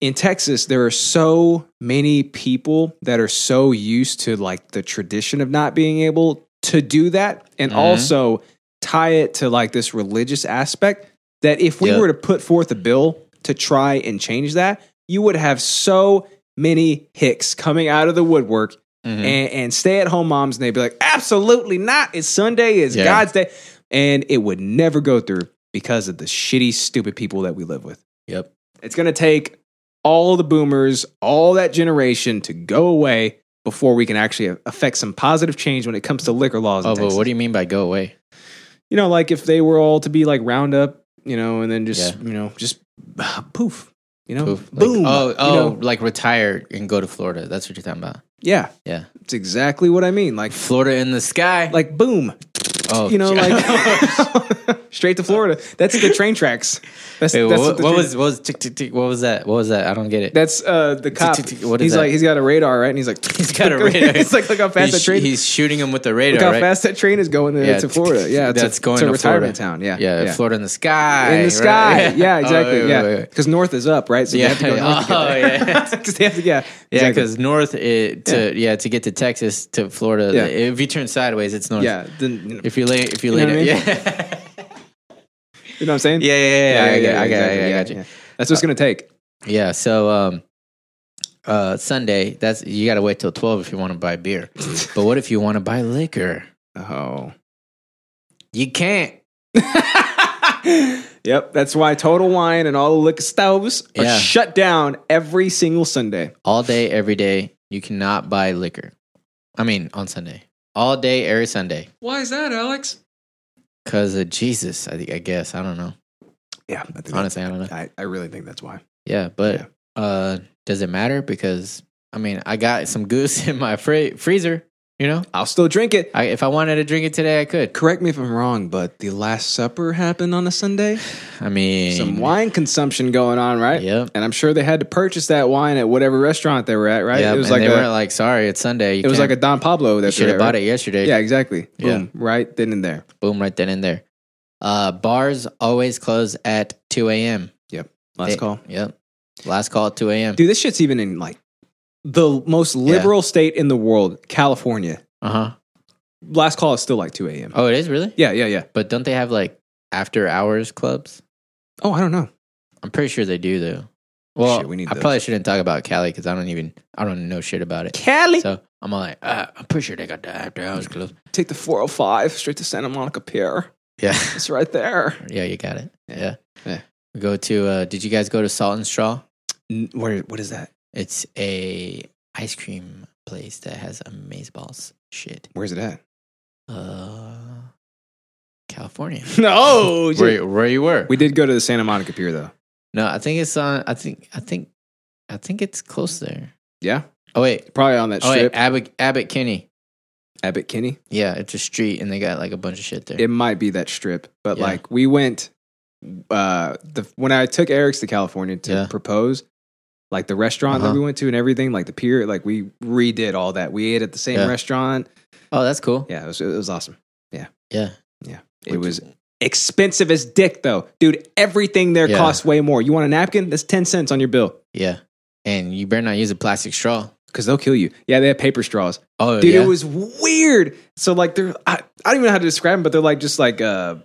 A: in Texas, there are so many people that are so used to like the tradition of not being able to do that and
B: Mhm.
A: also tie it to like this religious aspect that if we
B: Yep.
A: were to put forth a bill to try and change that, you would have so many hicks coming out of the woodwork
B: Mhm.
A: and, and stay at home moms and they'd be like, absolutely not. It's Sunday, it's
B: Yeah.
A: God's day. And it would never go through because of the shitty, stupid people that we live with.
B: Yep.
A: It's going to take all the boomers, all that generation to go away before we can actually affect some positive change when it comes to liquor laws. in
B: Oh, but
A: Texas.
B: what do you mean by go away?
A: you know, like if they were all to be like round up, you know, and then just,
B: Yeah.
A: you know, just poof, you know,
B: Poof. Like,
A: boom.
B: oh,
A: you
B: oh,
A: know?
B: like retire and go to Florida. That's what you're talking about.
A: yeah.
B: Yeah.
A: It's exactly what I mean. Like,
B: Florida in the sky.
A: like boom.
B: oh,
A: you know,
B: shit.
A: like straight to Florida. That's the train tracks. That's,
B: Wait,
A: that's
B: what,
A: the
B: what
A: train-
B: was what was tick, tick, tick, what was that? What was that? I don't get it.
A: that's uh, the cop.
B: Tick, tick, tick, what is
A: he's
B: that?
A: like he's got a radar, right? And he's like
B: he's got a radar.
A: he's like look how fast
B: he's,
A: that train.
B: He's shooting him with the radar.
A: look how
B: right?
A: fast that train is going to,
B: Yeah,
A: to Florida. Yeah, to-
B: that's going
A: to,
B: to
A: retirement
B: Florida.
A: town. Yeah,
B: Yeah, Florida in the sky.
A: in the
B: right?
A: sky. Yeah, exactly.
B: Oh, wait, wait,
A: yeah,
B: wait.
A: because north is up, right? So
B: Yeah.
A: you have to go north. to
B: Oh,
A: get there.
B: yeah.
A: 'Cause they have to. Yeah,
B: Yeah,
A: exactly.
B: because north it, to yeah. to get to Texas to Florida.
A: Yeah.
B: If you turn sideways, it's north.
A: yeah, then-
B: If you lay, if you,
A: You
B: lay,
A: know
B: down,
A: what I mean?
B: yeah.
A: you know what I'm saying?
B: yeah, yeah, yeah, yeah, I got, Uh, I got,
A: exactly,
B: I
A: yeah,
B: got you.
A: yeah. That's what it's gonna take.
B: Yeah. So, um, uh, Sunday, that's you got to wait till twelve if you want to buy beer. but what if you want to buy liquor?
A: Oh.
B: You can't.
A: yep, that's why Total Wine and all the liquor stores are
B: Yeah.
A: shut down every single Sunday.
B: all day, every day. You cannot buy liquor. I mean, on Sunday, all day, every Sunday,
C: Why is that, Alex?
B: because of Jesus. I, think- I guess I don't know.
A: Yeah, I think
B: Honestly, I don't know.
A: I, I really think that's why.
B: Yeah, but uh, does it matter? Because I mean, I got some goose in my fri- freezer. You know,
A: I'll still drink it.
B: I, if I wanted to drink it today, I could.
A: Correct me if I'm wrong, but the Last Supper happened on a Sunday.
B: I mean,
A: Some wine consumption going on, right?
B: Yep.
A: And I'm sure they had to purchase that wine at whatever restaurant they were at, right?
B: Yeah,
A: it was
B: and
A: like
B: they
A: a,
B: weren't like, sorry, it's Sunday. You
A: it was like a Don Pablo that
B: should have bought it yesterday.
A: Yeah, exactly.
B: Yeah.
A: Boom, right then and there.
B: Boom, right then and there. Uh, bars always close at 2 a.m.
A: Last
B: They-
A: call.
B: Yep. Last call at 2 a.m.
A: Dude, this shit's even in like the most liberal state in the world, California.
B: Uh huh.
A: Last call is still like 2 a.m.
B: Oh, it is really?
A: Yeah, yeah, yeah.
B: But don't they have like after hours clubs?
A: Oh, I don't know.
B: I'm pretty sure they do though. Well,
A: Shit, we need
B: I
A: those.
B: probably shouldn't talk about Cali because I don't even I don't know shit about it.
A: Cali.
B: So I'm all like, uh, I'm pretty sure they got the after hours club.
A: Take the 405 straight to Santa Monica Pier.
B: Yeah,
A: It's right there.
B: yeah, you got it. Yeah,
A: Yeah.
B: We Go to. uh Did you guys go to Salt and Straw?
A: N- Where, what is that?
B: It's a ice cream place that has amazing balls. Shit.
A: Where's it at?
B: Uh, California.
A: No. shit.
B: where where you were?
A: we did go to the Santa Monica Pier, though.
B: no, I think it's on. I think I think I think it's close there.
A: Yeah.
B: Oh wait,
A: Probably on that
B: Oh, wait,
A: strip.
B: Abbott, Abbott Kinney.
A: Abbott Kinney.
B: Yeah, it's a street, and they got like a bunch of shit there.
A: It might be that strip, but
B: Yeah.
A: like we went. Uh, the when I took Eric's to California to
B: Yeah.
A: propose, like the restaurant
B: Uh-huh.
A: that we went to and everything, like the pier, like we redid all that. We ate at the same
B: Yeah.
A: restaurant.
B: oh, that's cool.
A: Yeah, it was, it was awesome.
B: Yeah,
A: It was expensive as dick, though, dude. Everything there
B: Yeah.
A: costs way more. You want a napkin? That's ten cents on your bill
B: yeah. And you better not use a plastic straw.
A: because they'll kill you. Yeah, they have paper straws.
B: Oh,
A: dude
B: yeah?
A: it was weird so like they're I, I don't even know how to describe them but they're like just like uh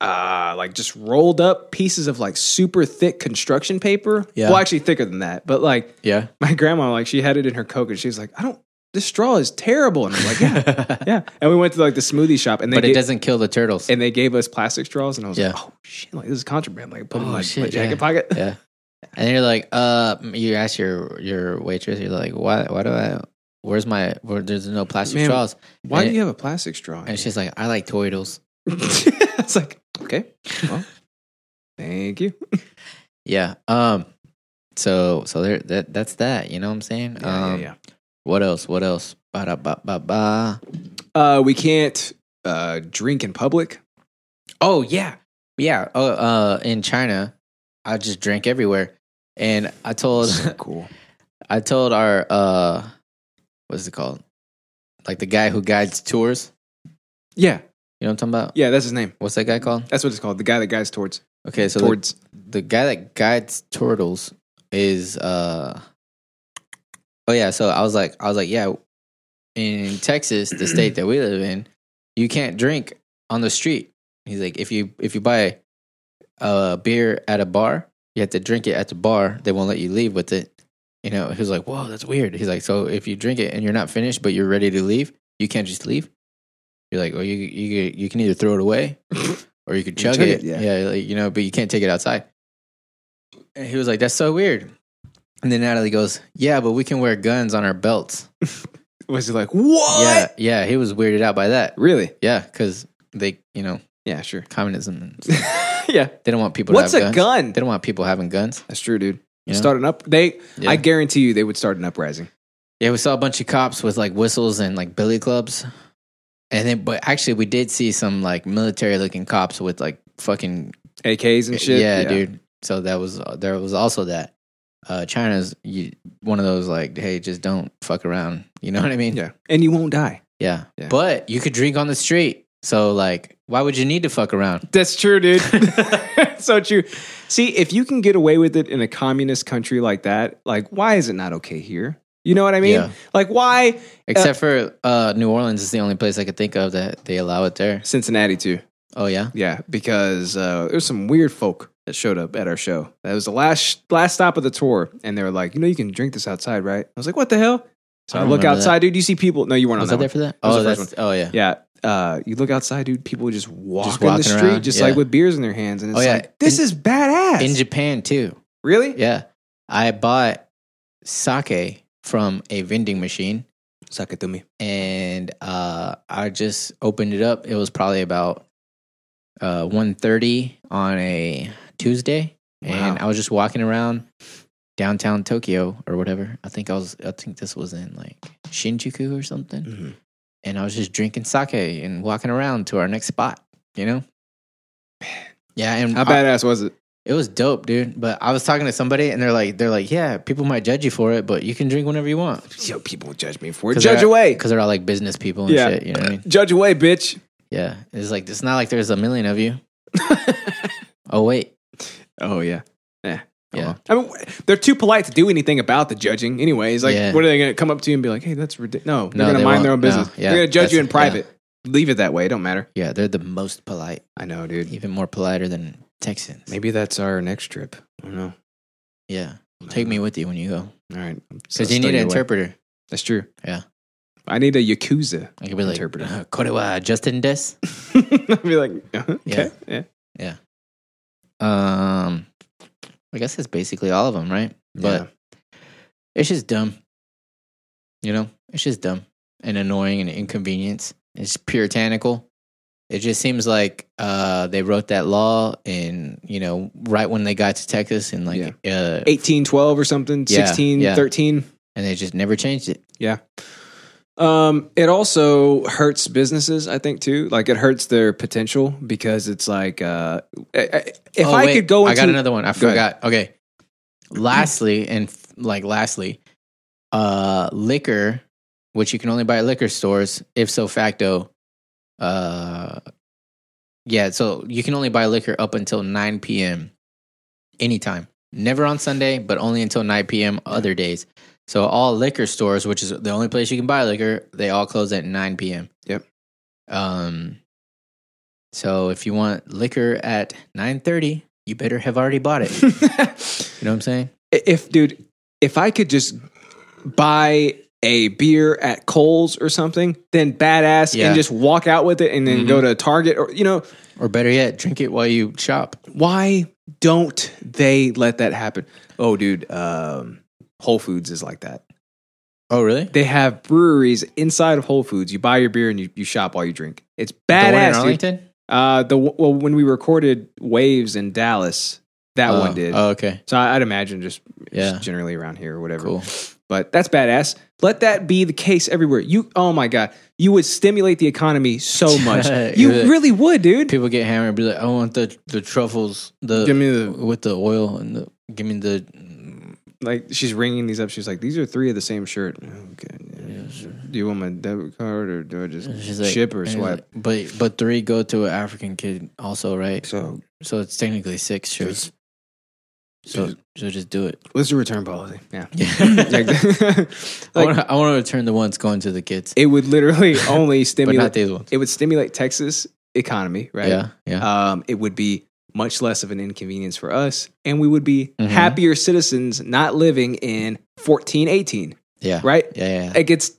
A: uh like just rolled up pieces of like super thick construction paper
B: Yeah.
A: well actually thicker than that but like
B: yeah.
A: my grandma like she had it in her coke and she was like i don't this straw is terrible and i'm like yeah yeah and we went to like the smoothie shop and they
B: but it
A: ga-
B: doesn't kill the turtles.
A: and they gave us plastic straws and i was
B: Yeah.
A: like oh shit like this is contraband like put it in my, my
B: Oh, shit,
A: jacket
B: yeah.
A: pocket
B: yeah. And you're like, uh, you ask your your waitress, you're like, why why do I? Where's my? Where, there's no plastic
A: Man,
B: straws.
A: why
B: And
A: do you have a plastic straw
B: And she's like, I like turtles.
A: it's like okay well thank you
B: Yeah. Um. So so there that that's that. You know what I'm saying?
A: Yeah, yeah,
B: um,
A: yeah.
B: What else? What else? Ba da ba ba ba.
A: Uh, we can't uh, drink in public.
B: Oh yeah, yeah. Oh, uh, in China, I just drank everywhere, and I told
A: so cool.
B: I told our uh, what's it called? Like the guy who guides tours.
A: Yeah,
B: You know what I'm talking about?
A: yeah, that's his name.
B: What's that guy called?
A: That's what it's called. The guy that guides towards
B: Okay, so the,
A: towards.
B: the guy that guides turtles is uh. Oh yeah, so I was like, I was like, yeah, in Texas, the state that we live in, you can't drink on the street. He's like, if you if you buy a beer at a bar, you have to drink it at the bar. They won't let you leave with it. You know, he was like, whoa, that's weird. He's like, so if you drink it and you're not finished, but you're ready to leave, you can't just leave. You're like, well, you you you can either throw it away or you could chug,
A: chug
B: it.
A: it, yeah.
B: Yeah, like, you know, but you can't take it outside. And he was like, that's so weird. And then Natalie goes, yeah, but we can wear guns on our belts.
A: Was he like what?
B: Yeah, yeah, he was weirded out by that.
A: Really?
B: Yeah, because they, you know,
A: Yeah, sure.
B: communism. and stuff.
A: yeah.
B: They don't want people.
A: What's
B: to
A: a
B: have guns.
A: gun?
B: They don't want people having guns.
A: That's true, dude.
B: Yeah.
A: Start an up. They,
B: Yeah.
A: I guarantee you, they would start an uprising.
B: Yeah, we saw a bunch of cops with like whistles and like billy clubs, and then but actually we did see some like military looking cops with like fucking
A: AKs and shit.
B: Yeah, dude. So that was uh, there was also that. Uh, China's you, one of those like, hey, just don't fuck around. You know what I mean?
A: Yeah, and you won't die.
B: Yeah.
A: Yeah.
B: But you could drink on the street. So like, why would you need to fuck around?
A: That's true, dude. so true. See, if you can get away with it in a communist country like that, like why is it not okay here? You know what I mean?
B: Yeah.
A: Like why
B: Except for uh, New Orleans is the only place I could think of that they allow it there.
A: Cincinnati too?
B: Oh yeah,
A: Yeah, because uh, there's some weird folk that showed up at our show. That was the last last stop of the tour, and they were like, "You know, you can drink this outside, right?" I was like, "What the hell?" So
B: I
A: I,
B: don't
A: look
B: remember that.
A: outside, dude. You see people? No, you weren't
B: was I
A: on that.
B: there
A: one.
B: for that?
A: That was
B: oh,
A: the first
B: that's, oh yeah.
A: Yeah. Uh, you look outside, dude. People would just walk
B: Just
A: in the
B: walking
A: street,
B: around,
A: just
B: yeah.
A: like with beers in their hands, and it's
B: Oh, yeah.
A: like, this
B: In-
A: is badass.
B: In Japan too.
A: really?
B: Yeah, I bought sake from a vending machine,
A: Suck it to me.
B: and uh, I just opened it up. It was probably about uh, 1.30 on a Tuesday, and
A: Wow.
B: I was just walking around downtown Tokyo or whatever. I think I was. I think this was in like Shinjuku or something.
A: Mhm.
B: and I was just drinking sake and walking around to our next spot, you know? Yeah, and
A: How
B: I-
A: badass was it?
B: it was dope, dude. But I was talking to somebody and they're like, they're like, yeah, people might judge you for it, but you can drink whenever you want.
A: Yo, people would judge me for it.
B: 'Cause
A: Judge
B: they're-
A: away.
B: Cause they're all like business people and
A: Yeah.
B: shit, you know what I mean?
A: Judge away, bitch.
B: Yeah. It's like, it's not like there's a million of you. oh, wait.
A: Oh yeah. Yeah.
B: Yeah.
A: Yeah. I mean, wh- they're too polite to do anything about the judging. Anyways, like,
B: Yeah.
A: what are they going to come up to you and be like, "Hey, that's ridiculous"? No, they're
B: No,
A: going to
B: they
A: mind their own
B: won't. No,
A: business.
B: yeah,
A: they're going to judge you in
B: that's- yeah.
A: private. Leave it that way. It don't matter.
B: Yeah, they're the most polite,
A: I know, dude.
B: even more politer than Texans.
A: Maybe that's our next trip. I don't know.
B: Yeah. Take me with you when you go.
A: All right. So
B: Cause you
A: stay
B: need an
A: your way.
B: interpreter.
A: That's true.
B: Yeah.
A: I need a yakuza.
B: I could be like,
A: Interpreter.
B: uh, Korewa, Justin Des.
A: I'd be like, okay,
B: Yeah.
A: yeah.
B: Um, I guess that's basically all of them, right? But it's just dumb. You know, it's just dumb and annoying and inconvenience. It's puritanical. It just seems like uh, they wrote that law, and you know, right when they got to Texas, and like, uh,
A: eighteen, twelve, or something,
B: Yeah,
A: sixteen,
B: yeah.
A: thirteen.
B: and they just never changed it.
A: Um, it also hurts businesses, I think, too. Like it hurts their potential because it's like, uh, I- I- if
B: Oh,
A: I
B: wait,
A: could go
B: I
A: into,
B: got another one. I
A: Go ahead.
B: forgot. Okay. lastly, and f- like lastly, uh, liquor, which you can only buy at liquor stores, if so facto, uh, yeah. So you can only buy liquor up until nine p.m. anytime. Never on Sunday, but only until nine p.m. other days. So all liquor stores, which is the only place you can buy liquor, they all close at nine p.m.
A: Yep.
B: Um. So if you want liquor at nine thirty, you better have already bought it. You know what I'm saying?
A: if dude, if I could just buy a beer at Kohl's or something, then badass,
B: Yeah. Mm-hmm.
A: and just walk out with it, and then go to Target or you know,
B: Or better yet, drink it while you shop.
A: why don't they let that happen? Oh, dude, um, Whole Foods is like that.
B: Oh, really?
A: They have breweries inside of Whole Foods. You buy your beer and you, you shop while you drink. It's
B: the one in
A: badass. dude.
B: Arlington?
A: Uh, the well, when we recorded Waves in Dallas, that
B: oh,
A: one did.
B: Oh, okay.
A: so I- I'd imagine just,
B: Yeah.
A: just generally around here or whatever.
B: Cool.
A: But that's badass. Let that be the case everywhere. You, oh my god, you would stimulate the economy so much. you
B: Yeah.
A: really would, dude.
B: People get hammered and be like, I want the, the truffles the,
A: Give me the
B: with the oil and the, give me the,
A: like she's ringing these up. She's like, these are three of the same shirt. Oh, Okay. Do you want my debit card or do I just
B: she's like,
A: ship or
B: and he's
A: swipe?
B: like, but, but three go to an African kid also, right?
A: So
B: So it's technically six shirts. So, so just do it.
A: what's the return policy? Yeah.
B: Yeah.
A: like,
B: I
A: like,
B: want to I wanna return the ones going to the kids,
A: it would literally only
B: but not
A: stimulate.
B: these ones.
A: it would stimulate Texas economy, right?
B: Yeah. Yeah.
A: Um, it would be much less of an inconvenience for us, and we would be
B: Mhm.
A: happier citizens not living in fourteen eighteen,
B: yeah.
A: right?
B: Yeah. Yeah.
A: It gets.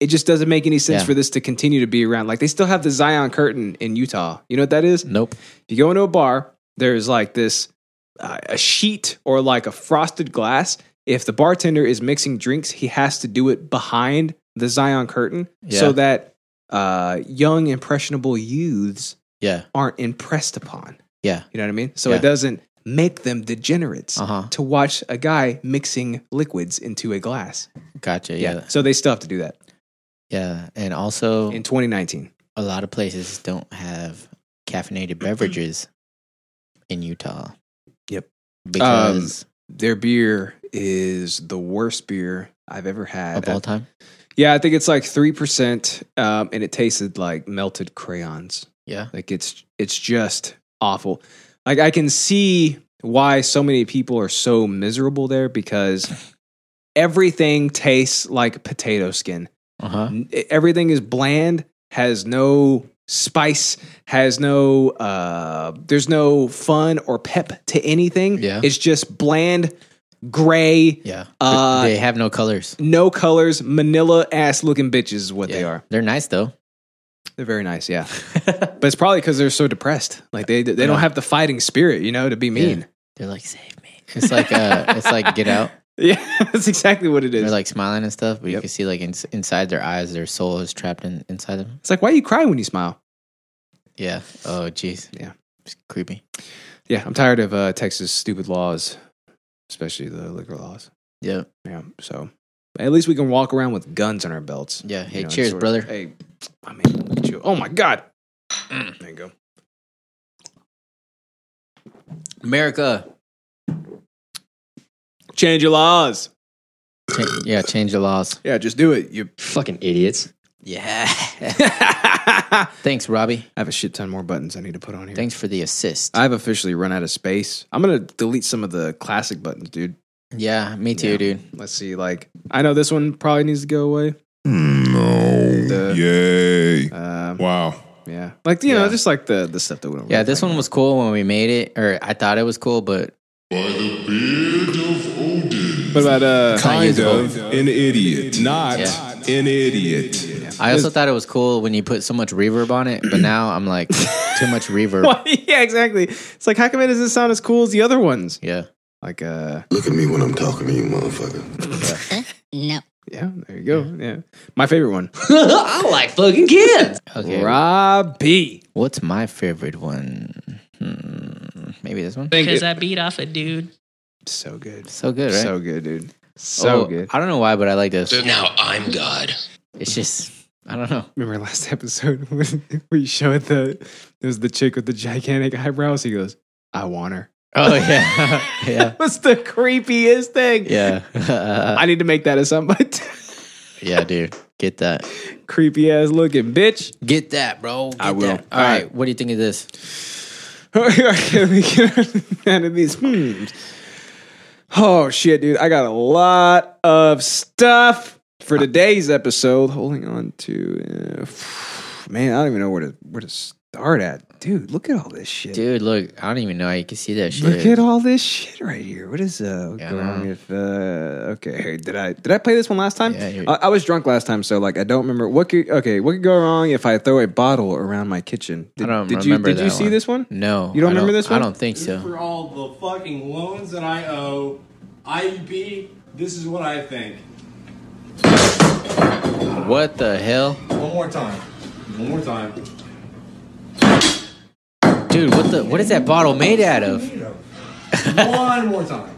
A: It just doesn't make any sense
B: Yeah.
A: for this to continue to be around. Like they still have the Zion Curtain in Utah. You know what that is?
B: Nope.
A: If you go into a bar, there's like this uh, a sheet or like a frosted glass. If the bartender is mixing drinks, he has to do it behind the Zion curtain
B: Yeah.
A: so that uh, young impressionable youths
B: Yeah.
A: aren't impressed upon.
B: Yeah.
A: You know what I mean? So
B: Yeah.
A: it doesn't make them degenerates
B: Uh huh.
A: to watch a guy mixing liquids into a glass.
B: Gotcha. Yeah.
A: So they still have to do that
B: Yeah. And also,
A: in 2019.
B: a lot of places don't have caffeinated beverages in Utah.
A: Yep.
B: Because
A: Their beer is the worst beer I've ever had.
B: of all time.
A: Yeah, I think it's like three percent, um, and it tasted like melted crayons.
B: Yeah.
A: Like it's it's just awful. Like I can see why so many people are so miserable there because everything tastes like potato skin. e,
B: Uh huh.
A: N- Everything is bland, has no spice, has no uh there's no fun or pep to anything.
E: Yeah.
A: It's just bland, gray,
E: Yeah.
A: uh
B: they have no colors.
A: no colors, manila ass looking bitches is what they are.
B: They're nice though.
A: They're very nice, yeah. but it's probably because they're so depressed. Like they they don't have the fighting spirit, you know, to be mean.
B: They're like, save me.
E: It's like uh, it's like Get Out.
A: Yeah, that's exactly what it
B: They're
A: is.
B: like smiling and stuff, but you
A: Yep.
B: can see like ins inside their eyes, their soul is trapped in, inside them.
A: it's like why you cry when you smile.
B: Yeah. Oh, jeez.
A: Yeah.
B: It's creepy.
A: Yeah, I'm tired of uh, Texas stupid laws, especially the liquor laws.
B: Yeah.
A: Yeah, so at least we can walk around with guns on our belts.
B: Yeah. Hey,
A: You know,
B: cheers,
A: sort of-
B: brother.
A: hey, I mean, look at you. Oh my god. there you go.
B: America.
A: Change your laws.
B: Cha- yeah. Change the laws.
A: Yeah, just do it. You.
C: Fucking idiots.
B: Yeah.
A: I
B: Thanks, Robbie.
A: have a shit ton more buttons I need to put on here.
B: Thanks for the assist.
A: I've officially run out of space. I'm gonna delete some of the classic buttons, dude.
B: yeah. Me too,
A: Yeah.
B: dude.
A: Let's see. Like, I know this one probably needs to go away.
F: No.
A: The-
F: Yay.
A: Um,
F: Wow.
A: yeah, like you know,
B: Yeah.
A: just like the the stuff that we don't.
B: Yeah.
A: really
B: This
A: like.
B: one was cool when we made it, or I thought it was cool, but
F: By the beard of Odin.
A: What about uh?
F: Kind of an idiot. Not an idiot.
B: I also thought it was cool when you put so much reverb on it, but now I'm like, too much reverb.
A: Why- yeah, exactly. It's like, how come it doesn't sound as cool as the other ones?
B: Yeah.
A: Like, uh,
G: Look at me when I'm talking to you, motherfucker.
H: No.
A: yeah, there you go. Yeah, my favorite one,
C: I like fucking kids.
B: Okay.
A: Robbie.
B: What's my favorite one? Hmm, maybe this one.
C: Think it-
I: I beat off a dude.
A: So good,
B: So good, right?
A: so good, dude. So
B: Oh,
A: good.
B: I don't know why, but I like this.
C: now I'm God.
B: It's just I don't know.
A: Remember last episode when we showed the it was the chick with the gigantic eyebrows. He goes, "I want her."
B: Oh yeah, yeah,
A: That was the creepiest thing.
B: yeah, Uh,
A: I need to make that as something.
B: yeah, dude. Get that.
A: Creepy ass looking bitch.
B: Get that, bro. Get
A: I will.
B: That. All right. What do you think of this?
A: okay, we get out of these. Hmm. Oh shit, dude! I got a lot of stuff for today's episode. Holding on to, uh, man, I don't even know where to where to start at, dude. Look at all this shit.
B: Dude, look. I don't even know how you can see that shit.
A: Look at all this shit right here. What is uh what's
B: Yeah, I
A: going on
B: know.
A: with, uh okay, here, did I did I play this one last time?
B: Yeah, here-
A: I, I was drunk last time, so like I don't remember what could okay, what could go wrong if I throw a bottle around my kitchen? Did,
B: don't
A: did you
B: remember
A: did you
B: that
A: see
B: one.
A: this one?
B: No,
A: You don't
B: I
A: remember this one?
B: I don't think so.
J: For all the fucking loans that I owe, IEP, this is what I think.
B: What the hell,
J: One more time. One more time.
B: dude? What the? What is that bottle made out of?
J: One more time.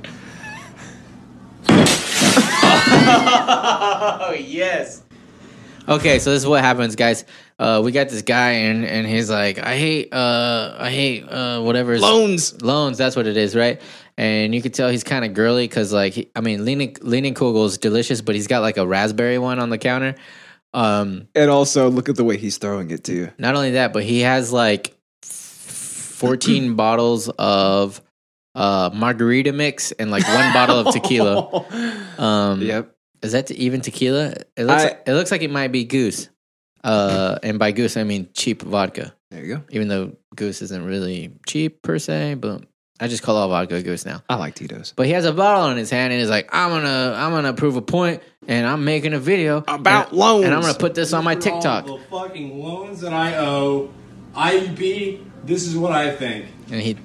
B: Okay, so this is what happens, guys. Uh, we got this guy, and and he's like, I hate, uh, I hate, uh, whatever. is-
A: Loans.
B: loans. That's what it is, right? And you can tell he's kind of girly because, like, he, I mean, leaning leaning Kugel's delicious, but he's got like a raspberry one on the counter. Um,
A: And also look at the way he's throwing it too.
B: not only that, but he has like fourteen bottles of uh margarita mix and like one bottle of tequila. Um,
A: Yep.
B: is that even tequila? It looks
A: I-
B: like, it looks like it might be goose. Uh, and by goose I mean cheap vodka.
A: There you go.
B: Even though goose isn't really cheap per se, but I just call all vodka goose now.
A: I like Tito's.
B: But he has a bottle in his hand and he's like, I'm gonna I'm gonna prove a point and I'm making a video
A: About
B: and,
A: loans.
B: And I'm gonna put this on my
J: For All
B: TikTok.
J: the fucking loans that I owe, IEP, this is what I think.
B: And he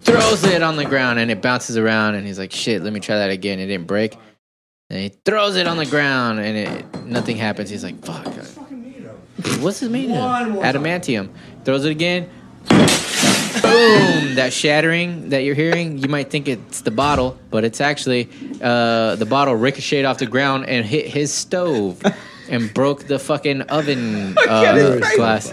B: throws it on the ground and it bounces around and he's like, Shit, let me try that again. It didn't break. And he throws it on the ground and it nothing happens. He's like, Fuck. What's his meaning?
J: One more time.
B: Adamantium. Throws it again. Boom! That shattering that you're hearing, you might think it's the bottle, but it's actually uh, the bottle ricocheted off the ground and hit his stove and broke the fucking oven uh, glass.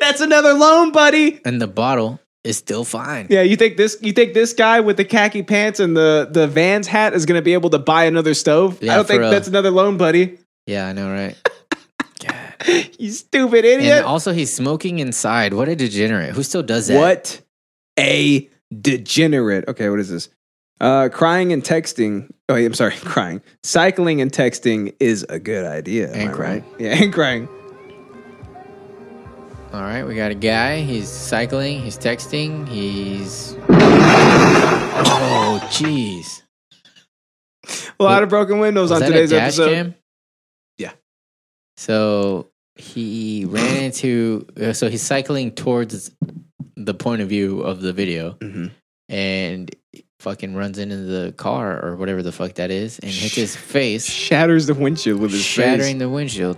A: That's another loan, buddy.
B: And the bottle is still fine.
A: Yeah, you think this you think this guy with the khaki pants and the the Vans hat is gonna be able to buy another stove?
B: Yeah,
A: I don't
B: for
A: think
B: real.
A: that's another loan, buddy.
B: Yeah, I know, right?
A: You stupid
B: And
A: idiot.
B: also, he's smoking inside. What a degenerate! Who still does that?
A: What a degenerate. Okay, what is this? Uh, crying and texting. Oh, yeah, I'm sorry, crying. Cycling and texting is a good idea. am
B: And
A: I
B: crying.
A: Right? Yeah, and crying.
B: All right, we got a guy. He's cycling. He's texting. He's. Oh, jeez.
A: A lot of broken windows on
B: Was that a
A: today's
B: dash
A: episode.
B: cam?
A: Yeah.
B: So he ran into. uh, So he's cycling towards the point of view of the video,
A: Mhm.
B: and fucking runs into the car or whatever the fuck that is, and hits his face.
A: Shatters the windshield with his
B: shattering
A: face.
B: the windshield.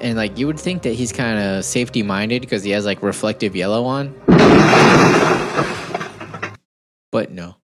B: And like you would think that he's kind of safety minded because he has like reflective yellow on. But no.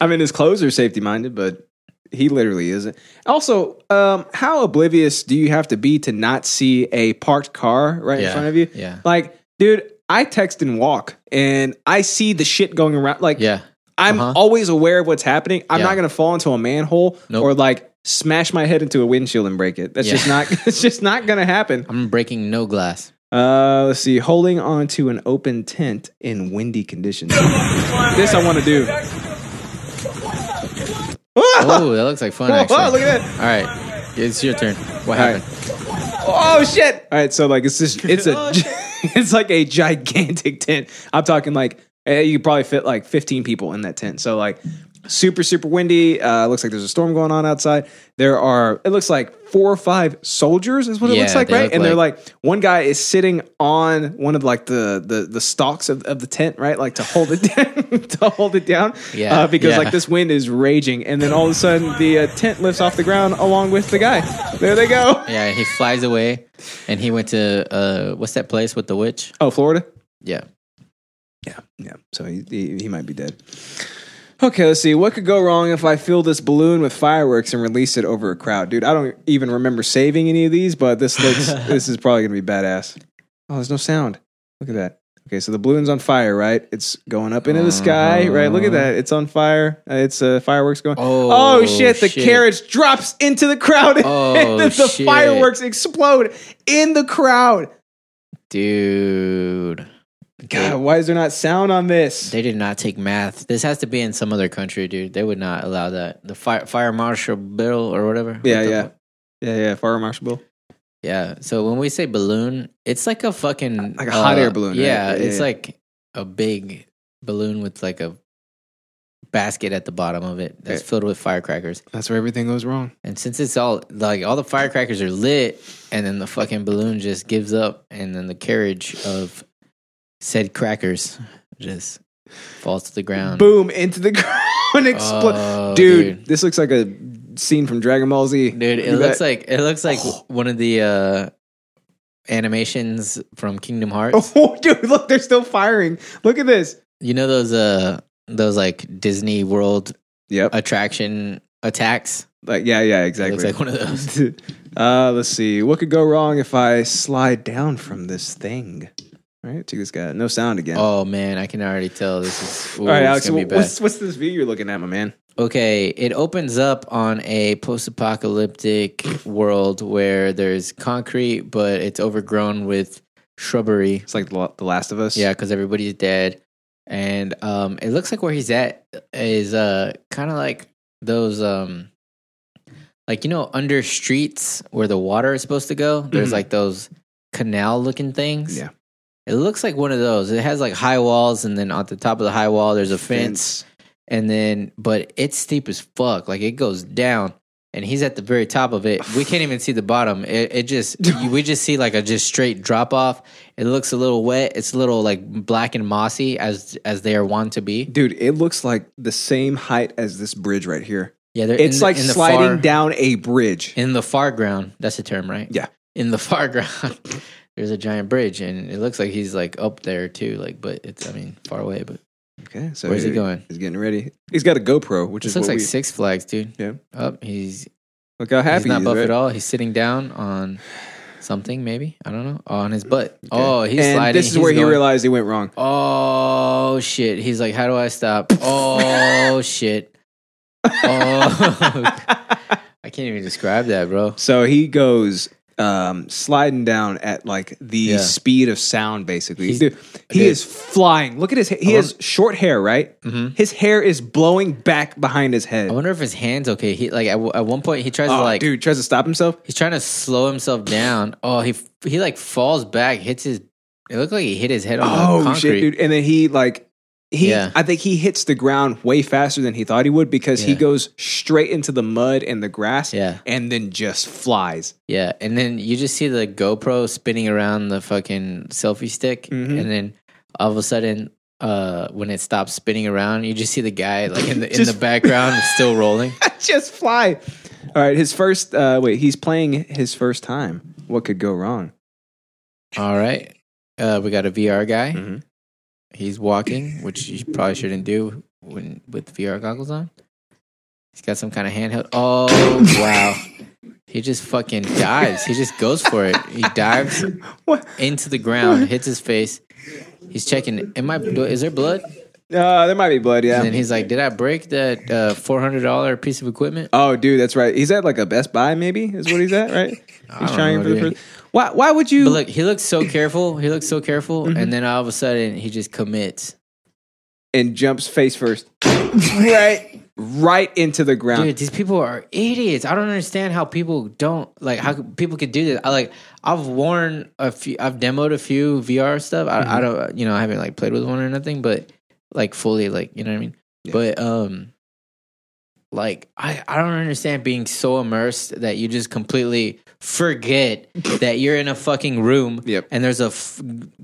A: I mean, his clothes are safety minded, but he literally isn't. Also, um, how oblivious do you have to be to not see a parked car right in
B: Yeah,
A: front of you?
B: yeah.
A: Like, dude, I text and walk, and I see the shit going around. Like,
B: Yeah.
A: I'm
B: Uh-huh.
A: always aware of what's happening. I'm
B: Yeah.
A: not gonna fall into a manhole
B: Nope.
A: or like smash my head into a windshield and break it. That's
B: Yeah.
A: just not. it's just not gonna happen.
B: I'm breaking no glass.
A: Uh, let's see. Holding on to an open tent in windy conditions. this I want to do.
B: Oh, that looks like fun
A: Whoa,
B: actually.
A: whoa, look at that.
B: All right. It's your turn. What
A: All
B: happened?
A: right. Oh shit! All right, so like it's just it's
B: Oh,
A: a it's like a gigantic tent. I'm talking like eh, you could probably fit like 15 people in that tent. So like super super windy. Uh, looks like there's a storm going on outside. There are it looks like four or five soldiers is what it
B: Yeah,
A: looks like,
B: they
A: right?
B: look
A: and they're like one guy is sitting on one of like the the the stalks of, of the tent, right? Like to hold it down, to hold it down.
B: Yeah,
A: uh, because
B: yeah.
A: like this wind is raging, and then all of a sudden the uh, tent lifts off the ground along with the guy. There they go.
B: Yeah, he flies away and he went to uh what's that place with the witch?
A: Oh, Florida.
B: Yeah.
A: Yeah, yeah. So he, he he might be dead. Okay, let's see. What could go wrong if I fill this balloon with fireworks and release it over a crowd, dude? I don't even remember saving any of these, but this looks this is probably gonna be badass. Oh, there's no sound. Look at that. Okay, so the balloon's on fire, right? It's going up into the sky, right? Look at that. It's on fire. Uh, It's uh, fireworks going.
B: Uh-huh. Oh,
A: shit! The
B: shit.
A: carriage drops into the crowd,
B: Oh,
A: and the
B: shit.
A: fireworks explode in the crowd.
B: Dude.
A: God, why is there not sound on this?
B: They did not take math. This has to be in some other country, dude. They would not allow that. The fire, fire marshal bill or whatever.
A: Yeah,
B: What the
A: yeah.
B: fuck?
A: Yeah, yeah, fire marshal bill.
B: yeah. So when we say balloon, it's like a fucking uh,
A: Like a hot air balloon, right?
B: Yeah,
A: Yeah,
B: it's
A: yeah.
B: like a big balloon with like a basket at the bottom of it that's
A: Right.
B: filled with firecrackers.
A: That's where everything goes wrong.
B: And since it's all like all the firecrackers are lit, and then the fucking balloon just gives up, and then the carriage of said crackers just falls to the ground.
A: Boom into the ground, explode.
B: Oh,
A: dude, this looks like a scene from Dragon Ball Z.
B: Dude, it
A: You Oh.
B: looks
A: got-
B: like it looks like one of the uh animations from Kingdom Hearts.
A: Oh, dude, look, they're still firing. Look at this.
B: You know those uh those like Disney World
A: Yep.
B: attraction attacks?
A: Like, yeah, yeah,
B: It
A: exactly.
B: looks like one of those.
A: uh, let's see. What could go wrong if I slide down from this thing? All right, take this guy. No sound again.
B: Oh man, I can already tell this is ooh,
A: All right,
B: it's
A: Alex,
B: gonna be
A: wh-
B: bad.
A: what's, what's this view you're looking at, my man?
B: Okay, it opens up on a post apocalyptic world where there's concrete, but it's overgrown with shrubbery.
A: It's like The The Last of Us.
B: Yeah, because everybody's dead, and um, it looks like where he's at is uh kind of like those um, like you know under streets where the water is supposed to go. There's
A: Mhm.
B: like those canal looking things.
A: Yeah.
B: It looks like one of those. It has like high walls, and then at the top of the high wall, there's a fence, and then but it's steep as fuck. Like it goes down, and he's at the very top of it. We can't even see the bottom. It, it just we just see like a just straight drop off. It looks a little wet. It's a little like black and mossy as as they are wont to be.
A: Dude, it looks like the same height as this bridge right here.
B: Yeah, they're
A: It's
B: in the-
A: like
B: in the
A: sliding
B: far-
A: down a bridge.
B: in the far ground. That's the term, right?
A: Yeah.
B: In the far ground, there's a giant bridge, and it looks like he's like up there too. Like, but it's I mean far away, but
A: Okay, so
B: Where's he going?
A: He's getting ready. He's got a GoPro, which
B: this
A: is
B: looks
A: what
B: like
A: we-
B: Six Flags, dude.
A: Yeah.
B: Up, he's
A: Look how happy
B: he's not
A: he is,
B: buff
A: right?
B: at all. He's sitting down on something, maybe I don't know, on his butt. Oh, he's
A: and
B: sliding.
A: this is
B: he's
A: where he
B: going.
A: realized he went wrong.
B: Oh shit! He's like, how do I stop? Oh shit! Oh, I can't even describe that, bro.
A: So he goes um, sliding down at like the
B: Yeah.
A: speed of sound, basically.
B: He's-
A: Dude, he
B: dude.
A: is flying. Look at his. ha- He
B: I
A: has short hair, right?
B: Mhm.
A: His hair is blowing back behind his head.
B: I wonder if his hands okay. He like at, at one point he tries
A: oh,
B: to like
A: dude, tries to stop himself.
B: he's trying to slow himself down. Oh, he he like falls back, hits his It looked like he hit his head on the
A: Oh
B: Uh, concrete.
A: shit, dude! And then he like he,
B: Yeah.
A: I think he hits the ground way faster than he thought he would because he
B: Yeah.
A: goes straight into the mud and the grass,
B: Yeah.
A: and then just flies.
B: Yeah, and then you just see the GoPro spinning around the fucking selfie stick,
A: Mhm.
B: and then all of a sudden, uh, when it stops spinning around, you just see the guy like in the in
A: Just-
B: the background still rolling.
A: just fly. All right, his first. Uh, wait, he's playing his first time. What could go wrong?
B: All right, uh, we got a VR guy.
A: Mhm.
B: He's walking, which you probably shouldn't do when with VR goggles on. He's got some kind of handheld. Oh wow. He just fucking dives. He just goes for it. He dives
A: What?
B: into the ground, hits his face. He's checking. Am I? Is there blood?
A: Uh, there might be blood. Yeah.
B: And then he's like, "Did I break that uh, four hundred dollar piece of equipment?"
A: oh, dude, that's right. He's at like a Best Buy, maybe is what he's at, right? he's
B: don't
A: trying
B: know,
A: for the
B: dude.
A: first. Why? Why would you?
B: But look, he looks so careful. He looks so careful, and then all of a sudden, he just commits.
A: and jumps face first, right, right into the ground.
B: Dude, these people are idiots. I don't understand how people don't like how people could do this. I like I've worn a few, I've demoed a few VR stuff. I, I don't, you know, I haven't like played with one or nothing, but like fully, like you know what I mean. But um, like I I don't understand being so immersed that you just completely forget that you're in a fucking room.
A: Yep.
B: And there's a f-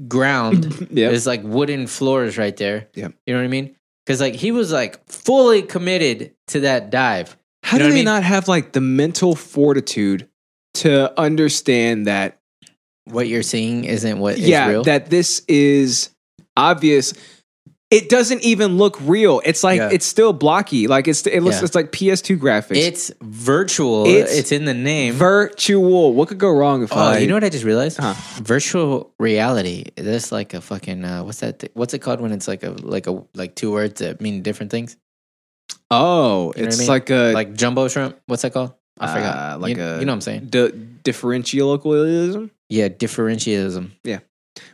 B: ground.
A: Yep.
B: There's like wooden floors right there.
A: Yep.
B: You know what I mean? Because like he was like fully committed to that dive.
A: How
B: You know
A: do
B: what I
A: they
B: mean?
A: not have like the mental fortitude to understand that?
B: What you're seeing isn't what is
A: yeah,
B: real.
A: that this is obvious. It doesn't even look real. It's like
B: Yeah.
A: it's still blocky. Like it's it looks
B: Yeah.
A: it's like PS2 graphics.
B: it's virtual.
A: It's uh,
B: It's, in the name.
A: virtual. What could go wrong if
B: oh,
A: I?
B: you know what I just realized?
A: Huh.
B: Virtual reality. That's like a fucking uh, what's that? thi- what's it called when it's like a like a like two words that mean different things?
A: oh,
B: You know what
A: it's
B: I mean?
A: like a like
B: like jumbo shrimp. What's that called? I forgot.
A: Uh, like
B: you,
A: a-
B: you know what I'm saying?
A: di- differentialism.
B: Yeah, differentialism.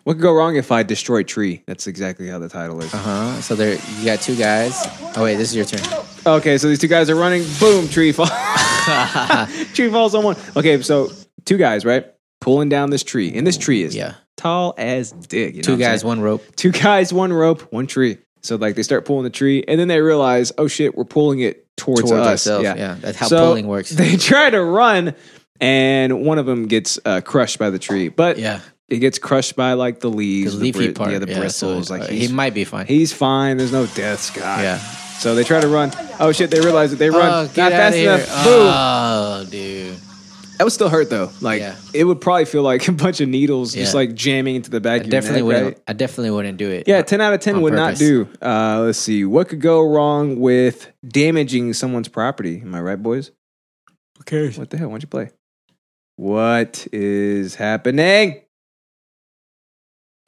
A: What could go wrong if I destroy tree? That's exactly how the title is.
B: Uh huh. So there, you got two guys. Oh wait, this is your turn.
A: Okay, so these two guys are running. Boom, tree falls. tree falls on one. Okay, so two guys, right? Pulling down this tree. And this tree is
B: Yeah,
A: tall as dick. you know
B: two
A: what I'm
B: guys,
A: saying?
B: one rope.
A: Two guys, one rope, one tree. So like they start pulling the tree and then they realize, oh shit, we're pulling it towards,
B: towards
A: us.
B: ourselves. Yeah. that's how
A: So
B: pulling works.
A: They try to run and one of them gets uh, crushed by the tree. But
B: yeah,
A: it gets crushed by like the leaves,
B: the leafy
A: bri-
B: part.
A: yeah, the
B: yeah, so
A: bristles. like
B: uh,
A: he's,
B: he might be fine.
A: he's fine. There's no death, Scott.
B: yeah,
A: So they try to run. Oh shit! They realize that they run
B: Oh,
A: not
B: get outta
A: fast
B: here.
A: enough. Boom!
B: Oh, dude,
A: That would still hurt though. Like
B: Yeah.
A: it would probably feel like a bunch of needles just
B: Yeah.
A: like jamming into the back.
B: I
A: of your
B: definitely
A: neck,
B: wouldn't.
A: right?
B: I definitely wouldn't do it. Oh,
A: Yeah, ten out of ten
B: On
A: would
B: purpose.
A: not do. Uh, let's see, what could go wrong with damaging someone's property? Am I right, boys?
B: Who cares?
A: What the hell? Why'd you play? What is happening?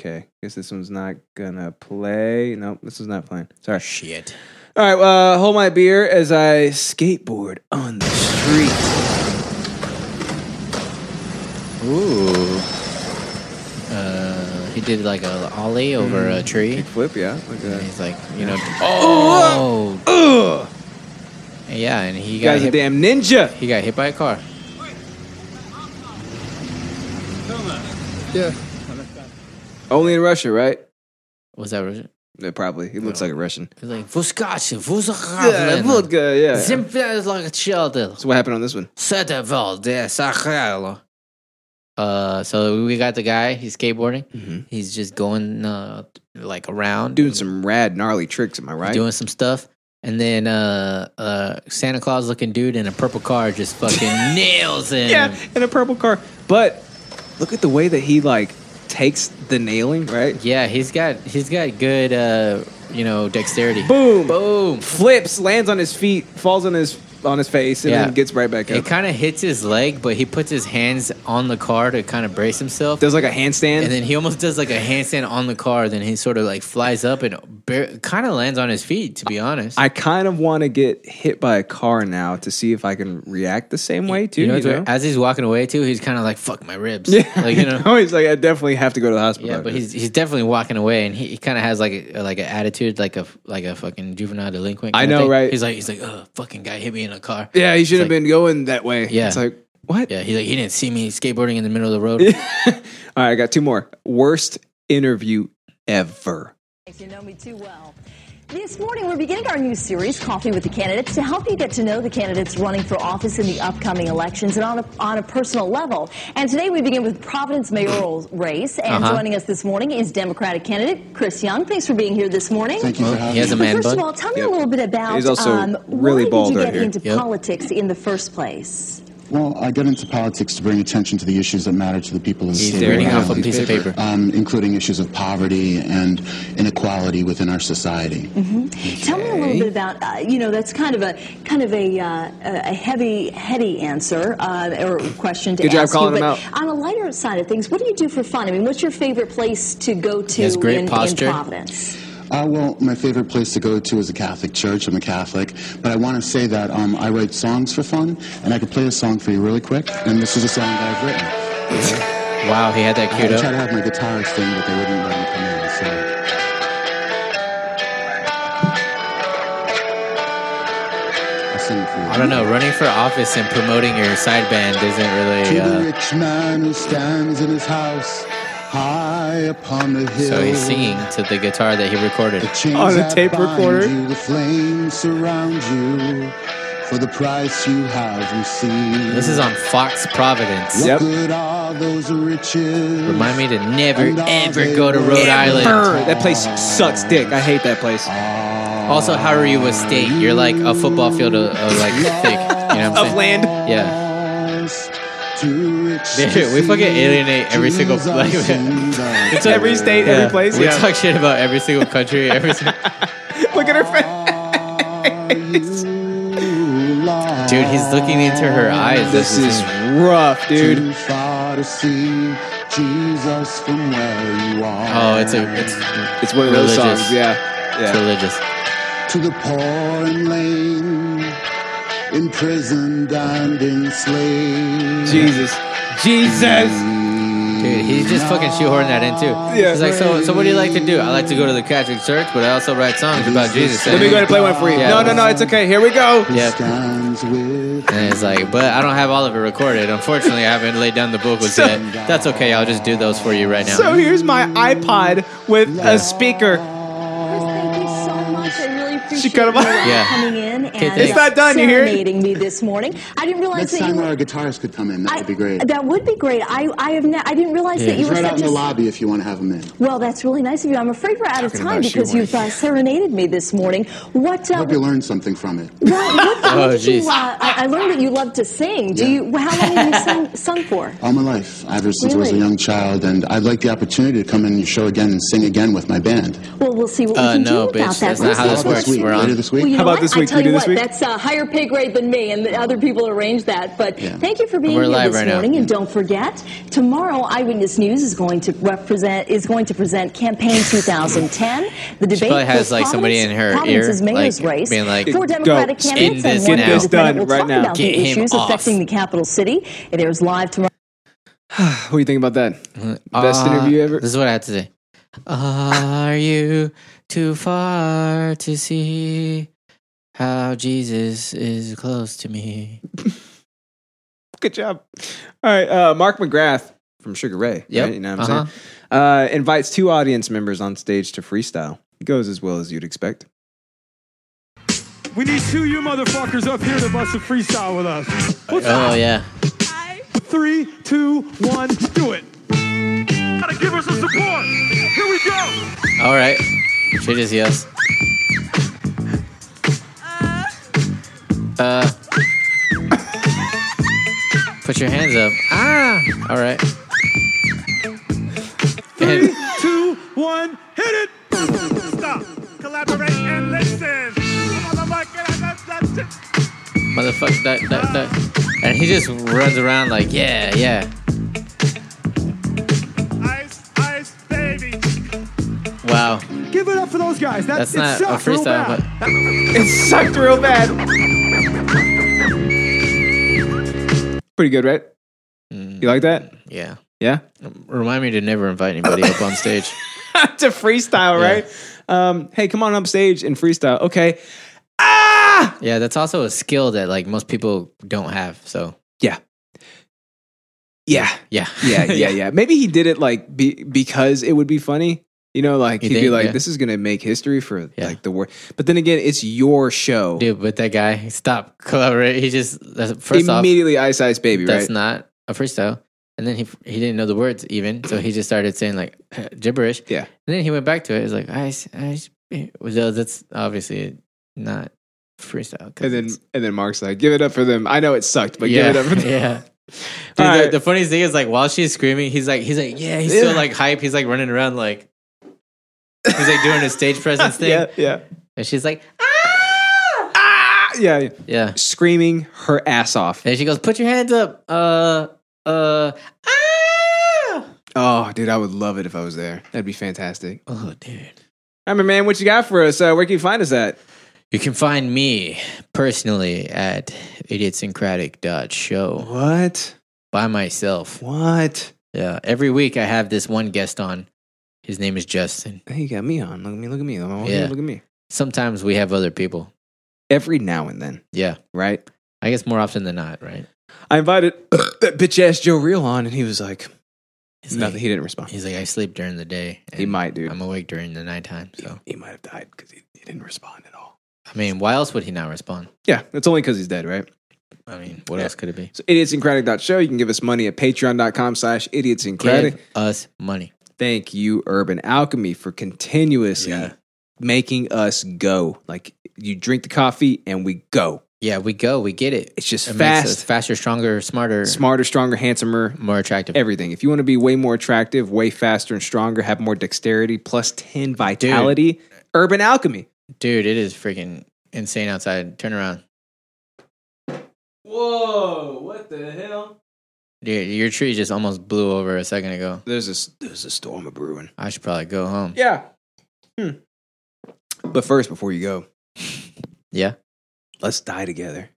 A: Okay, guess this one's not gonna play. Nope, this is not playing. Sorry.
B: Shit.
A: All right, uh, hold my beer as I skateboard on the street.
B: Ooh. Uh, he did like a ollie over a
A: Mm.
B: tree.
A: Flip, yeah. Like
B: And
A: that.
B: he's like, you know, oh, yeah, and he
A: uh, You
B: got
A: guys a
B: hit,
A: damn ninja.
B: he got hit by a car.
A: Only in Russia, right?
B: Was that Russian?
A: Yeah, probably. He looks like a Russian.
B: He's like, "Vuskachi,
A: Yeah,
B: vuskachi,
A: vodka, yeah. So
B: Simply like a child.
A: what happened on this one?
B: Set a vault, yeah, Sahel." Uh, so we got the guy. He's skateboarding.
A: Mhm.
B: He's just going uh, like around,
A: Doing some rad, gnarly tricks, am I right?
B: doing some stuff. And then uh, uh, Santa Claus looking dude in a purple car just fucking nails him.
A: yeah, in a purple car. But look at the way that he like takes the nailing, right?
B: Yeah, he's got he's got good uh, you know dexterity.
A: Boom.
B: boom.
A: Flips, lands on his feet, falls on his on his face, and
B: Yeah.
A: then gets right back
B: It
A: up.
B: kind of hits his leg, but he puts his hands on the car to kind of brace himself.
A: Does like a handstand.
B: And then he almost does like a handstand on the car. Then he sort of like flies up and bar- kind of lands on his feet. To be honest,
A: I kind of want to get hit by a car now to see if I can react the same way too.
B: you know,
A: you
B: it's weird.
A: know?
B: as he's walking away too, he's kind of like "fuck my ribs,"
A: Yeah,
B: like you know.
A: he's like, I definitely have to go to the hospital.
B: Yeah, but he's he's definitely walking away, and he, he kind of has like a, like an attitude, like a like a fucking juvenile delinquent.
A: I
B: kinda
A: know,
B: thing.
A: right?
B: He's like he's like, oh, fucking guy hit me in a car.
A: yeah, he should have
B: It's like-
A: been going that way.
B: Yeah.
A: it's like what?
B: Yeah, he's like he didn't see me skateboarding in the middle of the road.
A: All right, I got two more. Worst interview ever.
H: If you know me too well. This morning, we're beginning our new series, Coffee with the Candidates, to help you get to know the candidates running for office in the upcoming elections and on a, on a personal level. And today, we begin with Providence mayoral race. And
B: Uh-huh.
H: joining us this morning is Democratic candidate Chris Young. Thanks for being here this morning.
G: Thank you for
B: He
G: having
B: has a
G: me.
B: man
H: First of all,
B: bun.
H: tell me
A: Yep.
H: a little bit about
A: He's also
H: um,
A: really
H: why
A: bald
H: did you
A: right
H: get
A: here.
H: into
B: Yep.
H: politics in the first place?
G: Well, I got into politics to bring attention to the issues that matter to the people of the
B: He's
G: state.
B: reading
G: of Rhode
B: off a
G: Island,
B: piece of paper.
G: Um, including issues of poverty and inequality within our society.
H: Tell me a little bit about uh, you know that's kind of a kind of a uh, a heavy heady answer uh, or question to
A: Good job
H: ask you,
A: calling him
H: but
A: out.
H: on a lighter side of things, what do you do for fun? I mean, what's your favorite place to go to
B: has great
H: in, in
B: posture.
H: Providence?
G: Uh, well, my favorite place to go to is a Catholic church. I'm a Catholic, but I want to say that um, I write songs for fun, and I could play a song for you really quick. And this is a song that I've written.
B: Wow, he had that
G: I
B: queued
G: tried to
B: up.
G: have my guitar sing, but they wouldn't let me come in. So. I'll sing it for you.
B: I don't know. Running for office and promoting your side band isn't really.
G: To the
B: Uh,
G: rich man who stands in his house, high upon the hill.
B: so he's singing to the guitar that he recorded.
G: The chains
A: On a
G: that
A: tape
G: bind
A: recorder?
G: You, the flames surround you for the price you have received.
B: This is on Fox Providence.
G: What
A: Yep.
G: good are those riches?
B: Remind me to never
G: And are
B: ever
G: they
B: go to Rhode
G: worth
B: Island.
A: Brr, that place sucks dick. I hate that place.
B: Also, how are you with state? You're like a football field of, of like thick. You know what I'm saying?
A: Of land.
B: Yeah.
G: Too rich
B: Dude,
G: to
B: we fucking
G: see.
B: alienate every single
G: Jesus
B: like-
G: and the
B: It's
A: Every state, every place.
B: We
A: Yeah.
B: talk shit about every single country. Every single,
A: Look at her face.
B: dude, he's looking into her eyes.
A: This is rough, dude.
G: Too far to see Jesus from where you are.
B: Oh, it's a it's,
A: It's one of those
B: Religious.
A: songs. Yeah.
B: it's
A: Yeah.
B: religious.
G: to the poor and lame, imprisoned and enslaved.
A: Jesus. Jesus.
B: Dude, he's just fucking shoehorning that in too.
A: Yeah.
B: He's like, so so what do you like to do? I like to go to the Catholic church, but I also write songs about Jesus.
A: Let me go ahead and play one for you.
B: Yeah.
A: No, no, no. It's okay. Here we go.
B: Yep.
G: Stands with
B: And it's like, but I don't have all of it recorded. Unfortunately, I haven't laid down the vocals
A: So-
B: yet. That's okay. I'll just do those for you right now.
A: So here's my iPod with a speaker.
H: Chris, thank you so much. I really appreciate
A: cut him
H: you
A: off.
B: Yeah.
H: coming in and uh,
B: thanks.
A: It's not done, you hear it?
H: serenading me this morning. I didn't realize
G: Next
H: that you
G: time
H: were.
G: our guitarists could come in, that
H: I-
G: would be great.
H: That would be great. I, I have ne- I didn't realize that you
G: He's
H: were
G: right out
H: such
G: in the
H: a
G: lobby if you want to have him in.
H: Well, that's really nice of you. I'm afraid we're out of
A: Talking
H: time
A: about she
H: because you've uh, serenaded me this morning. What? Uh,
G: Hope you learned something from it.
H: what, what, what
B: Oh,
H: did you,
B: jeez.
H: uh, I, I learned that you love to sing. Do
G: Yeah.
H: you? How long have you sung, sung for?
G: All my life, ever since I was a
H: Really?
G: young child, and I'd like the opportunity to come in your show again and sing again with my band.
H: Well, we'll see what
B: Uh,
H: we can
B: no,
H: do about
B: bitch,
H: that.
B: that's not how this
G: Later
B: works.
G: This week.
B: We're on.
G: Later this
H: Well,
G: week.
H: you
A: How
H: know
A: about
H: what?
A: this
H: I
A: week?
H: tell
A: We
H: you
A: do
H: what,
A: this week?
H: that's a higher pay grade than me, and the other people arrange that. But
G: Yeah.
H: thank you for being
B: We're
H: here
B: live
H: this
B: right now.
H: morning, and don't forget tomorrow, Eyewitness News is going to represent is going to present campaign 2010. The debate
B: probably has,
H: for
B: like, somebody
H: Providence-
B: in her
H: Providence's
B: ear,
H: mayor's
B: like,
H: race
B: being like,
H: for
A: "Go,
H: Democratic
A: get
H: candidates
B: this
H: and one
B: now.
H: who's
A: Get
H: will
A: this
H: talk
A: done right
H: about
B: now. Get
H: the
B: him
H: issues
B: off.
H: affecting the capital city. It airs live tomorrow.
A: What do you think about that? Best
B: Uh,
A: interview ever.
B: This is what I had to say. Are you too far to see how Jesus is close to me?
A: Good job. All right, uh, Mark McGrath from Sugar Ray.
B: Yep.
A: right? You know what I'm
B: Uh-huh.
A: saying? Uh, invites two audience members on stage to freestyle. It goes as well as you'd expect.
I: We need two you motherfuckers up here to bust a freestyle with us. What's
B: Oh yeah.
I: up? Three, two, one, do it. Gotta give her some support. Here we go.
B: All right. She just yells. Uh. Put your hands up. Ah. All right. And
I: Two, one, hit it. Stop. Collaborate and listen.
B: motherfucker, duck, duck, duck. And he just runs around like, yeah, yeah.
I: Ice, ice, baby.
B: Wow.
I: Give it up for those guys. That,
B: That's
I: it
B: not a
I: sucked real
B: freestyle,
I: bad.
B: but
A: It sucked real bad. Pretty good, right?
B: Mm.
A: You like that?
B: yeah.
A: Yeah.
B: Remind me to never invite anybody up on stage.
A: to freestyle,
B: Yeah.
A: right? Um, hey, come on up stage and freestyle. Okay. Ah.
B: Yeah, that's also a skill that like most people don't have. So
A: Yeah. Yeah.
B: Yeah.
A: Yeah, yeah, yeah. Maybe he did it like be, because it would be funny. You know, like
B: You
A: he'd be
B: think?
A: like,
B: Yeah.
A: "This is gonna make history for
B: Yeah.
A: like the world." But then again, it's your show.
B: Dude, but that guy, stop collaborate. He just that's- first off,
A: Immediately, Ice Ice Baby,
B: that's
A: right?
B: not a freestyle. And then he he didn't know the words even, so he just started saying like gibberish.
A: Yeah.
B: And then he went back to it. It was like ice, ice. eh." So that's obviously not freestyle. 'cause
A: and then
B: it's-
A: and then Mark's like, "Give it up for them." I know it sucked, but
B: yeah,
A: give it up for them.
B: yeah. Dude,
A: All
B: the,
A: right.
B: the funniest thing is like while she's screaming, he's like he's like yeah, he's still
A: Yeah.
B: like hype. He's like running around like he's like doing his stage presence thing,
A: yeah, yeah,
B: and she's like
A: Ah, yeah, yeah.
B: yeah.
A: Screaming her ass off.
B: And she goes, "Put your hands up." Uh, uh, ah!
A: Oh, dude, I would love it if I was there. That'd be fantastic.
B: Oh, dude.
A: I mean, man, what you got for us? Uh, where can you find us at?
B: You can find me personally at idiosyncratic.show
A: What?
B: by myself.
A: What?
B: Yeah, every week I have this one guest on. His name is Justin.
A: Hey, you got me on. Look at me. Look at me. I'm on
B: Yeah.
A: Look at me.
B: Sometimes we have other people.
A: Every now and then,
B: Yeah,
A: right?
B: I guess more often than not, right?
A: I invited that bitch ass Joe Real on, and he was like,
B: He's
A: nothing.
B: Like,
A: he didn't respond.
B: he's like, I sleep during the day.
A: He
B: and
A: might, dude.
B: I'm awake during the nighttime. So,
A: He might have died because he, he didn't respond at all.
B: I mean, why else would he not respond?
A: Yeah, it's only because he's dead, right?
B: I mean, what
A: Yeah.
B: else could it be?
A: So idiotsyncratic.show. You can give us money at patreon.com slash idiotsyncratic.
B: Give us money.
A: Thank you, Urban Alchemy, for continuously
B: Yeah.
A: making us go. Like, you drink the coffee and we go.
B: Yeah, we go. We get it.
A: It's just
B: It makes us
A: fast,
B: faster, stronger, smarter,
A: smarter, stronger, handsomer,
B: more attractive.
A: everything. If you want to be way more attractive, way faster and stronger, have more dexterity, plus 10 vitality, Urban Alchemy.
B: Dude, it is freaking insane outside. Turn around.
A: Whoa, what the hell?
B: Dude, your tree just almost blew over a second ago.
A: There's a, there's a storm a brewing.
B: I should probably go home.
A: Yeah. Hmm. But first, before you go,
B: Yeah.
A: let's die together.